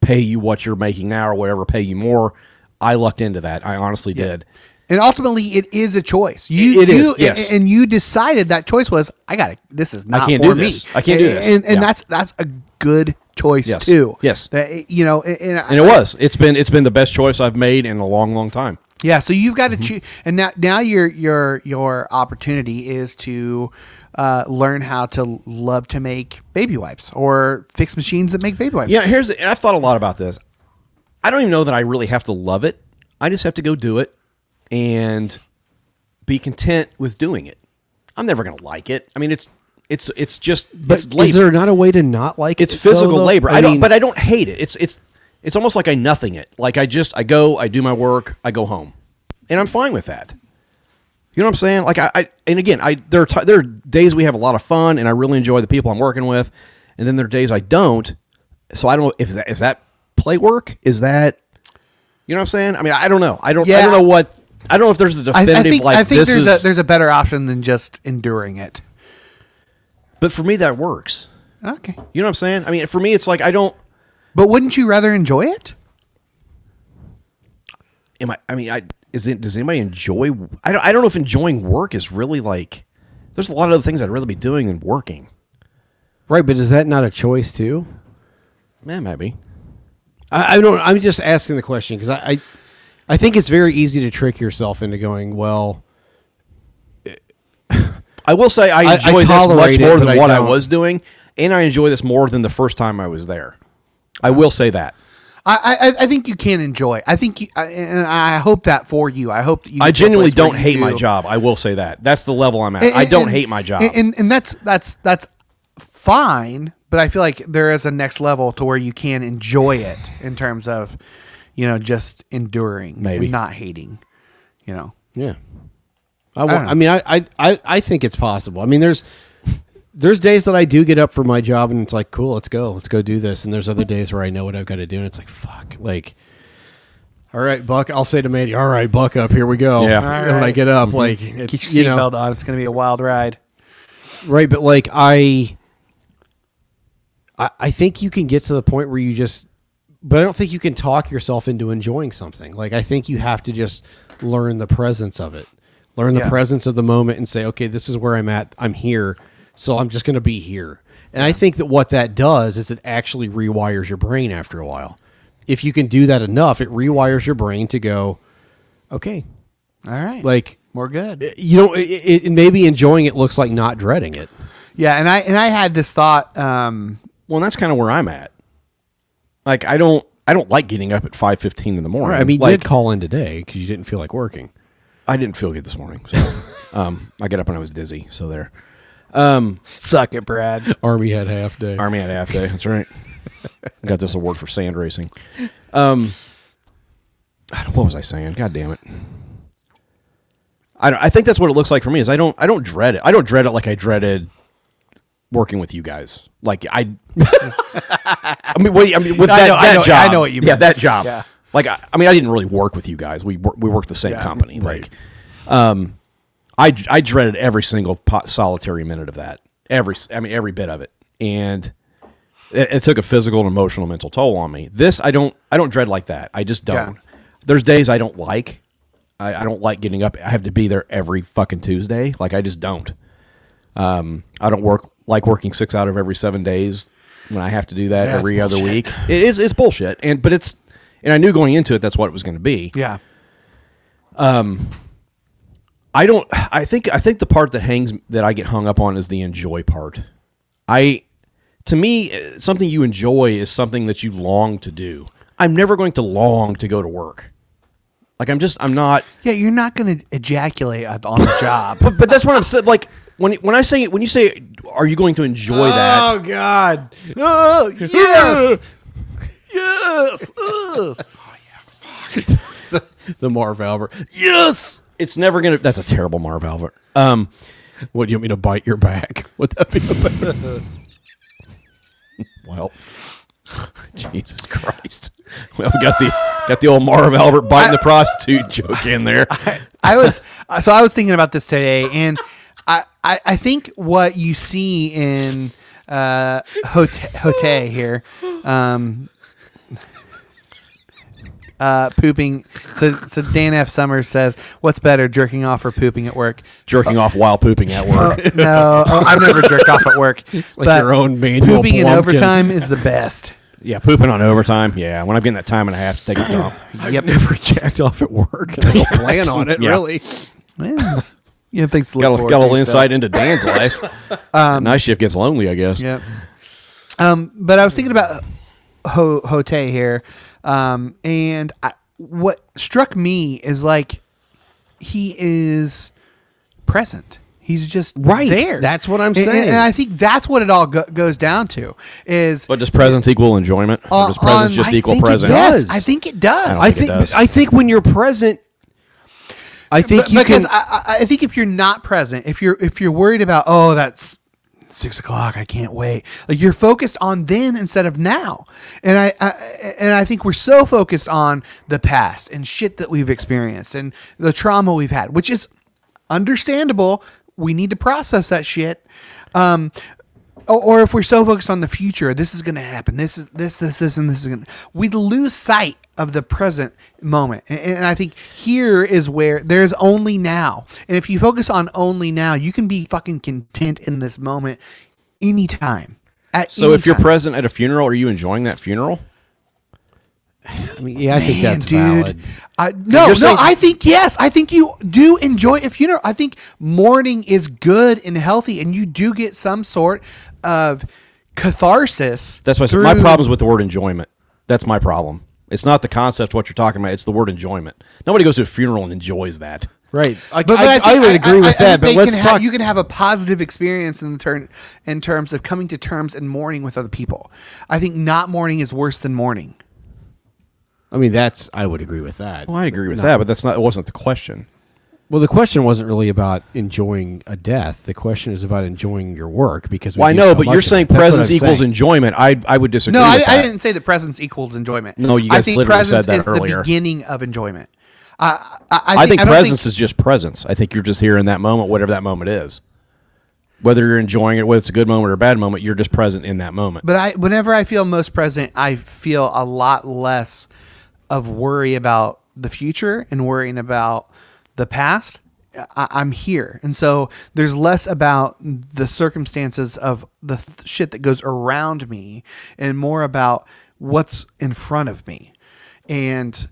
Speaker 3: pay you what you're making now or whatever, pay you more. I lucked into that. I honestly did.
Speaker 1: And ultimately, it is a choice. You,
Speaker 3: It- it is,
Speaker 1: you-
Speaker 3: yes.
Speaker 1: and, and you decided that choice was, I got to This is not
Speaker 3: can't
Speaker 1: for
Speaker 3: do
Speaker 1: me.
Speaker 3: this. I can't do this.
Speaker 1: And, and
Speaker 3: Yeah.
Speaker 1: that's that's a good choice
Speaker 3: Yes.
Speaker 1: too.
Speaker 3: Yes.
Speaker 1: That, eh, you know, and, and
Speaker 3: And it was. It's been it's been the best choice I've made in a long, long time.
Speaker 1: Yeah, so you've got to
Speaker 3: Mm-hmm.
Speaker 1: choose, and now now your your your opportunity is to uh, learn how to love to make baby wipes or fix machines that make baby wipes.
Speaker 3: Yeah, here's the, and I've thought a lot about this. I don't even know that I really have to love it. I just have to go do it and be content with doing it. I'm never going to like it. I mean, it's it's it's just
Speaker 2: but
Speaker 3: it's labor.
Speaker 2: is there not a way to not like
Speaker 3: it's
Speaker 2: it, though,
Speaker 3: physical
Speaker 2: though?
Speaker 3: labor. I, don't,
Speaker 2: mean,
Speaker 3: but I don't hate it. It's it's it's almost like I nothing it. Like I just I go, I do my work, I go home, and I'm fine with that. You know what I'm saying? Like I, I and again, I there are t- there are days we have a lot of fun, and I really enjoy the people I'm working with, and then there are days I don't. So I don't know if that is that play work. Is that you know what I'm saying? I mean, I don't know. I don't. I
Speaker 1: Yeah.
Speaker 3: don't know what. I don't know if there's a
Speaker 1: I,
Speaker 3: definitive
Speaker 1: I think
Speaker 3: like
Speaker 1: I think
Speaker 3: this
Speaker 1: there's
Speaker 3: is.
Speaker 1: a there's a better option than just enduring it.
Speaker 3: but for me, that works.
Speaker 1: Okay,
Speaker 3: You know what I'm saying? I mean, for me, it's like I don't.
Speaker 1: but wouldn't you rather enjoy it?
Speaker 3: am I? I mean, I is it? Does anybody enjoy? I don't. I don't know if enjoying work is really like. There's a lot of other things I'd rather be doing than working.
Speaker 2: right but is that not a choice too
Speaker 3: Man, maybe.
Speaker 2: I, I don't. I'm just asking the question because I, I, I think it's very easy to trick yourself into going. Well,
Speaker 3: I will say
Speaker 2: I- I
Speaker 3: I enjoy this
Speaker 2: tolerate
Speaker 3: much
Speaker 2: it,
Speaker 3: more than
Speaker 2: but I
Speaker 3: what I
Speaker 2: don't.
Speaker 3: was doing, and I enjoy this more than the first time I was there. I will say that.
Speaker 1: I I- I, I think you can enjoy. I think you, I, and I hope that for you. I hope that you.
Speaker 3: I
Speaker 1: get to a
Speaker 3: genuinely
Speaker 1: place where
Speaker 3: don't
Speaker 1: you
Speaker 3: hate my
Speaker 1: do.
Speaker 3: job. I will say that. That's the level I'm at.
Speaker 1: And-
Speaker 3: I don't
Speaker 1: and-
Speaker 3: hate my job.
Speaker 1: and, and and that's that's that's fine. But I feel like there is a next level to where you can enjoy it in terms of, you know, just enduring,
Speaker 3: Maybe.
Speaker 1: and not hating, you know.
Speaker 2: yeah. I,
Speaker 1: I
Speaker 2: wa-
Speaker 1: don't know.
Speaker 2: I mean, I, I, I, I think it's possible. I mean, there's, there's days that I do get up for my job and it's like, cool, let's go, let's go do this. And there's other days where I know what I've got to do and it's like, fuck, like. All right, Buck. I'll say to Mandy, "All right, Buck, up here we go."
Speaker 3: Yeah.
Speaker 2: And when I get up, like it's,
Speaker 1: Mm-hmm. Get
Speaker 2: you
Speaker 1: your
Speaker 2: know,
Speaker 1: seatbelt on. It's going to be a wild ride.
Speaker 2: right but like I, I i think you can get to the point where you just but i don't think you can talk yourself into enjoying something like i think you have to just learn the presence of it learn the
Speaker 1: Yeah.
Speaker 2: presence of the moment and say okay this is where i'm at i'm here so i'm just going to be here and i think that what that does is it actually rewires your brain after a while if you can do that enough it rewires your brain to go okay
Speaker 1: All right,
Speaker 2: like
Speaker 1: we're good.
Speaker 2: you know it, it, maybe enjoying it looks like not dreading it
Speaker 1: Yeah, and I and I had this thought. Um,
Speaker 3: well, that's kind of where I'm at. Like I don't. I don't like getting up at five fifteen in the morning.
Speaker 2: Right, I mean, you
Speaker 3: like,
Speaker 2: did call in today because you didn't feel like working.
Speaker 3: I didn't feel good this morning. So, [laughs] um, I got up when I was dizzy. So there. Um,
Speaker 1: Suck it, Brad.
Speaker 2: Army had half day.
Speaker 3: Army had half day. [laughs] That's right. I got this award for sand racing. Um, I don't- what was I saying? God damn it. I don't, I think that's what it looks like for me. Is I don't I don't dread it. I don't dread it like I dreaded working with you guys. Like I. [laughs] I mean, what, do you- I mean, with
Speaker 1: I
Speaker 3: that,
Speaker 1: know- I
Speaker 3: that
Speaker 1: know- I
Speaker 3: job,
Speaker 1: know what you
Speaker 3: Yeah,
Speaker 1: mean.
Speaker 3: that job.
Speaker 1: Yeah.
Speaker 3: Like, I, I mean, I didn't really work with you guys. We wor- we worked the same
Speaker 1: Yeah,
Speaker 3: company. Like, um, I I dreaded every single pot, solitary minute of that. Every I mean, every bit of it. And it, it took a physical and emotional, mental toll on me. This I don't I don't dread like that. I just
Speaker 1: Yeah.
Speaker 3: don't. There's days I don't like. I, I don't like getting up. I have to be there every fucking Tuesday. Like I just don't. Um, I don't work like working six out of every seven days when I have to do that
Speaker 1: Yeah, it's
Speaker 3: every other
Speaker 1: bullshit.
Speaker 3: week. It is it's bullshit. And but it's and I knew going into it that's what it was going to be.
Speaker 1: Yeah.
Speaker 3: Um, I don't. I think. I think the part that hangs that I get hung up on is the enjoy part. I, to me, eh, something you enjoy is something that you long to do. I'm never going to long to go to work. Like I'm just. I'm not.
Speaker 1: Yeah, you're not going to ejaculate at- on the job.
Speaker 3: But, but that's what I'm saying. Like when when I say when you say, are you going to enjoy that?
Speaker 2: Oh God!
Speaker 3: [laughs]
Speaker 1: Oh
Speaker 2: yes, [laughs] Oh,
Speaker 1: yes.
Speaker 3: [laughs] the Marv Albert. Yes. It's never gonna. That's a terrible Marv Albert. Um, what do you want me to bite your back? [laughs] Would that be a better? [laughs] well, [laughs] Jesus Christ. Well, we got the got the old Marv Albert biting the prostitute joke in there.
Speaker 1: I
Speaker 3: [laughs]
Speaker 1: was uh, so I was thinking about this today, and I I, I think what you see in uh, Hote, Hote here, um, uh, pooping. So so Dan F. Summers says, "What's better, jerking off or pooping at work?"
Speaker 3: Jerking off while pooping at work.
Speaker 1: Oh, no, oh, I've never jerked off at work.
Speaker 3: [laughs] It's like your own manual
Speaker 1: Pooping in
Speaker 3: Blumpkin.
Speaker 1: overtime is the
Speaker 3: [laughs]
Speaker 1: best.
Speaker 3: Yeah, pooping on overtime. Yeah, when I'm getting that time and a half to take a dump.
Speaker 1: Yep.
Speaker 3: never jacked off at [laughs] work.
Speaker 2: plan on it, really.
Speaker 1: Well, you have things to look
Speaker 3: Got a,
Speaker 1: forward
Speaker 3: got a
Speaker 1: to,
Speaker 3: little
Speaker 1: so.
Speaker 3: insight into Dan's life.
Speaker 1: Um,
Speaker 3: night shift gets lonely,
Speaker 1: [laughs]
Speaker 3: I guess.
Speaker 1: Yep. Um, but I was thinking about Ho- Hote here, um, and I, what struck me is like he is present. He's just right there.
Speaker 2: That's what I'm
Speaker 1: And- and-
Speaker 2: saying.
Speaker 1: and I think that's what it all go- goes down to is
Speaker 3: But does presence equal enjoyment?
Speaker 1: Uh,
Speaker 3: or does presence
Speaker 1: on-
Speaker 3: just
Speaker 1: I
Speaker 3: equal
Speaker 1: think it
Speaker 3: presence?
Speaker 1: does. I think it does.
Speaker 3: I don't
Speaker 2: I
Speaker 3: think it
Speaker 2: think.
Speaker 3: does.
Speaker 2: I think when you're present, I think
Speaker 1: But-
Speaker 2: you
Speaker 1: because
Speaker 2: can.
Speaker 1: I, I- I think if you're not present, if you're if you're worried about oh that's six o'clock, I can't wait. Like you're focused on then instead of now, and I, I and I think we're so focused on the past and shit that we've experienced and the trauma we've had, which is understandable. We need to process that shit. Um, or, or if we're so focused on the future, this is going to happen. This is this this this and this is going. to We lose sight of the present moment, and, and I think here is where there's only now. And if you focus on only now, you can be fucking content in this moment, anytime. At
Speaker 3: so
Speaker 1: any
Speaker 3: if you're
Speaker 1: time.
Speaker 3: present at a funeral, are you enjoying that funeral?
Speaker 2: I mean, yeah, I think
Speaker 1: Man,
Speaker 2: that's
Speaker 1: dude.
Speaker 2: valid.
Speaker 1: I, no, no,
Speaker 2: You're saying-
Speaker 1: I think yes. I think you do enjoy a funeral. I think mourning is good and healthy, and you do get some sort of catharsis.
Speaker 3: That's why I said my
Speaker 1: through-
Speaker 3: problem's with the word enjoyment. That's my problem. It's not the concept what you're talking about. It's the word enjoyment. Nobody goes to a funeral and enjoys that.
Speaker 2: Right. I,
Speaker 1: but, but
Speaker 2: I,
Speaker 1: I, think,
Speaker 2: I would agree with
Speaker 1: I
Speaker 2: that.
Speaker 1: think
Speaker 2: But
Speaker 1: they
Speaker 2: let's
Speaker 1: can
Speaker 2: talk.
Speaker 1: Have, you can have a positive experience in turn in terms of coming to terms and mourning with other people. I think not mourning is worse than mourning.
Speaker 2: I mean, that's. I would agree with that.
Speaker 3: Well, Oh, I agree with
Speaker 2: No.
Speaker 3: that, but that's not. It wasn't the question.
Speaker 2: Well, the question wasn't really about enjoying a death. The question is about enjoying your work because. we
Speaker 3: Well, I
Speaker 2: do
Speaker 3: know,
Speaker 2: so
Speaker 3: but
Speaker 2: much
Speaker 3: you're
Speaker 2: of it.
Speaker 3: saying
Speaker 2: That's what
Speaker 3: presence
Speaker 2: I'm
Speaker 3: equals
Speaker 2: saying.
Speaker 3: enjoyment. I I would disagree.
Speaker 1: No,
Speaker 3: with
Speaker 1: I,
Speaker 3: that.
Speaker 1: I didn't say that presence equals enjoyment.
Speaker 3: No, you
Speaker 1: I
Speaker 3: guys
Speaker 1: think
Speaker 3: literally said
Speaker 1: presence
Speaker 3: that
Speaker 1: is
Speaker 3: earlier.
Speaker 1: The beginning of enjoyment. I I, I,
Speaker 3: I think,
Speaker 1: I don't
Speaker 3: presence is just presence. I think you're just here in that moment, whatever that moment is. Whether you're enjoying it, whether it's a good moment or a bad moment, you're just present in that moment.
Speaker 1: But I, whenever I feel most present, I feel a lot less of worry about the future and worrying about the past. I, I'm here, and so there's less about the circumstances of the th- shit that goes around me, and more about what's in front of me, and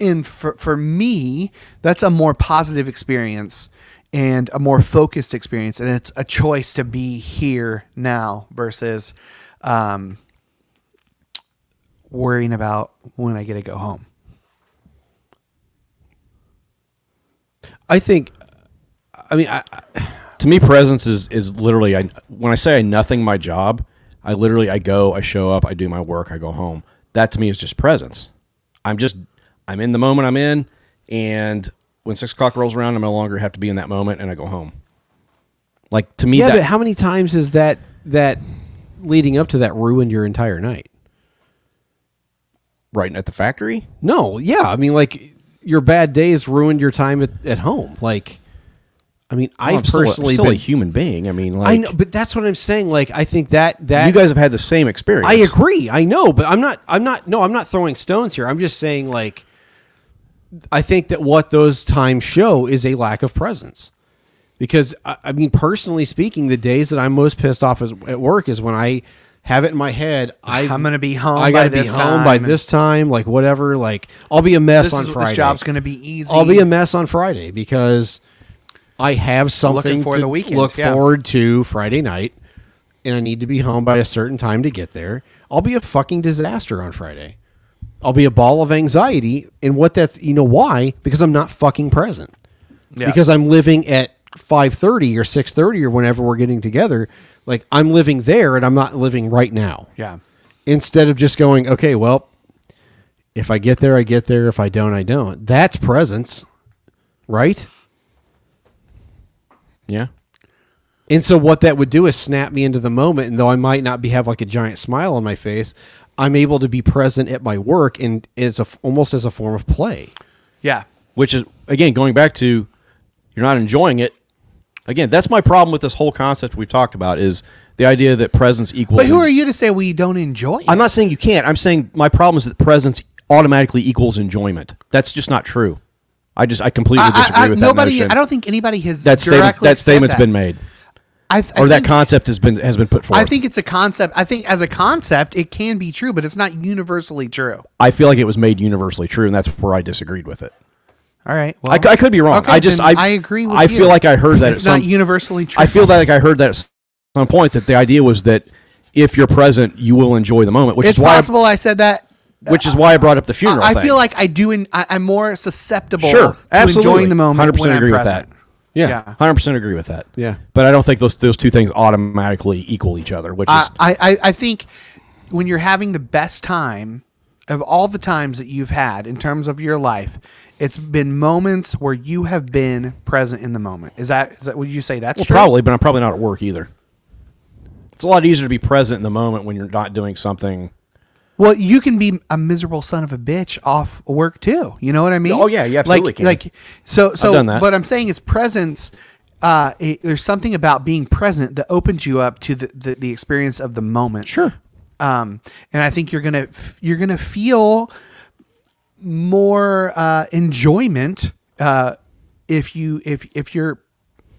Speaker 1: and for, for me that's a more positive experience and a more focused experience and it's a choice to be here now versus um, worrying about when i get to go home
Speaker 2: I think. I mean, I,
Speaker 3: [sighs] to me, presence is is literally. I when I say I nothing my job, I literally I go, I show up, I do my work, I go home. That to me is just presence. I'm just I'm in the moment I'm in, and when six o'clock rolls around, I'm no longer have to be in that moment, and I go home. Like to me,
Speaker 2: yeah,
Speaker 3: that,
Speaker 2: but how many times is that that leading up to that ruined your entire night?
Speaker 3: right at the factory.
Speaker 2: No, yeah, I mean, like your bad days ruined your time at, at home. Like, I mean,
Speaker 3: Well,
Speaker 2: I've
Speaker 3: I'm still a-
Speaker 2: personally
Speaker 3: still
Speaker 2: been
Speaker 3: a human being. I mean,
Speaker 2: I
Speaker 3: like
Speaker 2: know, but that's what I'm saying. Like, I think that that
Speaker 3: you guys have had the same experience.
Speaker 2: I agree. I know, but I'm not. I'm not. No, I'm not throwing stones here. I'm just saying, like, I think that what those times show is a lack of presence. Because I, I mean, personally speaking, the days that I'm most pissed off is, at work is when I have it in my head. I,
Speaker 1: I'm gonna be home
Speaker 2: I
Speaker 1: by
Speaker 2: gotta be
Speaker 1: this
Speaker 2: home by
Speaker 1: time.
Speaker 2: this time. Like whatever. Like I'll be a mess
Speaker 1: This
Speaker 2: on
Speaker 1: is- this
Speaker 2: Friday.
Speaker 1: job's gonna be easy.
Speaker 2: I'll be a mess on Friday because I have something
Speaker 1: for
Speaker 2: to
Speaker 1: the weekend,
Speaker 2: look
Speaker 1: yeah.
Speaker 2: forward to Friday night, and I need to be home by a certain time to get there. I'll be a fucking disaster on Friday. I'll be a ball of anxiety, and what that's you know why? Because I'm not fucking present.
Speaker 1: Yeah.
Speaker 2: Because I'm living at five thirty or six thirty or whenever we're getting together. Like I'm living there, and I'm not living right now
Speaker 1: Yeah.
Speaker 2: instead of just going, okay, well, if I get there, I get there. If I don't, I don't. That's presence, right?
Speaker 3: Yeah.
Speaker 2: And so what that would do is snap me into the moment. And though I might not be have like a giant smile on my face, I'm able to be present at my work and it's a, almost as a form of play.
Speaker 1: Yeah.
Speaker 3: Which is again going back to you're not enjoying it. Again, that's my problem with this whole concept we've talked about is the idea that presence equals.
Speaker 1: But who are you to say we don't enjoy it?
Speaker 3: I'm not saying you can't. I'm saying my problem is that presence automatically equals enjoyment. That's just not true. I just I completely disagree
Speaker 1: I, I,
Speaker 3: with that
Speaker 1: nobody.
Speaker 3: notion.
Speaker 1: I don't think anybody has
Speaker 3: that statement
Speaker 1: directly
Speaker 3: that
Speaker 1: said
Speaker 3: statement's
Speaker 1: that.
Speaker 3: been made,
Speaker 1: I th- I
Speaker 3: or that
Speaker 1: think-
Speaker 3: concept has been has been put forth.
Speaker 1: I think it's a concept. I think as a concept, it can be true, but it's not universally true.
Speaker 3: I feel like it was made universally true, and that's where I disagreed with it.
Speaker 1: All right. Well,
Speaker 3: I, c- I could be wrong.
Speaker 1: okay,
Speaker 3: I just I,
Speaker 1: then I agree with
Speaker 3: I
Speaker 1: you.
Speaker 3: feel like I heard that
Speaker 1: It's
Speaker 3: at some,
Speaker 1: not universally true.
Speaker 3: I feel like I heard that at some point that the idea was that if you're present, you will enjoy the moment, which
Speaker 1: it's
Speaker 3: is why
Speaker 1: possible I said that.
Speaker 3: I, which is why I brought up the funeral.
Speaker 1: I, I
Speaker 3: thing.
Speaker 1: feel like I do. In, I, I'm more susceptible
Speaker 3: sure,
Speaker 1: to
Speaker 3: absolutely,
Speaker 1: enjoying the moment.
Speaker 3: Hundred
Speaker 1: when
Speaker 3: percent
Speaker 1: I'm
Speaker 3: agree with that.
Speaker 1: present.
Speaker 3: Yeah, hundred percent agree with that.
Speaker 2: Yeah.
Speaker 3: but I don't think those those two things automatically equal each other, which is
Speaker 1: I, I, I think when you're having the best time of all the times that you've had in terms of your life, it's been moments where you have been present in the moment. Is that, is that would you say that's
Speaker 3: well,
Speaker 1: true?
Speaker 3: probably, but I'm probably not at work either. It's a lot easier to be present in the moment when you're not doing something.
Speaker 1: Well, you can be a miserable son of a bitch off work too. You know what I mean?
Speaker 3: Oh, yeah, you absolutely
Speaker 1: like,
Speaker 3: can.
Speaker 1: Like so, so.
Speaker 3: done that.
Speaker 1: What I'm saying is presence. Uh, it- there's something about being present that opens you up to the, the, the experience of the moment. Sure. Um, and I think you're gonna f- you're gonna feel more uh, enjoyment uh, if you if if you're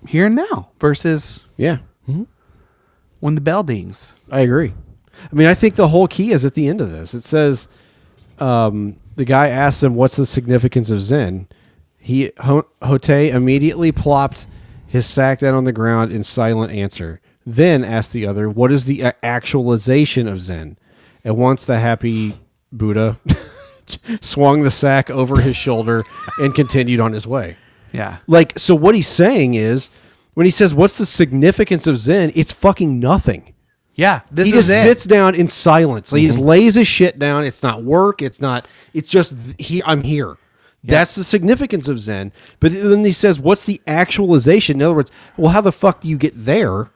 Speaker 1: here and now versus
Speaker 2: yeah
Speaker 1: when the bell dings.
Speaker 2: I agree. I mean, I think the whole key is at the end of this. It says um, the guy asks him, "What's the significance of Zen?" He Ho- Hote immediately plopped his sack down on the ground in silent answer. Then asked the other, "What is the a- actualization of Zen?" And once the happy Buddha [laughs] swung the sack over his shoulder and continued on his way.
Speaker 1: Yeah.
Speaker 2: Like, so what he's saying is, when he says, "What's the significance of Zen?" It's fucking nothing
Speaker 1: Yeah. This
Speaker 2: he
Speaker 1: is
Speaker 2: just
Speaker 1: it. Mm-hmm.
Speaker 2: sits down in silence. Like, He just lays his shit down. It's not work. It's not. It's just th- he. I'm here. That's the significance of Zen. But then he says, "What's the actualization?" In other words, well, how the fuck do you get there?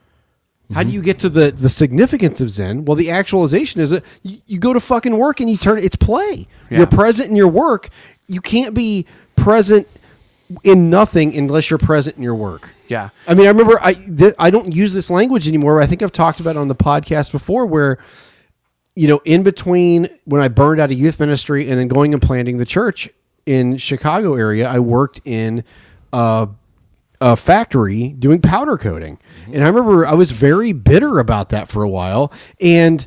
Speaker 2: How
Speaker 1: Mm-hmm.
Speaker 2: do you get to the the significance of Zen? Well, the actualization is that you, you go to fucking work and you turn it's play.
Speaker 1: Yeah.
Speaker 2: You're present in your work. You can't be present in nothing unless you're present in your work.
Speaker 1: Yeah.
Speaker 2: I mean, I remember I th- I don't use this language anymore. I think I've talked about it on the podcast before, where you know, in between when I burned out of youth ministry and then going and planting the church in Chicago area, I worked in uh, a factory doing powder coating, and I remember I was very bitter about that for a while, and.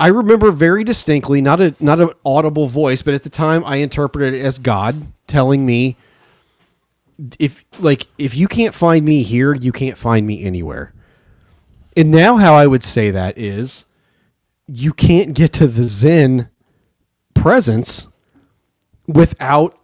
Speaker 2: I remember very distinctly, not a not an audible voice, but at the time I interpreted it as God telling me, if like if you can't find me here, you can't find me anywhere. And now how I would say that is you can't get to the Zen presence without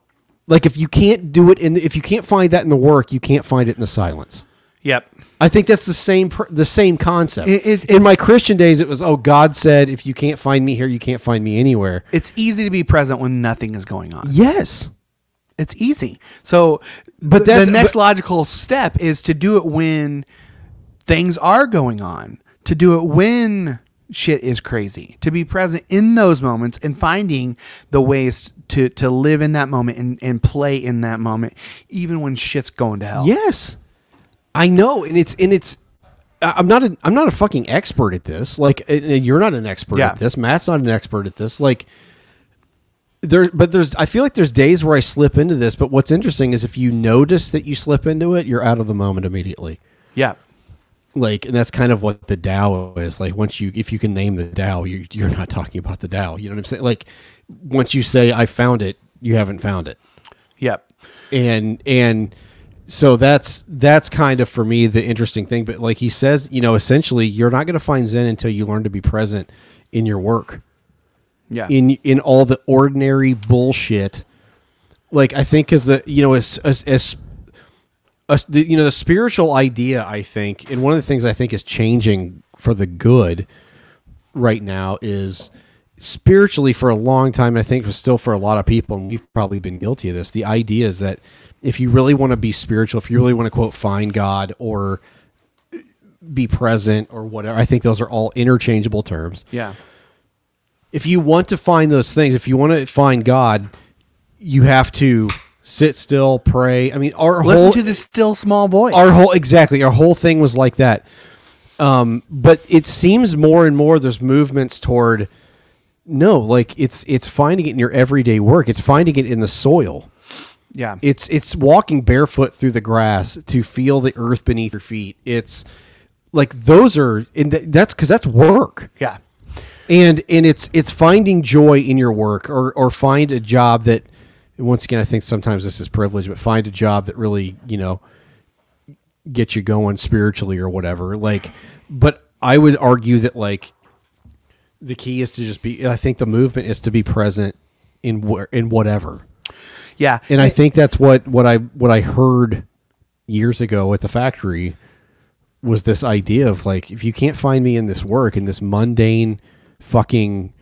Speaker 2: like if you can't do it in the, if you can't find that in the work, you can't find it in the silence.
Speaker 1: Yep.
Speaker 2: I think that's the same pr- the same concept.
Speaker 1: It- it-
Speaker 2: in my Christian days, it was oh God said if you can't find me here, you can't find me anywhere.
Speaker 1: It's easy to be present when nothing is going on.
Speaker 2: Yes,
Speaker 1: it's easy. So, but
Speaker 2: that's-
Speaker 1: the next
Speaker 2: but-
Speaker 1: logical step is to do it when things are going on. To do it when shit is crazy. To be present in those moments and finding the ways to to live in that moment and and play in that moment, even when shit's going to hell.
Speaker 2: Yes. I know, and it's and it's. I- I'm not an I'm not a fucking expert at this. Like and- and you're not an expert
Speaker 1: Yeah.
Speaker 2: at this. Matt's not an expert at this. Like there, but there's I feel like there's days where I slip into this. But what's interesting is if you notice that you slip into it, you're out of the moment immediately.
Speaker 1: Yeah.
Speaker 2: Like, and that's kind of what the Tao is. Like, once you, if you can name the Tao, you, you're not talking about the Tao. You know what I'm saying? Like, once you say I found it, you haven't found it.
Speaker 1: Yep.
Speaker 2: And and so that's that's kind of for me the interesting thing. But like he says, you know, essentially, you're not going to find Zen until you learn to be present in your work
Speaker 1: Yeah.
Speaker 2: in in all the ordinary bullshit. Like I think is the you know as as, as as the, you know the spiritual idea I think and one of the things I think is changing for the good right now is spiritually for a long time and I think still for a lot of people and we've probably been guilty of this the idea is that if you really want to be spiritual if you really want to quote find God or be present or whatever I think those are all interchangeable terms
Speaker 1: Yeah.
Speaker 2: if you want to find those things, if you want to find God, you have to sit still, pray. I mean, our
Speaker 1: Listen
Speaker 2: whole
Speaker 1: to the still small voice.
Speaker 2: our whole exactly our whole thing was like that. Um, but it seems more and more there's movements toward no, like it's it's finding it in your everyday work. It's finding it in the soil.
Speaker 1: Yeah.
Speaker 2: It's it's walking barefoot through the grass to feel the earth beneath your feet. It's like those are and th- that's cuz that's work
Speaker 1: Yeah.
Speaker 2: and and it's it's finding joy in your work or or find a job that and once again i think sometimes this is privilege but find a job that really you know get you going spiritually or whatever like but i would argue that like the key is to just be i think the movement is to be present in where in whatever
Speaker 1: Yeah.
Speaker 2: and i think that's what what i what i heard years ago at the factory was this idea of like if you can't find me in this work in this mundane fucking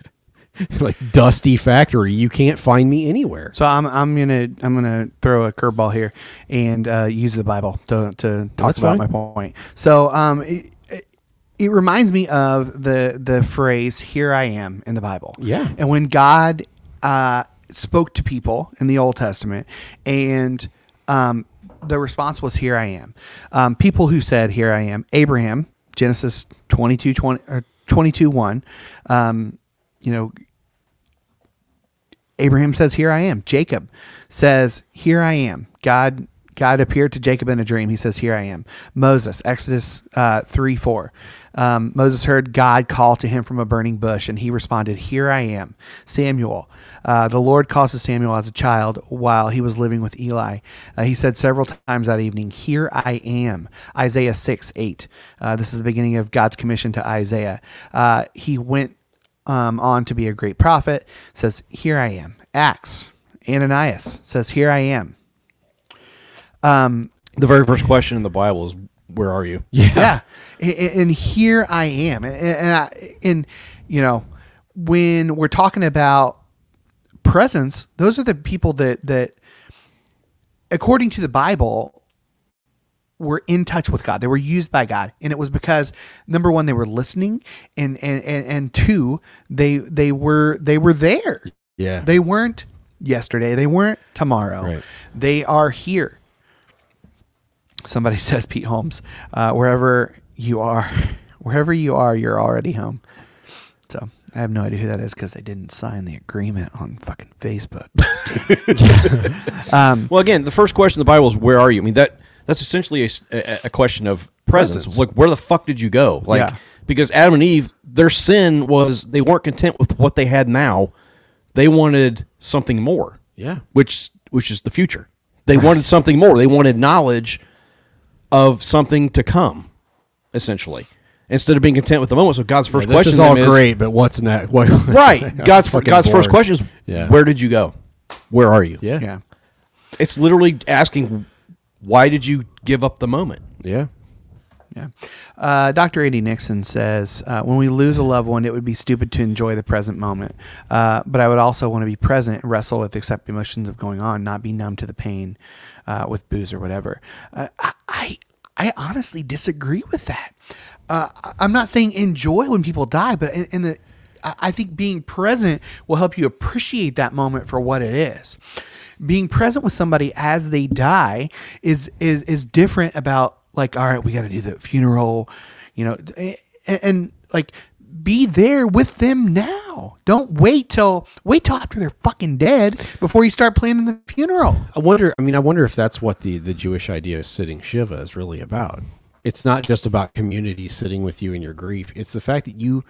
Speaker 2: [laughs] like dusty factory you can't find me anywhere
Speaker 1: So I'm I'm gonna I'm gonna throw a curveball here and uh, use the Bible to to talk
Speaker 2: That's
Speaker 1: about
Speaker 2: fine.
Speaker 1: my point. So um, it, it, it reminds me of the the phrase "Here I am" in the Bible.
Speaker 2: Yeah.
Speaker 1: and when God uh, spoke to people in the Old Testament, and um, the response was "Here I am." Um, people who said "Here I am," Abraham, Genesis 22, 20, or 22 1, um, you know, Abraham says, "Here I am." Jacob says, "Here I am." God God appeared to Jacob in a dream. He says, "Here I am." Moses, Exodus uh, three four. Um, Moses heard God call to him from a burning bush, and he responded, "Here I am." Samuel, uh, the Lord calls to Samuel as a child while he was living with Eli. Uh, he said several times that evening, "Here I am." Isaiah six eight. Uh, this is the beginning of God's commission to Isaiah. Uh, he went um, on to be a great prophet, says, Here I am. Acts, Ananias says, Here I am. Um,
Speaker 3: The very first question in the Bible is, "Where are you?"
Speaker 1: yeah. A- a- And, here I am. A- a- And, I, and, you know, when we're talking about presence, those are the people that, that, according to the Bible, were in touch with God. They were used by God, and it was because number one, they were listening, and and and, and two, they they were they were there.
Speaker 2: Yeah.
Speaker 1: they weren't yesterday. They weren't tomorrow. They are here. Somebody [laughs] says Pete Holmes, uh, wherever you are, [laughs] wherever you are, you're already home. So I have no idea who that is because they didn't sign the agreement on fucking Facebook. [laughs] um,
Speaker 3: well, again, the first question in the Bible is, "Where are you?" I mean that that's essentially a, s- a- a question of presence.
Speaker 2: Presence.
Speaker 3: Like, where the fuck did you go? Like,
Speaker 2: Yeah.
Speaker 3: because Adam and Eve, their sin was they weren't content with what they had now. They wanted something more.
Speaker 2: Yeah.
Speaker 3: which which is the future. They wanted something more. They wanted knowledge of something to come, essentially. Instead of being content with the moment, so God's first
Speaker 2: Yeah, this
Speaker 3: question
Speaker 2: is all
Speaker 3: to them
Speaker 2: great but what's next [laughs] what,
Speaker 3: [laughs] right.
Speaker 2: I'm
Speaker 3: God's
Speaker 2: [laughs] fucking
Speaker 3: God's first
Speaker 2: bored.
Speaker 3: question is,
Speaker 2: yeah
Speaker 3: "Where did you go? Where are you?"
Speaker 2: Yeah.
Speaker 1: Yeah.
Speaker 3: It's literally asking, "Why did you give up the moment?"
Speaker 2: Yeah.
Speaker 1: Yeah. Uh, Dr. Andy Nixon says, uh, when we lose a loved one, it would be stupid to enjoy the present moment. Uh, but I would also want to be present, wrestle with, accept emotions of going on, not be numb to the pain uh, with booze or whatever. Uh, I, I, I honestly disagree with that. Uh, I- I'm not saying enjoy when people die, but in, in the, I I think being present will help you appreciate that moment for what it is. being present with somebody as they die is is is different about like all right we got to do the funeral you know and, and like be there with them now don't wait till wait till after they're fucking dead before you start planning the funeral
Speaker 2: I wonder. I mean, I wonder if that's what the the Jewish idea of sitting shiva is really about. It's not just about community sitting with you in your grief. It's the fact that you.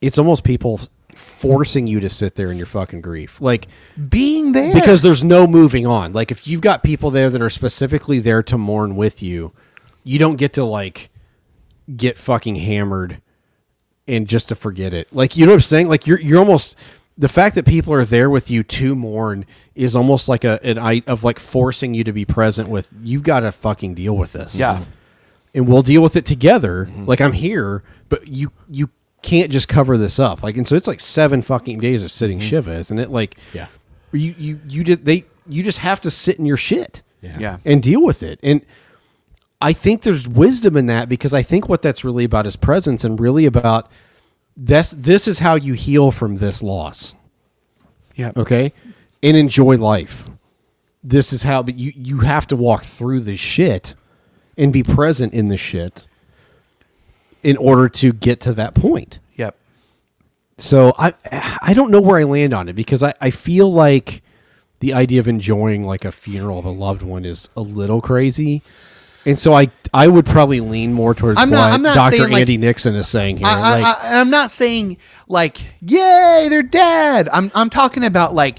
Speaker 2: It's almost people forcing you to sit there in your fucking grief, like
Speaker 1: being there
Speaker 2: because there's no moving on. Like if you've got people there that are specifically there to mourn with you, you don't get to like get fucking hammered and just to forget it. Like you know what I'm saying? Like you're you're almost the fact that people are there with you to mourn is almost like a an I of like forcing you to be present with you've got to fucking deal with this.
Speaker 3: Yeah. Mm-hmm.
Speaker 2: And we'll deal with it together. Like I'm here, but you you can't just cover this up. Like and so it's like 7 fucking days of sitting shiva, isn't it? Like
Speaker 3: Mm-hmm. Yeah.
Speaker 2: You you you just they you just have to sit in your shit
Speaker 3: Yeah. Yeah.
Speaker 2: and deal with it. And I think there's wisdom in that because I think what that's really about is presence and really about this this is how you heal from this loss.
Speaker 1: Yeah.
Speaker 2: Okay? And enjoy life. This is how but you you have to walk through this shit and be present in the shit in order to get to that point.
Speaker 1: Yep.
Speaker 2: So I I don't know where I land on it because I, I feel like the idea of enjoying like a funeral of a loved one is a little crazy. And so I I would probably lean more towards
Speaker 1: I'm not-
Speaker 2: what
Speaker 1: I'm not
Speaker 2: Dr.
Speaker 1: saying, like-
Speaker 2: Andy Nixon is saying here.
Speaker 1: I,
Speaker 2: like,
Speaker 1: I, I, I'm not saying like, yay, they're dead. I'm I'm talking about like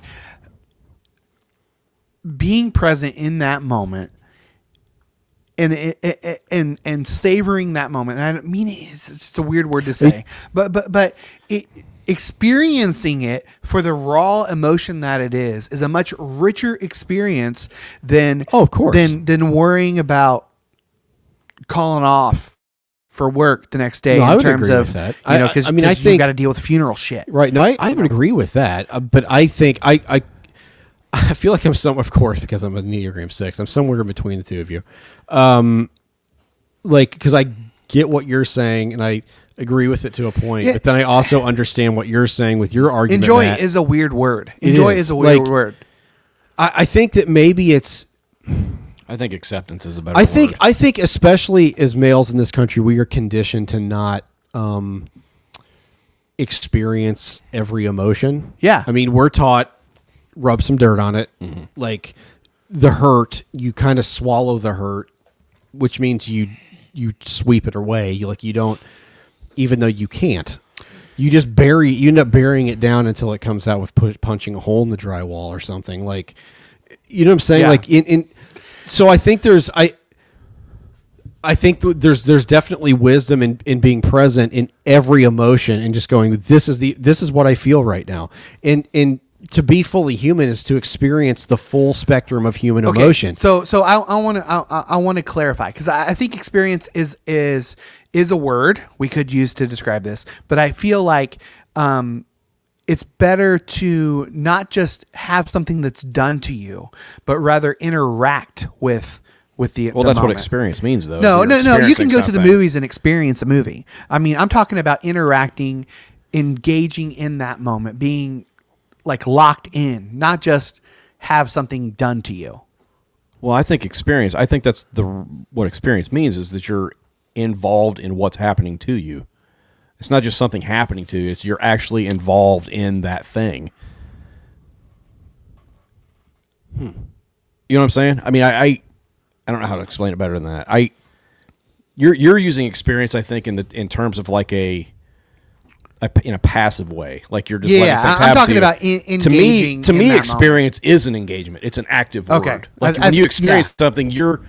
Speaker 1: being present in that moment and it- it- it- and and savoring that moment. And I don't mean it, it's, it's just a weird word to say, but but but it, experiencing it for the raw emotion that it is is a much richer experience than
Speaker 2: oh of course
Speaker 1: than than worrying about calling off for work the next day
Speaker 2: No,
Speaker 1: in
Speaker 2: I would
Speaker 1: terms
Speaker 2: agree
Speaker 1: of
Speaker 2: with that.
Speaker 1: you know
Speaker 2: I-
Speaker 1: because
Speaker 2: I mean, I
Speaker 1: you
Speaker 2: think-
Speaker 1: got to deal with funeral shit.
Speaker 2: Right. No, I, I would agree with that. uh, but I think I, I [laughs] I feel like I'm some of course because I'm a Enneagram six. I'm somewhere in between the two of you. Um like because I get what you're saying and I agree with it to a point,
Speaker 1: Yeah.
Speaker 2: but then I also understand what you're saying with your argument.
Speaker 1: Enjoy
Speaker 2: Matt.
Speaker 1: is a weird word.
Speaker 2: It
Speaker 1: Enjoy is, a weird
Speaker 2: Like,
Speaker 1: word.
Speaker 2: I, I think that maybe it's
Speaker 3: I think acceptance is a better.
Speaker 2: I think
Speaker 3: word.
Speaker 2: I think especially as males in this country, we are conditioned to not um, experience every emotion.
Speaker 1: Yeah, Mm-hmm.
Speaker 2: I mean, we're taught rub some dirt on it, like the hurt. You kind of swallow the hurt, which means you you sweep it away. You like you don't, even though you can't. You just bury. You end up burying it down until it comes out with pu- punching a hole in the drywall or something. Like, you know what I'm saying?
Speaker 1: Yeah.
Speaker 2: Like in, in so I think there's I I think th- there's there's definitely wisdom in, in being present in every emotion and just going this is the this is what I feel right now and and to be fully human is to experience the full spectrum of human
Speaker 1: Okay,
Speaker 2: emotion.
Speaker 1: So so I I want to I, I- I want to clarify because I, I think experience is is is a word we could use to describe this, but I feel like um it's better to not just have something that's done to you, but rather interact with with the
Speaker 3: Well,
Speaker 1: the
Speaker 3: that's what
Speaker 1: moment.
Speaker 3: experience means, though. is
Speaker 1: No,
Speaker 3: you're
Speaker 1: no, no. You can
Speaker 3: experiencing
Speaker 1: go to the
Speaker 3: something.
Speaker 1: movies and experience a movie. I mean, I'm talking about interacting, engaging in that moment, being like locked in, not just have something done to you.
Speaker 3: Well, I think experience. I think that's the what experience means is that you're involved in what's happening to you. It's not just something happening to you. It's you're actually involved in that thing. Hmm. You know what I'm saying? I mean, I, I I don't know how to explain it better than that. I you're you're using experience, I think, in the in terms of like a, a in a passive way, like you're just
Speaker 1: Yeah,
Speaker 3: letting things
Speaker 1: I- I'm
Speaker 3: happen
Speaker 1: talking
Speaker 3: to you.
Speaker 1: about en-
Speaker 3: to me
Speaker 1: engaging
Speaker 3: to
Speaker 1: in
Speaker 3: me
Speaker 1: that
Speaker 3: experience is an engagement. It's an active
Speaker 1: Okay.
Speaker 3: word. Like
Speaker 1: I-
Speaker 3: when
Speaker 1: I-
Speaker 3: you experience something, you're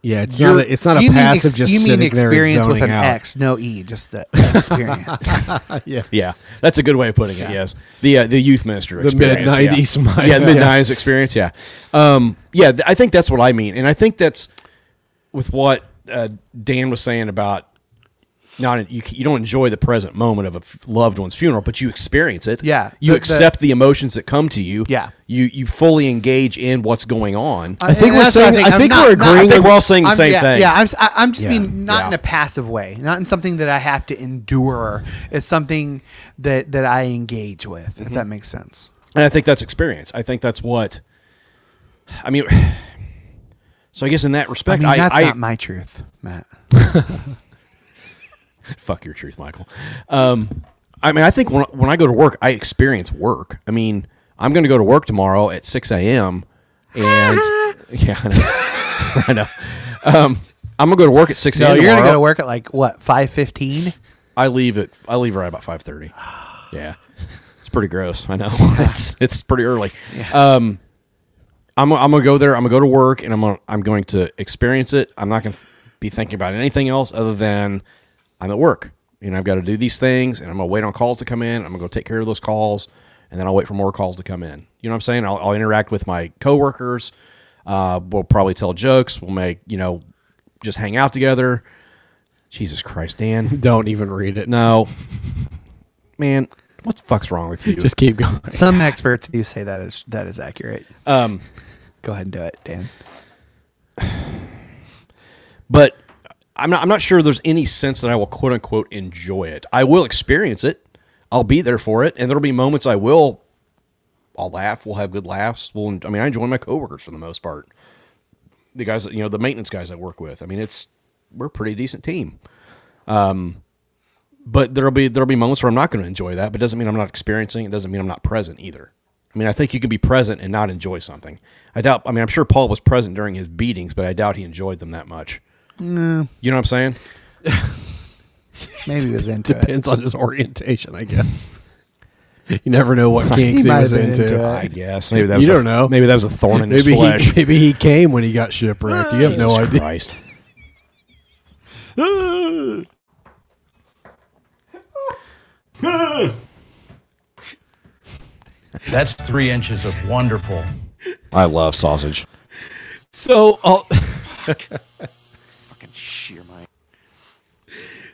Speaker 2: yeah, it's
Speaker 3: You're-
Speaker 2: not a, it's not a
Speaker 1: You mean
Speaker 2: passive
Speaker 1: ex-
Speaker 2: just
Speaker 1: you mean
Speaker 2: sitting
Speaker 1: experience
Speaker 2: there and
Speaker 1: with an
Speaker 2: zoning out. [laughs]
Speaker 1: X, no E, just the experience.
Speaker 2: yes.
Speaker 3: Yeah, that's a good way of putting it. Yes, the uh, the youth minister
Speaker 2: The
Speaker 3: experience,
Speaker 2: mid-nineties
Speaker 3: yeah,
Speaker 2: might-
Speaker 3: yeah, the
Speaker 2: yeah.
Speaker 3: mid nineties experience, yeah, um, yeah. th- I think that's what I mean, and I think that's with what uh, Dan was saying about not you, c- you don't enjoy the present moment of a f- loved one's funeral, but you experience it.
Speaker 1: Yeah, the-
Speaker 3: you
Speaker 1: the-
Speaker 3: accept the, emotions that come to you.
Speaker 1: Yeah.
Speaker 3: you you fully engage in what's going on.
Speaker 1: Uh, and that's what I'm not- not-
Speaker 3: I think we're all saying the
Speaker 1: I'm-
Speaker 3: same
Speaker 1: yeah,
Speaker 3: thing.
Speaker 1: Yeah, I'm, s- I, am i am just
Speaker 3: Yeah.
Speaker 1: mean not
Speaker 3: Yeah.
Speaker 1: in a passive way, not in something that I have to endure. It's something
Speaker 2: Mm-hmm.
Speaker 1: that that I engage with, if that makes sense.
Speaker 3: And I think that's experience. I think that's what I mean, [sighs] so I guess in that respect,
Speaker 1: I mean, that's
Speaker 3: I,
Speaker 1: not my truth, Matt.
Speaker 3: fuck your truth, Michael. Um, I mean, I think when when I go to work, I experience work. I mean, I'm going to go to work tomorrow at 6 a.m.
Speaker 1: [laughs]
Speaker 3: and yeah, I know. [laughs] I know. Um, I'm going to go to work at 6
Speaker 1: No,
Speaker 3: a.m.
Speaker 1: you're gonna
Speaker 3: tomorrow.
Speaker 1: go to work at like what five fifteen?
Speaker 3: I leave at I leave right about
Speaker 1: [sighs]
Speaker 3: five thirty. Yeah, it's pretty gross. I know [laughs] it's it's pretty early. Um, I'm I'm gonna go there. I'm gonna go to work, and I'm gonna, I'm going to experience it. I'm not gonna f- be thinking about anything else other than I'm at work. You know, I've got to do these things, and I'm gonna wait on calls to come in. I'm gonna go take care of those calls, and then I'll wait for more calls to come in. You know what I'm saying? I'll, I'll interact with my coworkers. Uh, we'll probably tell jokes. We'll make you know, just hang out together. Jesus Christ, Dan!
Speaker 2: [laughs] Don't even read it.
Speaker 3: No, man, what the fuck's wrong
Speaker 2: [laughs]
Speaker 3: with you?
Speaker 1: Some experts do say that is that is accurate.
Speaker 3: Um,
Speaker 1: go ahead and do it, Dan.
Speaker 3: but I'm not. I'm not sure there's any sense that I will quote unquote enjoy it. I will experience it. I'll be there for it, and there'll be moments I will. I'll laugh. We'll have good laughs. We'll. I mean, I enjoy my coworkers for the most part. The guys, that you know, the maintenance guys I work with. I mean, it's we're a pretty decent team. Um, but there'll be there'll be moments where I'm not going to enjoy that. But it doesn't mean I'm not experiencing. It doesn't mean I'm not present either. I mean, I think you can be present and not enjoy something. I doubt. I mean, I'm sure Paul was present during his beatings, but I doubt he enjoyed them that much.
Speaker 1: No,
Speaker 3: You know what I'm saying?
Speaker 1: maybe he was into it.
Speaker 2: Depends on his orientation, I guess. [laughs] You never know what kinks he,
Speaker 1: might
Speaker 2: was
Speaker 1: have been
Speaker 2: into.
Speaker 1: into it.
Speaker 3: I guess. Maybe that was
Speaker 2: you
Speaker 3: a-
Speaker 2: don't know.
Speaker 3: maybe that was a thorn in his
Speaker 2: Maybe
Speaker 3: [laughs]
Speaker 2: he-
Speaker 3: flesh.
Speaker 2: maybe he came when he got shipwrecked. You have
Speaker 3: [laughs]
Speaker 2: no
Speaker 3: Jesus
Speaker 2: idea.
Speaker 3: Christ.
Speaker 17: [laughs] That's three inches of wonderful.
Speaker 3: I love sausage.
Speaker 2: So,
Speaker 3: [laughs]
Speaker 2: all
Speaker 4: Fucking sheer my.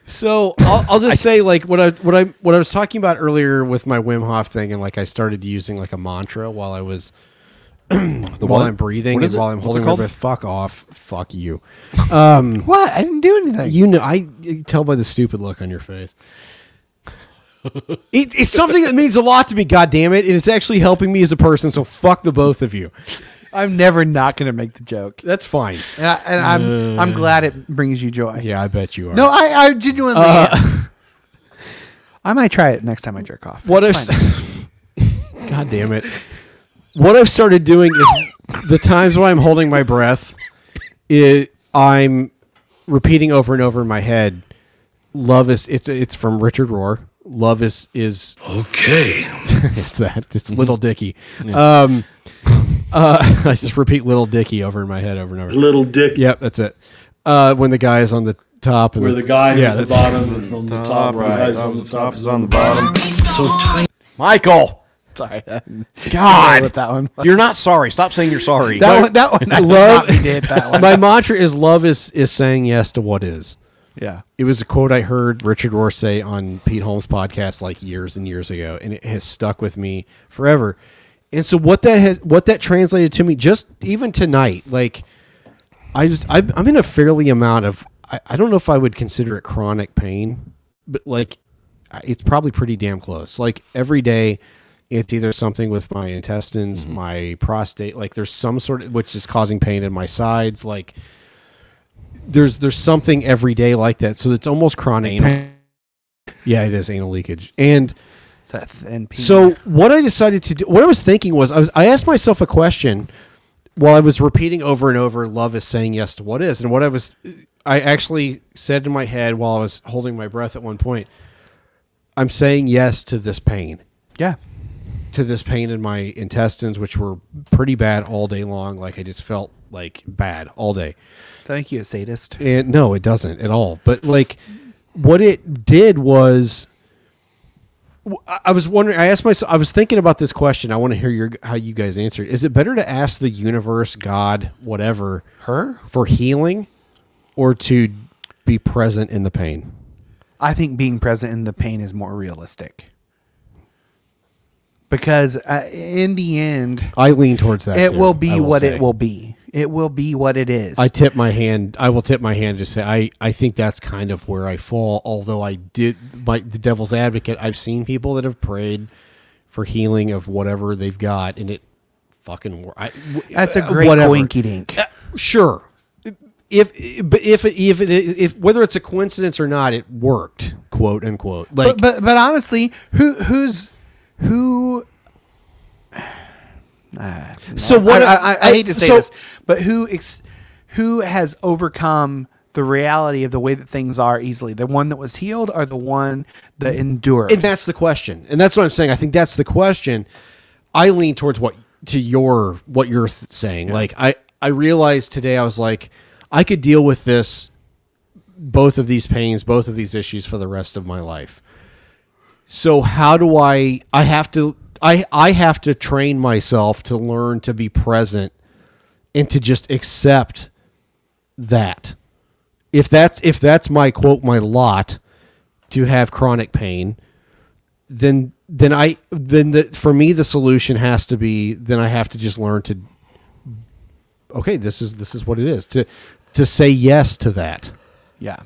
Speaker 2: So I'll, I'll just say like what I what I what I was talking about earlier with my Wim Hof thing, and like I started using like a mantra while I was [clears throat] while
Speaker 3: what?
Speaker 2: I'm breathing
Speaker 3: What
Speaker 2: and
Speaker 3: is it?
Speaker 2: while I'm
Speaker 3: What's it
Speaker 2: holding my
Speaker 3: called?
Speaker 2: breath. Fuck off, fuck you. Um,
Speaker 1: what? I didn't do anything.
Speaker 2: You know, I you can tell by the stupid look on your face. It, it's something that means a lot to me. God damn it! And it's actually helping me as a person. So fuck the both of you.
Speaker 1: I'm never not going to make the joke.
Speaker 2: That's fine.
Speaker 1: And, I, and I'm I'm glad it brings you joy.
Speaker 2: Uh. Yeah, I bet you are.
Speaker 1: No, I I genuinely.
Speaker 2: Uh,
Speaker 1: am. [laughs] I might try it next time I jerk off.
Speaker 2: What
Speaker 1: It's
Speaker 2: [laughs] if-
Speaker 1: fine.
Speaker 2: [laughs] God damn it. What I've started doing is the times when I'm holding my breath, it, I'm repeating over and over in my head. Love is it's it's from Richard Rohr. Love is is
Speaker 17: Okay.
Speaker 2: [laughs] it's that it's
Speaker 1: Mm-hmm.
Speaker 2: Little Dicky.
Speaker 17: Yeah.
Speaker 2: Um, uh, [laughs] I just repeat Little Dicky over in my head over and over.
Speaker 18: Little Dicky.
Speaker 2: Yep, that's it. Uh, when the guy is on the top, and
Speaker 18: Where the guy who's the
Speaker 2: that's- [laughs]
Speaker 18: bottom is on the top, right? Guys on the top is on the bottom.
Speaker 3: So tiny. Michael.
Speaker 1: Sorry.
Speaker 3: God.
Speaker 1: What that one was.
Speaker 3: You're not sorry. Stop saying you're sorry.
Speaker 2: My-
Speaker 1: I did
Speaker 2: love.
Speaker 1: not [laughs] did that
Speaker 2: [laughs]
Speaker 1: one.
Speaker 2: My mantra is love is is saying yes to what is.
Speaker 1: Yeah.
Speaker 2: It was a quote I heard Richard Rohr say on Pete Holmes' podcast like years and years ago, and it has stuck with me forever. And so what that has what that translated to me just even tonight, like I just I, I'm in a fairly amount of I, I don't know if I would consider it chronic pain, but like I- it's probably pretty damn close. Like every day, it's either something with my intestines, my prostate, like there's some sort of which is causing pain in my sides. Like there's there's something every day like that. So it's almost chronic.
Speaker 1: Anal.
Speaker 2: Pain. Yeah, it is anal leakage, and
Speaker 1: It's that thin piece.
Speaker 2: so what I decided to do, what I was thinking was, I was I asked myself a question while I was repeating over and over, "Love is saying yes to what is," and what I was, I actually said in my head while I was holding my breath at one point, "I'm saying yes to this pain."
Speaker 1: Yeah.
Speaker 2: To this pain in my intestines, which were pretty bad all day long. Like I just felt like bad all day.
Speaker 1: Thank you, sadist.
Speaker 2: And no, it doesn't at all. But like, what it did was, w- I I was wondering. I asked myself. I was thinking about this question. I want to hear your how you guys answered. Is it better to ask the universe, God, whatever,
Speaker 1: her
Speaker 2: for healing, or to be present in the pain?
Speaker 1: I think being present in the pain is more realistic. Because uh, in the end,
Speaker 2: I lean towards that.
Speaker 1: it
Speaker 2: too,
Speaker 1: will be
Speaker 2: I
Speaker 1: what
Speaker 2: say.
Speaker 1: it will be. It will be what it is.
Speaker 2: I tip my hand. I will tip my hand to say I, I think that's kind of where I fall. Although I did my the devil's advocate. I've seen people that have prayed for healing of whatever they've got, and it fucking word. I, w-
Speaker 1: That's a
Speaker 2: uh,
Speaker 1: great winky dink.
Speaker 2: Uh, sure. If but if it- if it, if whether it's a coincidence or not, it worked, quote unquote. Like
Speaker 1: but, but but honestly, who who's who? [sighs] Ah,
Speaker 2: So what-
Speaker 1: I, I, I, I hate to say
Speaker 2: so-
Speaker 1: this, but who ex, who has overcome the reality of the way that things are easily? The one that was healed, or the one that endured?
Speaker 2: And that's the question. And that's what I'm saying. I think that's the question. I lean towards what to your what you're th- saying. Like I I realized today I was like I could deal with this both of these pains, both of these issues for the rest of my life. So how do I I have to I I have to train myself to learn to be present and to just accept that if that's if that's my quote my lot to have chronic pain then then i then the for me the solution has to be then i have to just learn to okay this is this is what it is to to say yes to that
Speaker 1: yeah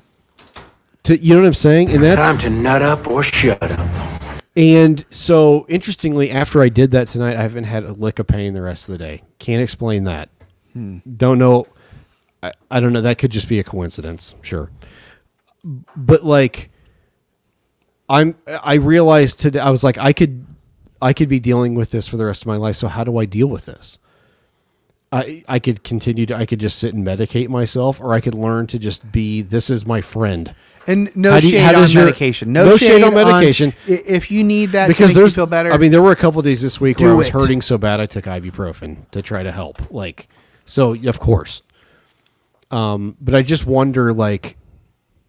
Speaker 2: to you know what i'm saying and that's
Speaker 19: Time to nut up or shut up.
Speaker 2: and so, interestingly, after I did that tonight, I haven't had a lick of pain the rest of the day. Can't explain that.
Speaker 19: Hmm.
Speaker 2: Don't know. I, I don't know. That could just be a coincidence. Sure. But like, I'm. I realized today. I was like, I could, I could be dealing with this for the rest of my life. So how do I deal with this? I I could continue to. I could just sit and medicate myself, or I could learn to just be. This is my friend.
Speaker 1: and no
Speaker 2: How do you-
Speaker 1: shade
Speaker 2: how
Speaker 1: on
Speaker 2: does your-
Speaker 1: medication. No,
Speaker 2: no shade on medication.
Speaker 1: i- if you need that
Speaker 2: because
Speaker 1: to make
Speaker 2: there's
Speaker 1: you feel better,
Speaker 2: I mean, there were a couple days this week where
Speaker 1: Do
Speaker 2: I was
Speaker 1: it.
Speaker 2: hurting so bad I took ibuprofen to try to help. Like, so of course. Um, but I just wonder, like,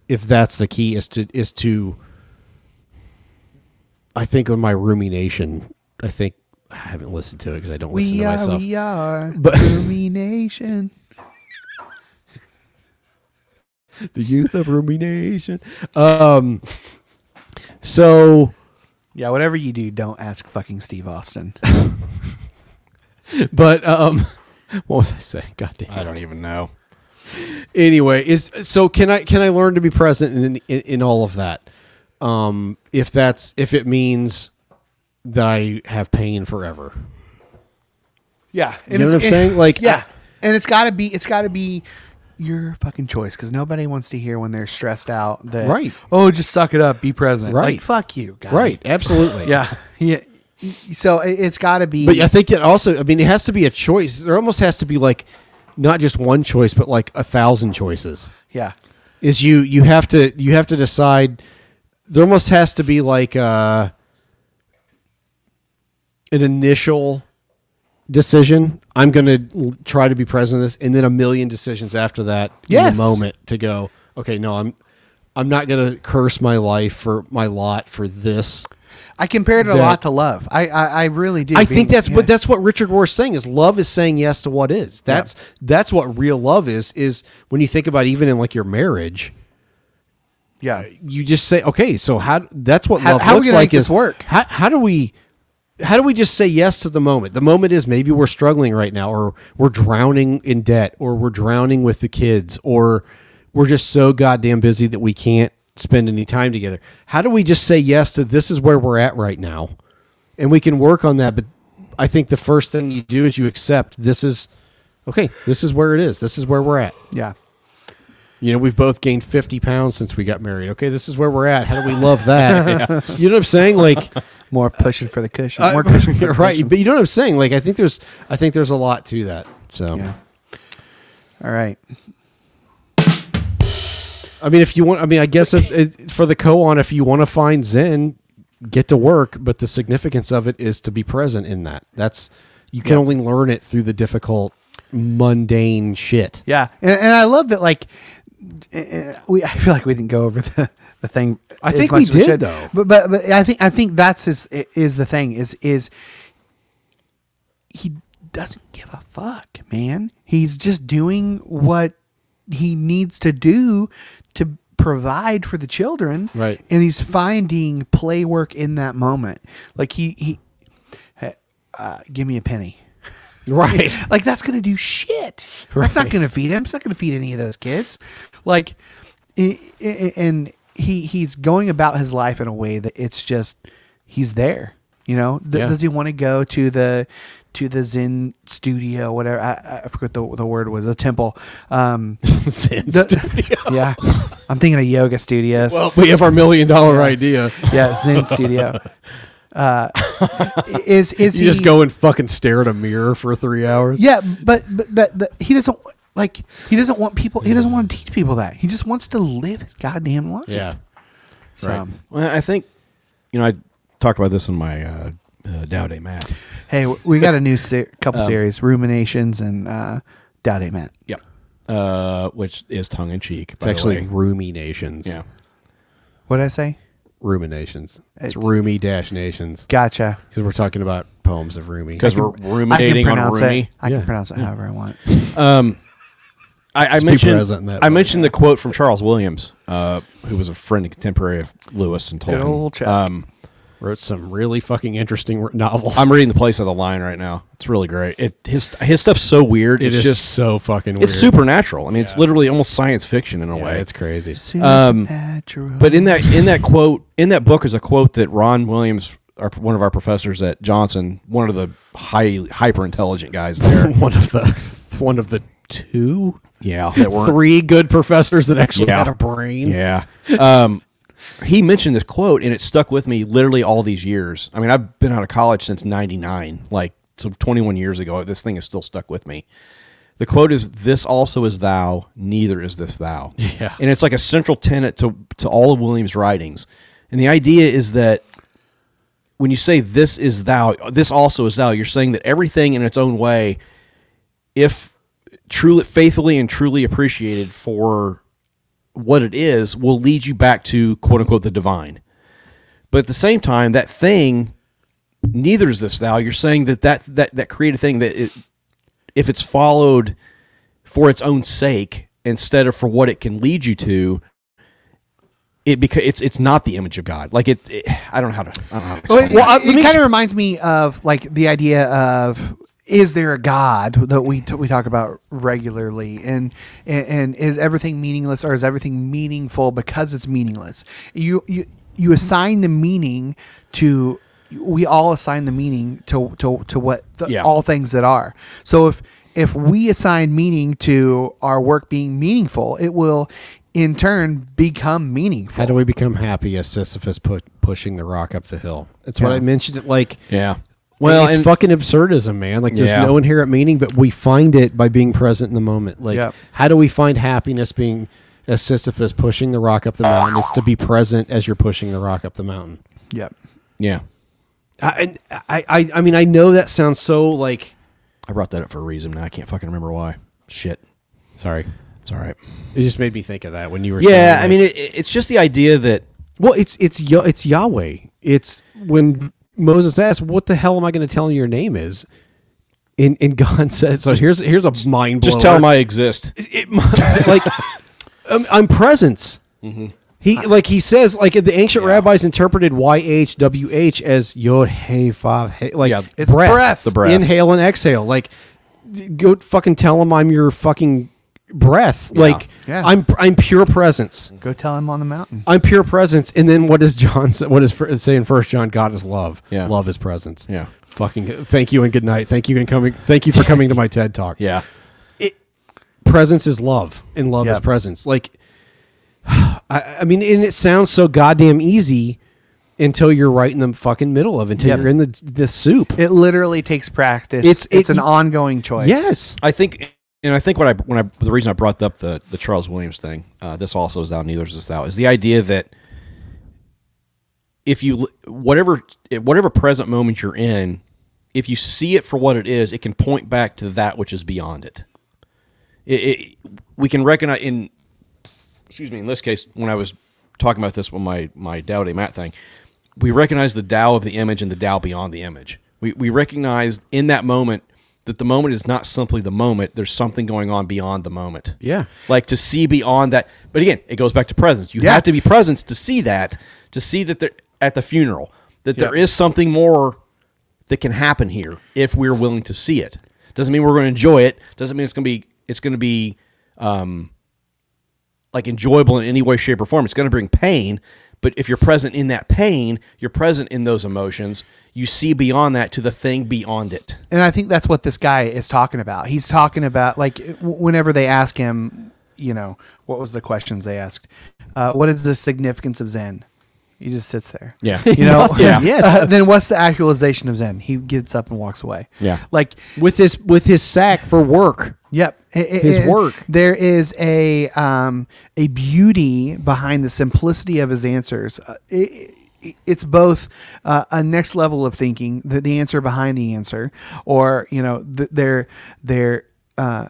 Speaker 2: if that's the key is to is to. I think on my rumination, I think I haven't listened to it because I don't listen
Speaker 1: we
Speaker 2: to
Speaker 1: are
Speaker 2: myself.
Speaker 1: we are
Speaker 2: But-
Speaker 1: rumination.
Speaker 2: the youth of rumination. Um, so
Speaker 1: Yeah, whatever you do, don't ask fucking Steve Austin.
Speaker 2: but um [laughs] what was i saying god damn i don't even know anyway is so can i can i learn to be present in in, in all of that um if that's if it means that i have pain forever
Speaker 1: [laughs] Yeah,
Speaker 2: You know what
Speaker 1: it's- [laughs]
Speaker 2: I'm saying? Like,
Speaker 1: yeah, and it's got to be it's got to be your fucking choice because nobody wants to hear when they're stressed out that
Speaker 2: Right.
Speaker 1: Oh, just suck it up, be present.
Speaker 2: Right.
Speaker 1: like, fuck you, guy.
Speaker 2: Right, [laughs] absolutely.
Speaker 1: yeah, [laughs] yeah. So it- it's got to be.
Speaker 2: but i think it also i mean it has to be a choice there almost has to be like not just one choice but like a thousand choices
Speaker 1: yeah,
Speaker 2: is you you have to you have to decide there almost has to be like uh an initial decision i'm going to l- try to be present in this and then a million decisions after that in
Speaker 1: Yes.
Speaker 2: the moment to go okay no i'm i'm not going to curse my life for my lot for this
Speaker 1: I compared it a
Speaker 2: That-
Speaker 1: lot to love. I I, I really do.
Speaker 2: I
Speaker 1: being-
Speaker 2: think that's
Speaker 1: yeah.
Speaker 2: what that's what Richard Rohr's saying is love is saying yes to what is. That's that's what real love is. Is when you think about even in like your marriage,
Speaker 1: yeah,
Speaker 2: you just say okay. So how that's what
Speaker 1: How-
Speaker 2: love
Speaker 1: how are we
Speaker 2: looks
Speaker 1: gonna
Speaker 2: like
Speaker 1: make this
Speaker 2: is
Speaker 1: work?
Speaker 2: How how do we how do we just say yes to the moment? The moment is maybe we're struggling right now, or we're drowning in debt, or we're drowning with the kids, or we're just so goddamn busy that we can't spend any time together. How do we just say yes to this is where we're at right now? And we can work on that, but I think the first thing you do is you accept this is okay, this is where it is. This is where we're at.
Speaker 1: Yeah.
Speaker 2: You know, we've both gained 50 pounds since we got married. Okay, this is where we're at. How do we love
Speaker 1: [laughs]
Speaker 2: that?
Speaker 1: Yeah.
Speaker 2: You know what I'm saying? Like
Speaker 1: more pushing for the cushion.
Speaker 2: [laughs]
Speaker 1: [laughs]
Speaker 2: Uh,
Speaker 1: More pushing for the
Speaker 2: right,
Speaker 1: cushion.
Speaker 2: but you know what I'm saying? Like I think there's I think there's a lot to that. So
Speaker 1: All right.
Speaker 2: I mean, if you want, I mean, I guess it, it, for the koan, if you want to find Zen, get to work. But the significance of it is to be present in that. That's you can
Speaker 1: Yeah.
Speaker 2: only learn it through the difficult, mundane shit.
Speaker 1: Yeah, and, and I love that. Like, eh, we I feel like we didn't go over [laughs] the, the thing.
Speaker 2: I
Speaker 1: as
Speaker 2: think
Speaker 1: much
Speaker 2: we
Speaker 1: as we
Speaker 2: did,
Speaker 1: should.
Speaker 2: though.
Speaker 1: But but but I think I think that's is is the thing is is he doesn't give a fuck, man. He's just doing what he needs to do to provide for the children,
Speaker 2: right?
Speaker 1: And he's finding play work in that moment. Like he he, eh, uh, give me a penny.
Speaker 2: Right.
Speaker 1: Like that's gonna do
Speaker 2: [laughs]
Speaker 1: shit. That's not
Speaker 2: Right.
Speaker 1: gonna feed him. It's not gonna feed any of those kids. Like, i- i- and he he's going about his life in a way that it's just he's there. You know, Th-
Speaker 2: Yeah.
Speaker 1: does he want to go to the to the Zen studio, whatever I, I forget the the word was, the temple. Um,
Speaker 2: [laughs] [laughs] Zen studio.
Speaker 1: [laughs] Yeah, I'm thinking of yoga studios.
Speaker 2: Well, we have our million dollar idea.
Speaker 1: Yeah, Zen
Speaker 2: [laughs]
Speaker 1: studio. Uh, is is
Speaker 2: you
Speaker 1: he,
Speaker 2: just go and fucking stare at a mirror for three hours?
Speaker 1: Yeah, but but, but but he doesn't like he doesn't want people. He doesn't want to teach people that. He just wants to live his goddamn life.
Speaker 2: Yeah.
Speaker 1: So,
Speaker 3: right. Um, Well, I think, you know, I talked about this in my uh, uh, Dowday Matt.
Speaker 1: Hey, w- we got a new se-
Speaker 3: Um,
Speaker 1: couple series, Ruminations and uh, Dowdy Matt.
Speaker 3: Yep. Uh, which is tongue in cheek.
Speaker 2: It's actually Roomy Nations.
Speaker 3: Yeah.
Speaker 1: What did I say?
Speaker 2: Ruminations.
Speaker 1: It's-
Speaker 2: It's, Roomy Dash Nations.
Speaker 1: Gotcha.
Speaker 2: Because we're talking about poems of Roomy.
Speaker 3: 'Cause we're ruminating
Speaker 1: I
Speaker 3: on
Speaker 1: can pronounce
Speaker 3: Rumi.
Speaker 1: It. I
Speaker 3: Yeah.
Speaker 1: can pronounce it however I want.
Speaker 3: Um, I, I
Speaker 2: Just be present in
Speaker 3: mentioned
Speaker 2: that
Speaker 3: I
Speaker 2: moment,
Speaker 3: mentioned the quote from Charles Williams, uh, who was a friend and contemporary of Lewis and Tolkien.
Speaker 2: old Chuck.
Speaker 3: Um,
Speaker 2: wrote some really fucking interesting r- novels.
Speaker 3: I'm reading the place of the line right now. It's really great. It his his stuff's so weird.
Speaker 2: It
Speaker 3: it's
Speaker 2: is
Speaker 3: just
Speaker 2: so fucking
Speaker 3: It's
Speaker 2: weird.
Speaker 3: supernatural. I mean, it's literally almost science fiction in a way.
Speaker 2: it's crazy.
Speaker 3: Um,
Speaker 1: Supernatural.
Speaker 3: but in that in that quote in that book is a quote that Ron Williams, our, one of our professors at Johnson, one of the high hyper intelligent guys
Speaker 2: [laughs]
Speaker 3: there,
Speaker 2: one of the one of the two, [laughs]
Speaker 3: yeah, that weren't-
Speaker 2: three good professors that actually
Speaker 3: Yeah.
Speaker 2: had a brain.
Speaker 3: Yeah. Um, he mentioned this quote and it stuck with me literally all these years. I mean, I've been out of college since 99, like so 21 years ago. This thing is still stuck with me. The quote is this also is thou, neither is this thou.
Speaker 2: Yeah.
Speaker 3: And it's like a central tenet to to all of Williams' writings. And the idea is that when you say this is thou, this also is thou, you're saying that everything in its own way, if truly faithfully and truly appreciated for what it is, will lead you back to quote unquote the divine. But at the same time, that thing, neither is this thou. You're saying that that that, that created thing that it, if it's followed for its own sake instead of for what it can lead you to, it because it's it's not the image of God. Like it, it I don't know how to. I don't know how to
Speaker 1: Well, uh,
Speaker 3: explain
Speaker 1: it,
Speaker 3: it.
Speaker 1: kind of reminds me of like the idea of is there a God that we t- we talk about regularly, and, and and is everything meaningless or is everything meaningful because it's meaningless? You you you assign the meaning to we all assign the meaning to to to what the,
Speaker 3: Yeah.
Speaker 1: all things that are. So if if we assign meaning to our work being meaningful, it will in turn become meaningful.
Speaker 2: How do we become happy as Sisyphus pu- pushing the rock up the hill? That's what
Speaker 1: Yeah.
Speaker 2: I mentioned. It like
Speaker 3: Yeah.
Speaker 2: Well, it's
Speaker 3: and-
Speaker 2: fucking absurdism, man. Like there's
Speaker 3: Yeah.
Speaker 2: no inherent meaning, but we find it by being present in the moment. Like
Speaker 1: Yep.
Speaker 2: how do we find happiness being as Sisyphus pushing the rock up the mountain? It's to be present as you're pushing the rock up the mountain.
Speaker 1: Yep.
Speaker 3: yeah.
Speaker 2: I, and I, I, I mean, I know that sounds so like.
Speaker 3: I brought that up for a reason. Now I can't fucking remember why. Shit.
Speaker 2: Sorry,
Speaker 3: It's all right.
Speaker 2: it just made me think of that when you were. saying,
Speaker 3: Yeah, I
Speaker 2: like-
Speaker 3: mean, it, it- it's just the idea that
Speaker 2: well, it's it's Yo- it's Yahweh. It's when Moses asked, "What the hell am I going to tell you your name is?" And and [laughs] God says, "So here's here's a mind blower.
Speaker 3: just tell them I exist.
Speaker 2: it, [laughs] like um, I'm presence.
Speaker 3: Mm-hmm.
Speaker 2: He like he says like the ancient rabbis interpreted YHWH as Yod Hey Vav Hey like
Speaker 3: Yeah,
Speaker 1: it's breath.
Speaker 3: The breath.
Speaker 2: inhale and exhale like d- go fucking tell him I'm your fucking breath like
Speaker 1: Yeah.
Speaker 2: I'm I'm pure presence
Speaker 1: Go tell him on the mountain.
Speaker 2: I'm pure presence and then what does John say, what is fir- say in First John God is love
Speaker 3: Yeah.
Speaker 2: love is presence
Speaker 3: Yeah.
Speaker 2: fucking thank you and good night thank you and coming thank you for coming to my TED talk
Speaker 3: Yeah.
Speaker 2: presence is love and love is
Speaker 1: Yep.
Speaker 2: presence like [sighs] I, I mean and it sounds so goddamn easy until you're right in the fucking middle of it, until
Speaker 1: Yep.
Speaker 2: you're in the the soup
Speaker 1: It literally takes practice. It's
Speaker 2: It's- it-
Speaker 1: it's an ongoing choice.
Speaker 2: yes
Speaker 3: I think, and I think when I when I the reason I brought up the the Charles Williams thing, uh, this also is thou, neither is this thou, is the idea that if you l- whatever whatever present moment you're in, if you see it for what it is, it can point back to that which is beyond it. It, it we can recognize in excuse me in this case when I was talking about this with my my Tao Te Mat thing, we recognize the Tao of the image and the Tao beyond the image. We we recognize in that moment that the moment is not simply the moment. There's something going on beyond the moment.
Speaker 2: Yeah.
Speaker 3: like to see beyond that. But again, it goes back to presence. You
Speaker 1: Yeah.
Speaker 3: have to be present to see that. To see that there, at the funeral that there
Speaker 1: Yeah.
Speaker 3: is something more that can happen here if we're willing to see it. Doesn't mean we're going to enjoy it. Doesn't mean it's going to be it's going to be um, like enjoyable in any way, shape, or form. It's going to bring pain, But if you're present in that pain, you're present in those emotions. You see beyond that to the thing beyond it.
Speaker 1: And I think that's what this guy is talking about. He's talking about like w- whenever they ask him, you know, what was the questions they asked? Uh, what is the significance of Zen? He just sits there.
Speaker 3: Yeah.
Speaker 1: You know.
Speaker 3: Yeah. Yes.
Speaker 1: Uh, then what's the actualization of Zen? He gets up and walks away.
Speaker 3: Yeah.
Speaker 1: Like
Speaker 2: with his with his sack for work.
Speaker 1: Yep. I- I-
Speaker 2: His
Speaker 1: I-
Speaker 2: work.
Speaker 1: There is a um, a beauty behind the simplicity of his answers. Uh, i i it's both uh, a next level of thinking, the, the answer behind the answer, or you know, th- their their uh,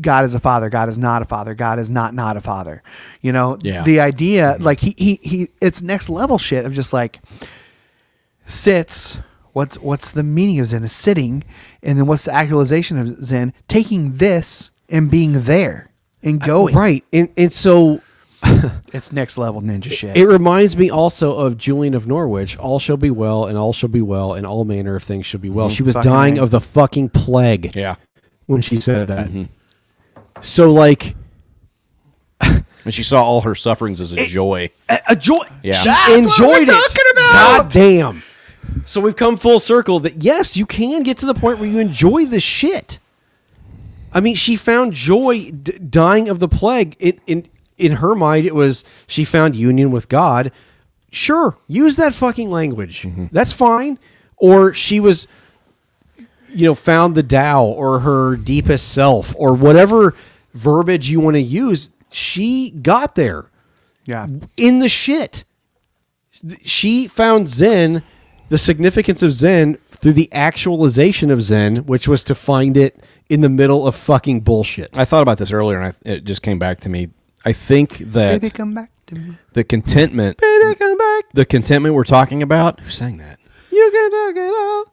Speaker 1: God is a father. God is not a father. God is not not a father. You know,
Speaker 3: Yeah.
Speaker 1: the idea
Speaker 2: Mm-hmm.
Speaker 1: like he he he. It's next level shit of just like sits. What's what's the meaning of Zen? Is sitting, and then what's the actualization of Zen? Taking this and being there and going.
Speaker 2: Oh, Right. And and so
Speaker 1: It's next level ninja shit.
Speaker 2: It reminds me also of Julian of Norwich. All shall be well, and all shall be well, and all manner of things shall be well.
Speaker 1: Mhm.
Speaker 2: She was
Speaker 1: Fucking
Speaker 2: dying
Speaker 1: right.
Speaker 2: of the fucking plague.
Speaker 3: Yeah.
Speaker 2: When she said that.
Speaker 3: Mm-hmm.
Speaker 2: So like
Speaker 3: And she saw all her sufferings as a joy.
Speaker 2: a, a joy.
Speaker 3: Yeah.
Speaker 2: She
Speaker 3: That's
Speaker 2: enjoyed it. God damn. So we've come full circle that yes, you can get to the point where you enjoy the shit. I mean, she found joy d- dying of the plague. It, in in her mind, it was she found union with God. Sure, use that fucking language. That's fine. Or she was, you know, found the Tao or her deepest self or whatever verbiage you want to use. She got there
Speaker 1: Yeah.
Speaker 2: in the shit. Th- She found Zen, the significance of Zen through the actualization of Zen, which was to find it in the middle of fucking bullshit.
Speaker 3: I thought about this earlier, and I, it just came back to me. I think that
Speaker 1: Baby, come back to me.
Speaker 3: the contentment,
Speaker 2: Baby, come back.
Speaker 3: the contentment we're talking about. Who sang that?
Speaker 2: You can take it all.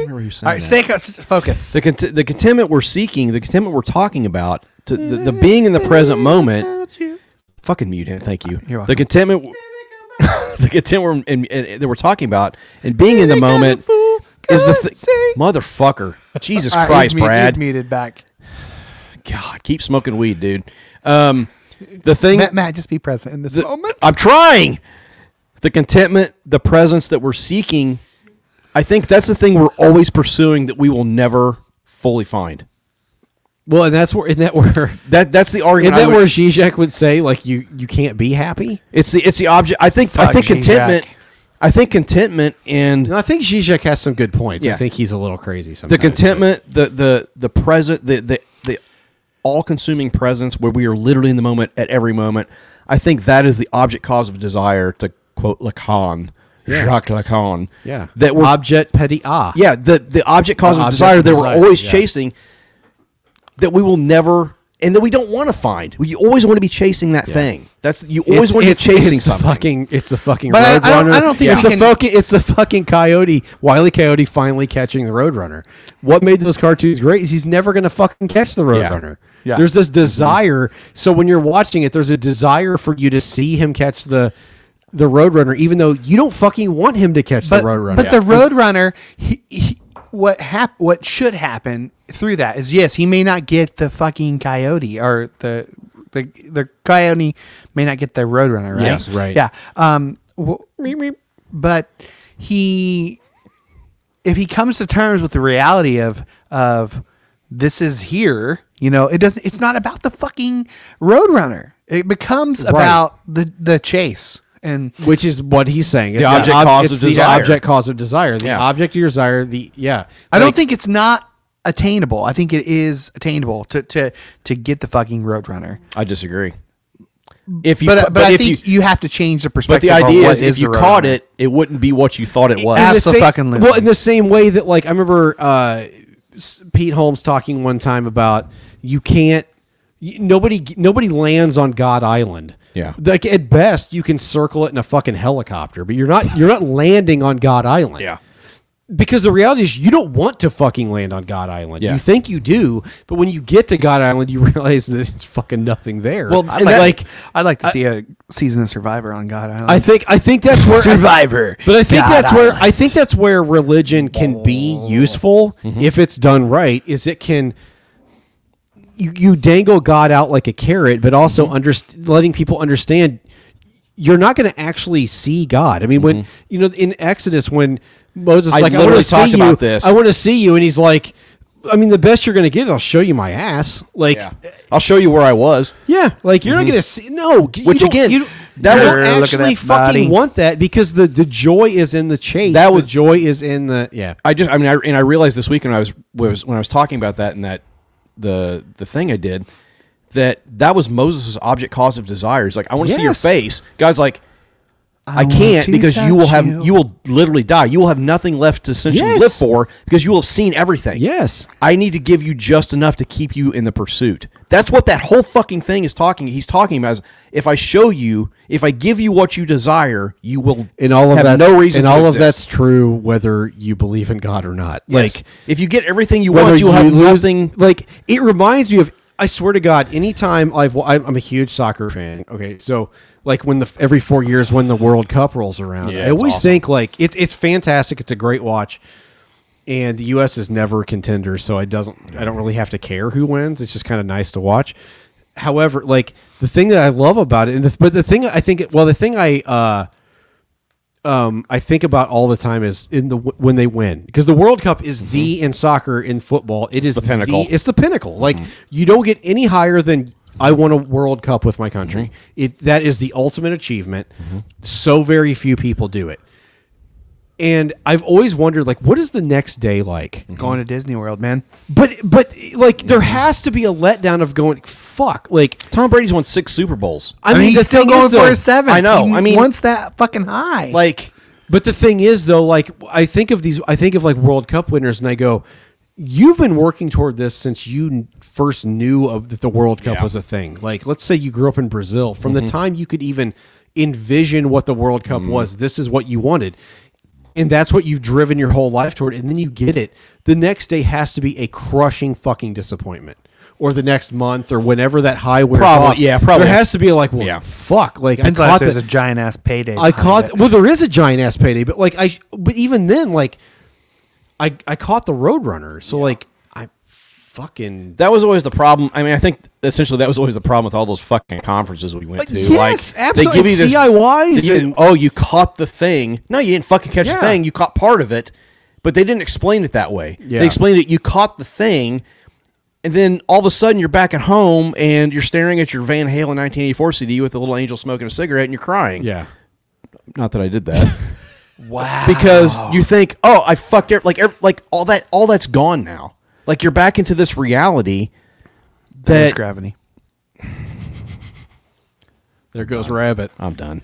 Speaker 3: Remember who sang
Speaker 1: All right,
Speaker 3: that?
Speaker 1: stay co- s- focus.
Speaker 3: the, cont- the contentment we're seeking, the contentment we're talking about, to the, the being in the present moment. Fucking mute him. Thank you.
Speaker 1: You're welcome.
Speaker 3: The contentment, [laughs] the contentment we're, and, and- that we're talking about, and being in the moment is the thing. Motherfucker. Jesus
Speaker 1: All right, he's
Speaker 3: Christ,
Speaker 1: mute- he's
Speaker 3: Brad.
Speaker 1: muted back.
Speaker 3: God, keep smoking weed, dude. Um, the thing.
Speaker 1: Matt, Matt, just be present in this
Speaker 3: the-
Speaker 1: moment.
Speaker 3: I'm trying. The contentment, the presence that we're seeking, I think that's the thing we're always pursuing that we will never fully find.
Speaker 2: Well, and that's where, isn't that where,
Speaker 3: That that's the
Speaker 2: isn't
Speaker 3: argument. I
Speaker 2: that
Speaker 3: would-
Speaker 2: where Zizek would say, like, you, you can't be happy?
Speaker 3: It's the it's the object. I think I
Speaker 1: Fuck,
Speaker 3: think
Speaker 1: G-Jack.
Speaker 3: contentment. I think contentment and
Speaker 2: No, I think Zizek has some good points.
Speaker 3: Yeah.
Speaker 2: I think he's a little crazy sometimes.
Speaker 3: the contentment, the the the present, the the the all-consuming presence where we are literally in the moment at every moment. I think that is the object cause of desire. To quote Lacan, Jacques Lacan.
Speaker 2: Yeah.
Speaker 3: that we're
Speaker 2: Objet petit ah.
Speaker 3: yeah the the object cause
Speaker 2: The
Speaker 3: of
Speaker 2: object
Speaker 3: desire
Speaker 2: of
Speaker 3: that we're
Speaker 2: desire,
Speaker 3: always
Speaker 2: yeah.
Speaker 3: chasing that we will never and that we don't want to find. We always want to be chasing that thing. That's you always
Speaker 2: It's-
Speaker 3: want to be
Speaker 2: it's-
Speaker 3: chasing
Speaker 2: it's the
Speaker 3: something.
Speaker 2: Fucking, it's the fucking
Speaker 1: But I-
Speaker 2: road
Speaker 1: I don't-
Speaker 2: runner.
Speaker 1: I don't think
Speaker 2: it's
Speaker 1: we
Speaker 2: the
Speaker 1: can-
Speaker 2: fucking it's the fucking coyote, Wiley Coyote, finally catching the road runner. What made those cartoons great is he's never gonna fucking catch the road
Speaker 3: Yeah.
Speaker 2: runner.
Speaker 1: Yeah. Mm-hmm.
Speaker 2: There's this desire. So when you're watching it, there's a desire for you to see him catch the the road runner, even though you don't fucking want him to catch
Speaker 1: but,
Speaker 2: the road runner.
Speaker 1: But the road runner, he, he, what hap- what should happen through that is yes, he may not get the fucking coyote or the the the coyote may not get the road runner, right?
Speaker 2: Yes, right.
Speaker 1: Yeah. Um. wh- But he, if he comes to terms with the reality of of this is here, you know, it doesn't. It's not about the fucking road runner. It becomes about the the chase and
Speaker 2: which is what he's saying. It's
Speaker 3: object cause of
Speaker 2: it's the
Speaker 3: desire.
Speaker 2: object cause of desire. The
Speaker 3: Yeah.
Speaker 2: object of your desire. The yeah.
Speaker 1: I don't
Speaker 2: Like-
Speaker 1: think it's not attainable. I think it is attainable to to to get the fucking Roadrunner.
Speaker 3: I disagree. If you
Speaker 1: But uh,
Speaker 3: ca-
Speaker 1: but, I
Speaker 3: if
Speaker 1: think
Speaker 3: you,
Speaker 1: you, have to change the
Speaker 3: but
Speaker 1: perspective.
Speaker 3: the
Speaker 1: on
Speaker 3: idea
Speaker 1: what
Speaker 3: is if
Speaker 1: the
Speaker 3: you
Speaker 1: Roadrunner.
Speaker 3: caught it, it wouldn't be what you thought it was.
Speaker 2: In the same-
Speaker 1: Abso-fucking-lutely.
Speaker 2: Well, in the same way that, like, I remember uh, s- Pete Holmes talking one time about you can't. y- Nobody, nobody lands on God Island.
Speaker 3: Yeah.
Speaker 2: like at best you can circle it in a fucking helicopter, but you're not you're not landing on God Island.
Speaker 3: Yeah.
Speaker 2: because the reality is you don't want to fucking land on God Island.
Speaker 3: Yeah.
Speaker 2: You think you do, but when you get to God Island, you [laughs] realize that it's fucking nothing there.
Speaker 3: Well,
Speaker 1: I'd
Speaker 3: and
Speaker 1: like,
Speaker 3: that-
Speaker 1: like I'd like to see a season of Survivor on God Island.
Speaker 2: I think I think that's where
Speaker 1: Survivor.
Speaker 2: but I think
Speaker 1: God
Speaker 2: that's where I
Speaker 1: Island.
Speaker 2: think that's where religion can be useful
Speaker 3: Mm-hmm.
Speaker 2: if it's done right. Is it can
Speaker 3: Mm-hmm.
Speaker 2: you you dangle God out like a carrot, but also underst- letting people understand you're not going to actually see God. I mean, when you know in Exodus when Moses
Speaker 3: Mm-hmm. I
Speaker 2: like I
Speaker 3: literally
Speaker 2: want to
Speaker 3: talked
Speaker 2: see you,
Speaker 3: about this.
Speaker 2: I want to see you, and he's like, I mean, the best you're going to get, I'll show you my ass. Like, yeah,
Speaker 3: I'll show you where I was.
Speaker 2: like you're not
Speaker 3: Mhm.
Speaker 2: going to see no. you
Speaker 3: Which
Speaker 2: don't-
Speaker 3: again,
Speaker 2: you, don't-
Speaker 3: that
Speaker 2: you
Speaker 3: was-
Speaker 2: don't
Speaker 3: Look at
Speaker 2: actually
Speaker 3: that
Speaker 2: fucking
Speaker 3: body.
Speaker 2: want that because the the joy is in the chase.
Speaker 3: That
Speaker 2: The
Speaker 3: was-
Speaker 2: joy is in the yeah.
Speaker 3: I just, I mean, I, and I realized this weekend I was, was when I was talking about that and that the the thing I did that that was Moses' object cause of desire. He's like, I want to see your
Speaker 2: Yes.
Speaker 3: face. God's like, I,
Speaker 2: I want
Speaker 3: can't
Speaker 2: to
Speaker 3: because you will
Speaker 2: touch
Speaker 3: have
Speaker 2: you."
Speaker 3: you. will literally die. You will have nothing left to essentially
Speaker 2: Yes.
Speaker 3: live for because you will have seen everything.
Speaker 2: Yes,
Speaker 3: I need to give you just enough to keep you in the pursuit. That's what that whole fucking thing is talking. He's talking about is if I show you, if I give you what you desire, you will
Speaker 2: And all of
Speaker 3: have
Speaker 2: that,
Speaker 3: no reason.
Speaker 2: and
Speaker 3: to
Speaker 2: all
Speaker 3: exist.
Speaker 2: of that's true whether you believe in God or not.
Speaker 3: Yes.
Speaker 2: Like
Speaker 3: if you get everything you
Speaker 2: whether
Speaker 3: want, you'll have
Speaker 2: lose-
Speaker 3: nothing.
Speaker 2: Like it reminds me of. I swear to God, anytime I've wa- I'm, I'm a huge soccer fan. Okay, so like when the every four years when the World Cup rolls around,
Speaker 20: Yeah,
Speaker 2: I
Speaker 20: it's
Speaker 2: always
Speaker 20: awesome.
Speaker 2: think like it, it's fantastic. It's a great watch, and the U.S. is never a contender, so I doesn't I don't really have to care who wins. It's just kind of nice to watch. However, like the thing that I love about it, and the, but the thing I think, well, the thing I uh, um, I think about all the time is in the when they win because the World Cup is the in soccer in football it is the
Speaker 3: Mm-hmm. pinnacle. Mm-hmm.
Speaker 2: it's the pinnacle. Like you don't get any higher than I won a World Cup with my country.
Speaker 3: Mm-hmm.
Speaker 2: It that is the ultimate achievement. So very few people do it. And I've always wondered, like, what is the next day like?
Speaker 3: Mm-hmm.
Speaker 1: Going to Disney World, man.
Speaker 2: But but like, there has to be a letdown of going, fuck. Like
Speaker 3: Tom Brady's won six Super Bowls.
Speaker 2: I mean, the
Speaker 1: he's still
Speaker 2: thing
Speaker 1: going
Speaker 2: is,
Speaker 1: for
Speaker 2: though-
Speaker 1: his seven.
Speaker 2: I know.
Speaker 1: He
Speaker 2: I mean-
Speaker 1: wants that fucking high.
Speaker 3: Like,
Speaker 2: But the thing is, though, like I think of these, I think of like World Cup winners, and I go, "You've been working toward this since you n- first knew of, that the World Cup
Speaker 20: Yeah.
Speaker 2: was a thing. Like, let's say you grew up in Brazil, from the time you could even envision what the World Cup was, this is what you wanted, and that's what you've driven your whole life toward. And then you get it. The next day has to be a crushing fucking disappointment." Or the next month, or whenever that high wears
Speaker 3: Probably-
Speaker 2: off.
Speaker 3: yeah, probably.
Speaker 2: There has to be like, well, fuck. Like
Speaker 1: Depends
Speaker 2: I
Speaker 1: on if
Speaker 2: caught
Speaker 1: there's
Speaker 2: that-
Speaker 1: a giant ass payday.
Speaker 2: I
Speaker 1: behind
Speaker 2: caught
Speaker 1: it.
Speaker 2: well. There is a giant ass payday, but like I, but even then, like I, I caught the Roadrunner. So like I fucking
Speaker 3: That was always the problem. I mean, I think essentially that was always the problem with all those fucking conferences we went to.
Speaker 2: yes,
Speaker 3: like,
Speaker 2: absolutely.
Speaker 3: They give you this
Speaker 2: CIYs
Speaker 3: they give you-
Speaker 2: and-
Speaker 3: oh, you caught the thing. No, you didn't fucking catch the thing. You caught part of it, but they didn't explain it that way.
Speaker 2: Yeah.
Speaker 3: They explained it. You caught the thing, and then all of a sudden you're back at home and you're staring at your Van Halen 1984 CD with a little angel smoking a cigarette and you're crying.
Speaker 2: yeah.
Speaker 3: Not that I did [laughs] that.
Speaker 1: wow.
Speaker 3: because you think, oh, I fucked every, like ev- like all that all that's gone now. Like you're back into this reality
Speaker 1: There's
Speaker 3: that
Speaker 1: gravity.
Speaker 2: There goes Rabbit.
Speaker 3: I'm done.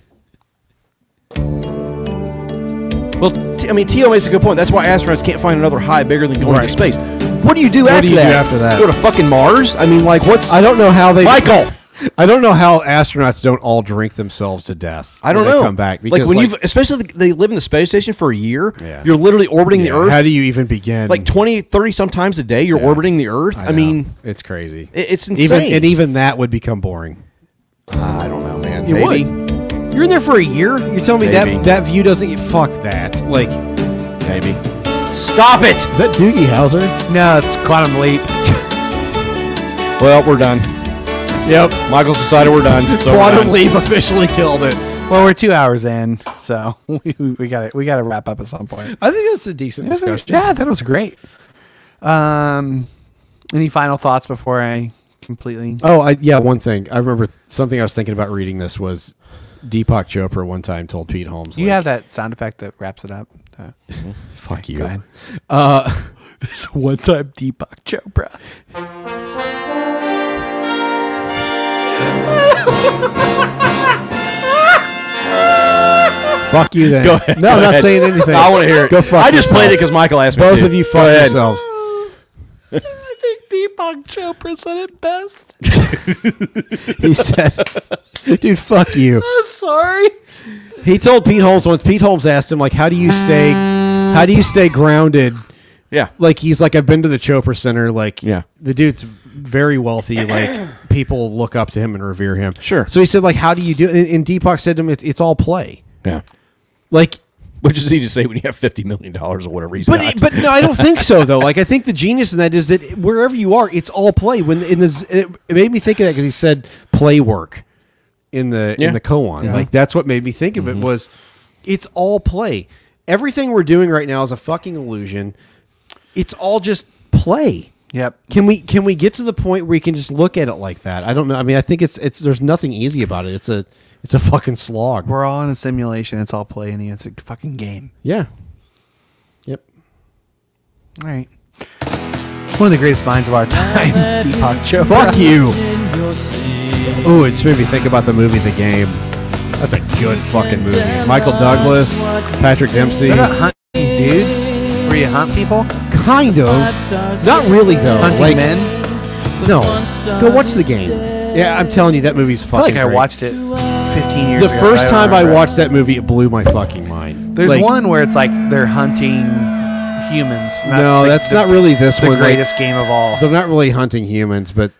Speaker 3: Well, t- I mean, Tio makes a good point. That's why astronauts can't find another high bigger than going
Speaker 2: Right.
Speaker 3: to space. What do you do,
Speaker 2: What
Speaker 3: after,
Speaker 2: do you do
Speaker 3: that?
Speaker 2: after that?
Speaker 3: Go to fucking Mars? I mean, like, what's
Speaker 2: I don't know how they
Speaker 3: Michael?
Speaker 2: I don't know how astronauts don't all drink themselves to death.
Speaker 3: I don't
Speaker 2: when
Speaker 3: know.
Speaker 2: They come back because
Speaker 3: like when you've, especially the, they live in the space station for a year.
Speaker 2: Yeah.
Speaker 3: You're literally orbiting the
Speaker 2: yeah,
Speaker 3: Earth
Speaker 2: How do you even begin?
Speaker 3: like 20, 30 sometimes a day. You're
Speaker 2: Yeah.
Speaker 3: orbiting the Earth. I,
Speaker 2: know.
Speaker 3: mean,
Speaker 2: it's crazy.
Speaker 3: it- it's
Speaker 2: Even e-
Speaker 3: insane. Uh,
Speaker 2: and even that would become boring.
Speaker 3: I don't know, man.
Speaker 2: You
Speaker 3: Maybe.
Speaker 2: would. You're in there for a year. You're telling me
Speaker 3: Maybe.
Speaker 2: that that view doesn't get fuck that. Like
Speaker 3: Maybe. Stop it!
Speaker 2: is that Doogie Howser?
Speaker 1: No, it's quantum leap.
Speaker 2: [laughs]
Speaker 3: Well, we're done.
Speaker 2: Yep.
Speaker 3: Michael's decided we're done. So we're
Speaker 2: Quantum
Speaker 3: done.
Speaker 2: Leap officially killed it.
Speaker 1: Well, we're two hours in, so [laughs] we we got to we got to wrap up at some point.
Speaker 2: I think that's a decent
Speaker 1: This is-
Speaker 2: discussion.
Speaker 1: yeah, that was great. Um, any final thoughts before I completely?
Speaker 2: Oh, I, yeah. One thing I remember th- something I was thinking about reading this was Deepak Chopra one time told Pete Holmes,
Speaker 1: you
Speaker 2: like,
Speaker 1: have that sound effect that wraps it up. Uh,
Speaker 2: fuck
Speaker 1: go
Speaker 2: you."
Speaker 1: ahead.
Speaker 2: Uh, [laughs]
Speaker 1: this one time Deepak Chopra.
Speaker 2: fuck you then.
Speaker 3: Go ahead.
Speaker 2: No, I'm
Speaker 3: Go
Speaker 2: not
Speaker 3: ahead.
Speaker 2: saying anything.
Speaker 3: I want to hear it.
Speaker 2: Go fuck
Speaker 3: I just played
Speaker 2: yourself.
Speaker 3: it because Michael asked me
Speaker 2: Both
Speaker 3: to.
Speaker 2: of you
Speaker 3: Go
Speaker 2: fuck
Speaker 3: ahead.
Speaker 2: yourselves.
Speaker 1: [laughs] I think Deepak Chopra said it best.
Speaker 2: [laughs] He said, "Dude, fuck you."
Speaker 1: I'm sorry.
Speaker 2: He told Pete Holmes once. Pete Holmes asked him, "Like, how do you stay? How do you stay grounded?"
Speaker 3: Yeah.
Speaker 2: Like he's like, I've been to the Chopra Center. Like,
Speaker 3: Yeah.
Speaker 2: the dude's very wealthy. Like, people look up to him and revere him.
Speaker 3: Sure.
Speaker 2: So he said, like, how do you do? And, and Deepak said to him, it's, it's all play.
Speaker 3: [laughs] Yeah.
Speaker 2: Like,
Speaker 3: Which is easy to say when you have $50 million or whatever he's
Speaker 2: but
Speaker 3: got.
Speaker 2: but no, I don't think so though. Like, I think the genius in that is that wherever you are, it's all play. When in this, it, it made me think of that because he said play work. in the
Speaker 20: Yeah.
Speaker 2: in the koan.
Speaker 20: Yeah.
Speaker 2: Like that's what made me think of it was it's all play. Everything we're doing right now is a fucking illusion. It's all just play.
Speaker 1: Yep.
Speaker 2: Can we can we get to the point where we can just look at it like that? I don't know. I mean, I think it's it's there's nothing easy about it. It's a it's a fucking slog.
Speaker 1: We're all in a simulation. It's all play, and it's a fucking game.
Speaker 2: Yeah.
Speaker 1: All right. One of the greatest minds of our time, Deepak Chopra.
Speaker 2: [laughs] Fuck you. Ooh, it's made me think about the movie The Game. That's a good fucking movie. Michael Douglas, Patrick Dempsey.
Speaker 1: Is that about hunting dudes? Where you hunt people?
Speaker 2: Kind of. Not really though.
Speaker 1: Hunting
Speaker 2: Like-
Speaker 1: men?
Speaker 2: No. Go watch the game. Yeah, I'm telling you that movie's
Speaker 1: I feel
Speaker 2: fucking.
Speaker 1: like I
Speaker 2: great.
Speaker 1: watched it 15 years
Speaker 2: The
Speaker 1: ago.
Speaker 2: first
Speaker 1: but don't
Speaker 2: time I
Speaker 1: remember it.
Speaker 2: watched that movie, it blew my fucking mind.
Speaker 1: There's
Speaker 2: Like,
Speaker 1: one where it's like they're hunting humans. and
Speaker 2: no,
Speaker 1: the-
Speaker 2: that's
Speaker 1: the-
Speaker 2: not really this
Speaker 1: the
Speaker 2: one. like,
Speaker 1: greatest game of all.
Speaker 2: They're not really hunting humans, but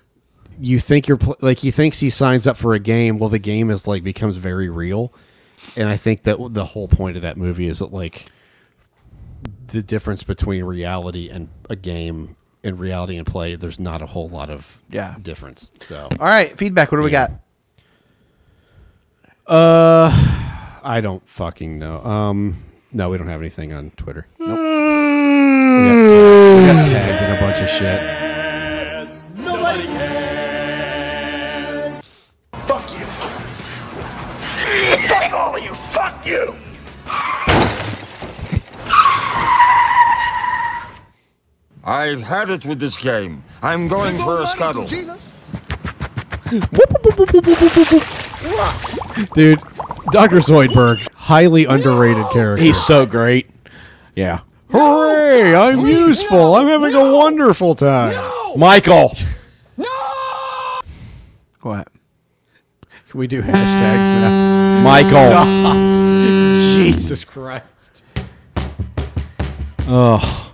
Speaker 2: you think you're pl- like he thinks he signs up for a game. Well, the game is like becomes very real, and I think that the whole point of that movie is that like the difference between reality and a game and reality and play. There's not a whole lot of
Speaker 1: Yeah.
Speaker 2: difference. So
Speaker 1: All right, feedback. What do we got?
Speaker 2: Uh, I don't fucking know. Um, no, we don't have anything on Twitter. Nope. We got, we got tagged in a bunch of shit.
Speaker 16: Nobody cares. Fuck you. Fuck all of you. Fuck you.
Speaker 7: I've had it with this game. I'm going for a scuttle.
Speaker 2: Dude, Dr. Zoidberg, highly underrated character.
Speaker 3: He's so great. Yeah.
Speaker 2: Hooray! I'm useful. I'm having a wonderful time.
Speaker 3: Michael.
Speaker 1: What?
Speaker 2: Can we do hashtags now?
Speaker 3: Michael.
Speaker 2: Stop. Jesus Christ. Oh.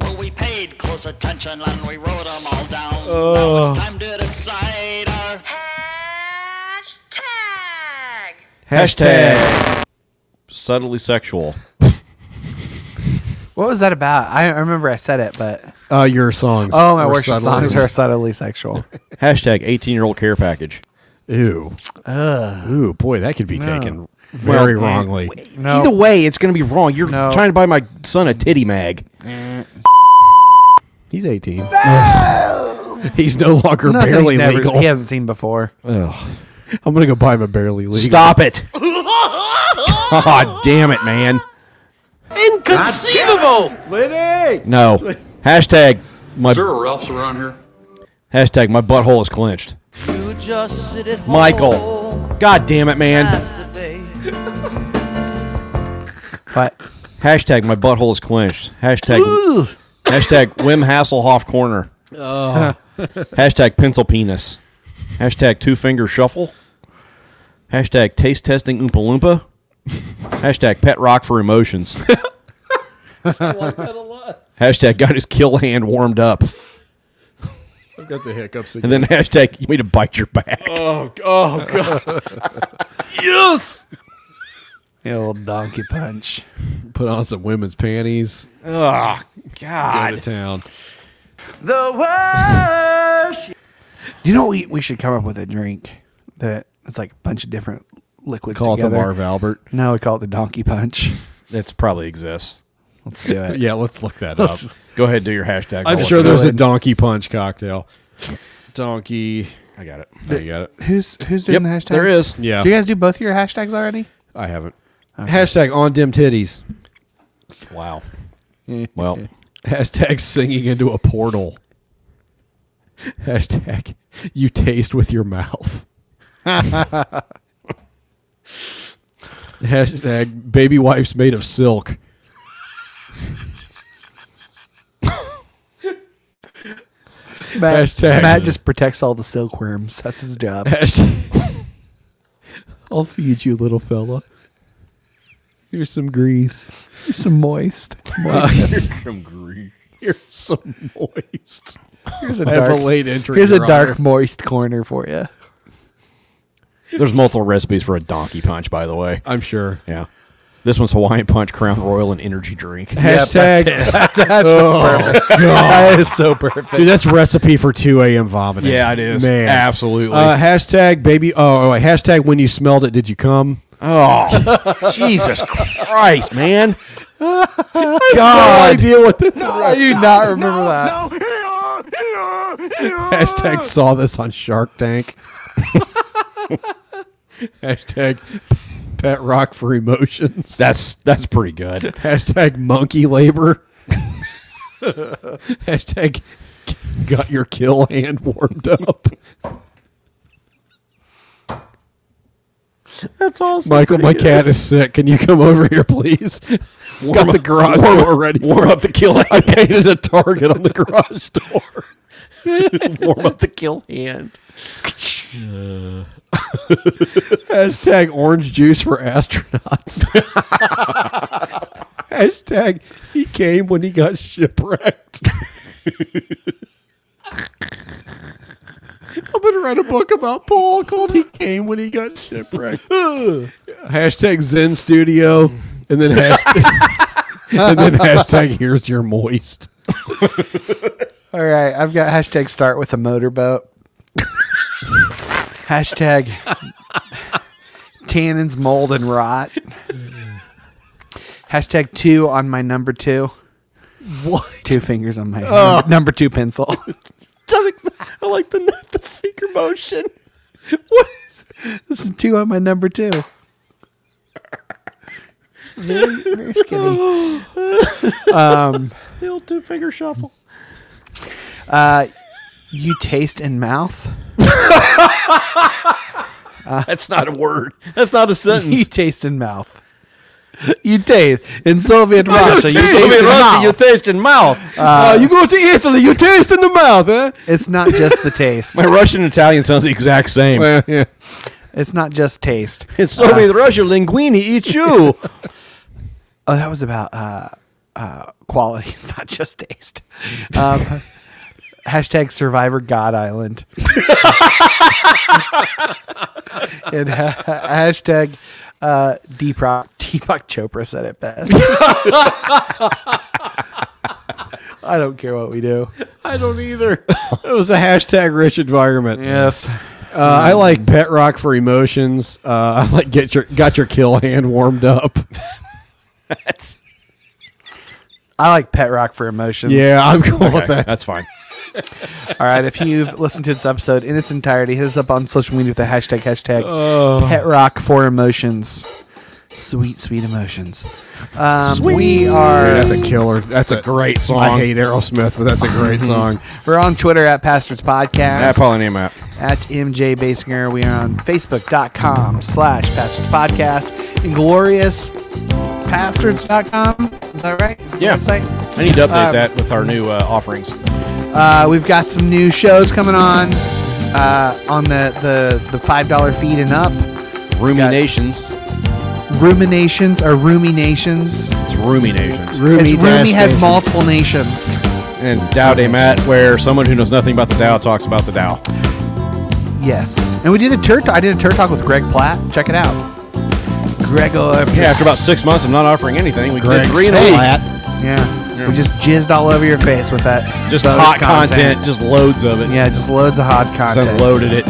Speaker 21: Well, we paid close attention and we wrote them all down. Now
Speaker 2: Oh.
Speaker 21: it's time to decide our
Speaker 3: Hashtag. Subtly sexual.
Speaker 1: What was that about? I, I remember I said it, but
Speaker 2: Uh, your songs.
Speaker 1: oh, my
Speaker 2: were
Speaker 1: worship
Speaker 2: subtly-
Speaker 1: songs are subtly
Speaker 2: [laughs]
Speaker 1: sexual.
Speaker 3: Hashtag 18 year old care package.
Speaker 2: Ew.
Speaker 1: Ugh.
Speaker 2: Ooh, boy, that could be
Speaker 1: No.
Speaker 2: taken very
Speaker 3: Well,
Speaker 2: wrongly.
Speaker 1: No.
Speaker 3: Either way, it's going to be wrong. You're
Speaker 1: No.
Speaker 3: trying to buy my son a titty mag.
Speaker 2: He's 18. [laughs] He's no longer
Speaker 1: Nothing's
Speaker 2: barely
Speaker 1: never-
Speaker 2: legal.
Speaker 1: He hasn't seen before.
Speaker 2: Ugh. I'm going to go buy him a barely legal.
Speaker 1: [laughs]
Speaker 3: Stop it. God damn it, man.
Speaker 16: Inconceivable.
Speaker 7: Liddy.
Speaker 3: No. Hashtag my
Speaker 7: Is there a Ralph's around here?
Speaker 3: hashtag my butthole is clenched.
Speaker 16: You just sit at
Speaker 3: Michael. God damn it, man.
Speaker 2: [laughs]
Speaker 1: But
Speaker 3: hashtag my butthole is clenched. Hashtag hashtag Wim Hasselhoff corner.
Speaker 2: Oh.
Speaker 3: hashtag pencil penis. Hashtag two finger shuffle. Hashtag taste testing oompa loompa. hashtag pet rock for emotions.
Speaker 2: [laughs]
Speaker 3: Hashtag got his kill hand warmed up.
Speaker 2: I've got the hiccups
Speaker 3: And then hashtag you need to bite your back.
Speaker 2: Oh, oh
Speaker 15: [laughs]
Speaker 2: God. yes.
Speaker 1: Yeah, old donkey punch.
Speaker 2: Put on some women's panties. Ah,
Speaker 3: Oh
Speaker 2: Go to town.
Speaker 16: The worst.
Speaker 1: Do you know what we, we should come up with a drink that it's like a bunch of different liquids
Speaker 2: Call it the
Speaker 1: together?
Speaker 2: Marv Albert.
Speaker 1: No, we call it the donkey punch.
Speaker 3: That's probably exists.
Speaker 1: Let's do it.
Speaker 2: yeah, [laughs] let's look that up.
Speaker 3: Let's- Go ahead, do your hashtag.
Speaker 2: I'm
Speaker 3: I'll
Speaker 2: sure
Speaker 3: look it
Speaker 2: there's a
Speaker 3: up.
Speaker 2: donkey punch cocktail. Donkey.
Speaker 3: I got it.
Speaker 2: I got it.
Speaker 1: [laughs] Who's who's doing the
Speaker 2: Yep,
Speaker 1: hashtags?
Speaker 2: there is. Yeah.
Speaker 1: Do you guys do both of your hashtags already?
Speaker 2: I haven't. Hashtag on dim titties.
Speaker 3: Wow. Well, [laughs]
Speaker 2: Hashtag singing into a portal. Hashtag you taste with your mouth. Hashtag baby wipes made of silk.
Speaker 1: Matt,
Speaker 2: Hashtag-
Speaker 1: Matt just protects all the silkworms. That's his
Speaker 2: [laughs]
Speaker 1: job.
Speaker 2: Hashtag I'll feed you, little fella. Here's some grease.
Speaker 1: He's some moist.
Speaker 2: Uh,
Speaker 1: Moist.
Speaker 3: From Greece.
Speaker 2: Here's some moist.
Speaker 1: here's a
Speaker 2: I have
Speaker 1: dark,
Speaker 2: a late entry.
Speaker 1: Here's a
Speaker 2: Your
Speaker 1: dark
Speaker 2: Honor.
Speaker 1: moist corner for you.
Speaker 3: There's multiple recipes for a donkey punch, by the way.
Speaker 2: I'm sure.
Speaker 3: Yeah. This one's Hawaiian Punch, Crown Royal, and Energy Drink.
Speaker 2: Hashtag.
Speaker 3: Yep, that's, it. [laughs] That's- that's
Speaker 2: Oh,
Speaker 3: so perfect.
Speaker 2: God.
Speaker 3: That is so perfect.
Speaker 2: Dude, that's recipe for 2 a.m. vomiting.
Speaker 3: Yeah, it is.
Speaker 2: Man.
Speaker 3: Absolutely.
Speaker 2: Uh, hashtag baby. Oh, wait, hashtag when you smelled it, did you come?
Speaker 3: Oh, Jesus Christ, [laughs] man.
Speaker 2: God. no idea what that's
Speaker 1: How do you not remember that?
Speaker 3: Oh.
Speaker 2: Hashtag saw this on Shark
Speaker 3: [laughs]
Speaker 2: Tank. Hashtag pet rock for emotions.
Speaker 3: That's that's pretty
Speaker 2: [laughs]
Speaker 3: good.
Speaker 2: Hashtag monkey
Speaker 3: [laughs]
Speaker 2: labor. Hashtag got your kill hand warmed up.
Speaker 3: That's awesome.
Speaker 2: Michael, my [laughs] cat is sick. Can you come over here, please? got the garage door ready.
Speaker 3: Warm up the kill.
Speaker 2: I painted a target on the garage door.
Speaker 3: [laughs] warm up the kill hand.
Speaker 2: Hashtag orange juice for
Speaker 3: [laughs]
Speaker 2: astronauts. Hashtag he came when he got shipwrecked. I'm gonna write a book about Paul called "He Came When He Got Shipwrecked." [laughs] hashtag Zen Studio, and then [laughs] hashtag, and then hashtag Here's Your Moist.
Speaker 1: All right, I've got hashtag start with a motorboat. hashtag tannins, mold, and rot. Hashtag two on my number two.
Speaker 2: What?
Speaker 1: Two fingers on my
Speaker 2: Oh.
Speaker 1: number, number two pencil.
Speaker 3: I like the the finger motion.
Speaker 1: what is this? Is two on my number two. Very, very skinny. Um,
Speaker 3: The old two finger shuffle.
Speaker 1: uh, you taste in mouth.
Speaker 3: That's not a word. That's not a sentence.
Speaker 1: You taste in mouth. You taste in Soviet Russia. You taste
Speaker 3: Soviet
Speaker 1: in
Speaker 3: [laughs] Russia,
Speaker 1: mouth.
Speaker 3: you taste in mouth.
Speaker 1: Uh,
Speaker 2: you go to Italy, you taste in the mouth, eh? huh?
Speaker 1: it's not just the taste.
Speaker 3: [laughs] My Russian and Italian sounds the exact same. [laughs]
Speaker 2: Well, uh, yeah.
Speaker 1: It's not just taste.
Speaker 3: In Soviet Russia, linguini eat you.
Speaker 1: Oh, that was about uh, uh, quality. [laughs] It's not just taste. Um, hashtag Survivor God Island. and ha- hashtag uh, Deepak, Deepak Chopra said it best. I don't care what we do.
Speaker 2: [laughs] I don't either. it was a hashtag rich environment.
Speaker 1: Yes.
Speaker 2: Uh, I like pet rock for emotions. Uh, [laughs] I like get your got your kill hand warmed up.
Speaker 3: That's,
Speaker 1: I like Pet Rock for emotions.
Speaker 2: Yeah, I'm cool with
Speaker 3: okay,
Speaker 2: that.
Speaker 3: that's fine.
Speaker 1: All right. If you've listened to this episode in its entirety, hit us up on social media with the hashtag hashtag
Speaker 2: Uh,
Speaker 1: Pet Rock for emotions. Sweet, sweet emotions. Um, We
Speaker 2: That's
Speaker 1: are
Speaker 2: a killer. That's a great song. Mm-hmm. I hate Aerosmith, but that's a great song.
Speaker 1: we're on Twitter at Pastors Podcast.
Speaker 3: Matt Polyname app.
Speaker 1: at MJ Basinger. We are on Facebook.com slash Pastors Podcast. IngloriousPastards.com. Is that right? Is that the
Speaker 3: Yeah.
Speaker 1: website?
Speaker 3: I need to update
Speaker 1: Um,
Speaker 3: that with our new uh, offerings.
Speaker 1: Uh, we've got some new shows coming on uh, on the, the, the $5 feed and up.
Speaker 3: Ruminations.
Speaker 1: Ruminations or Ruminations.
Speaker 3: It's ruminations.
Speaker 1: Roomy, it's, Roomy has
Speaker 2: nations.
Speaker 1: multiple nations.
Speaker 3: and Tao Day Mat, where someone who knows nothing about the Tao talks about the Tao.
Speaker 1: Yes. And we did a tur I did a tur talk with Greg Platt. Check it out. Gregor Platt.
Speaker 3: Yeah, after about six months of not offering anything, we did three and a
Speaker 1: Spade.
Speaker 3: flat.
Speaker 1: Yeah.
Speaker 3: Yeah.
Speaker 1: We just jizzed all over your face with that.
Speaker 3: Just
Speaker 1: those
Speaker 3: hot content. just loads of it.
Speaker 1: Yeah, just loads of hot
Speaker 3: So
Speaker 1: content.
Speaker 3: loaded it.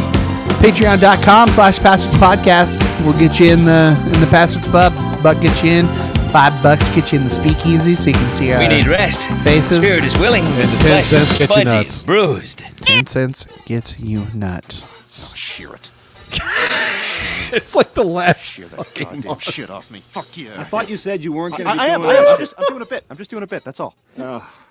Speaker 1: Patreon.com slash Pastors Podcast. We'll get you in the in the Pastors Pub. Buck get you in. Five bucks get you in the speakeasy so you can see our
Speaker 5: We need rest.
Speaker 1: faces.
Speaker 5: Spirit is willing, but the flesh
Speaker 2: cents
Speaker 5: is
Speaker 2: get you
Speaker 5: pudgy,
Speaker 2: nuts.
Speaker 5: bruised.
Speaker 1: Incense gets you nuts.
Speaker 4: Shear it.
Speaker 2: it's like the last.
Speaker 4: Shear that goddamn shit off me. Fuck you.
Speaker 10: I thought you said you weren't going to
Speaker 4: I,
Speaker 10: be
Speaker 4: I am. I
Speaker 10: doing
Speaker 4: am.
Speaker 10: it.
Speaker 4: I'm just. I'm doing a bit. I'm just doing a bit. That's all.
Speaker 10: Ugh.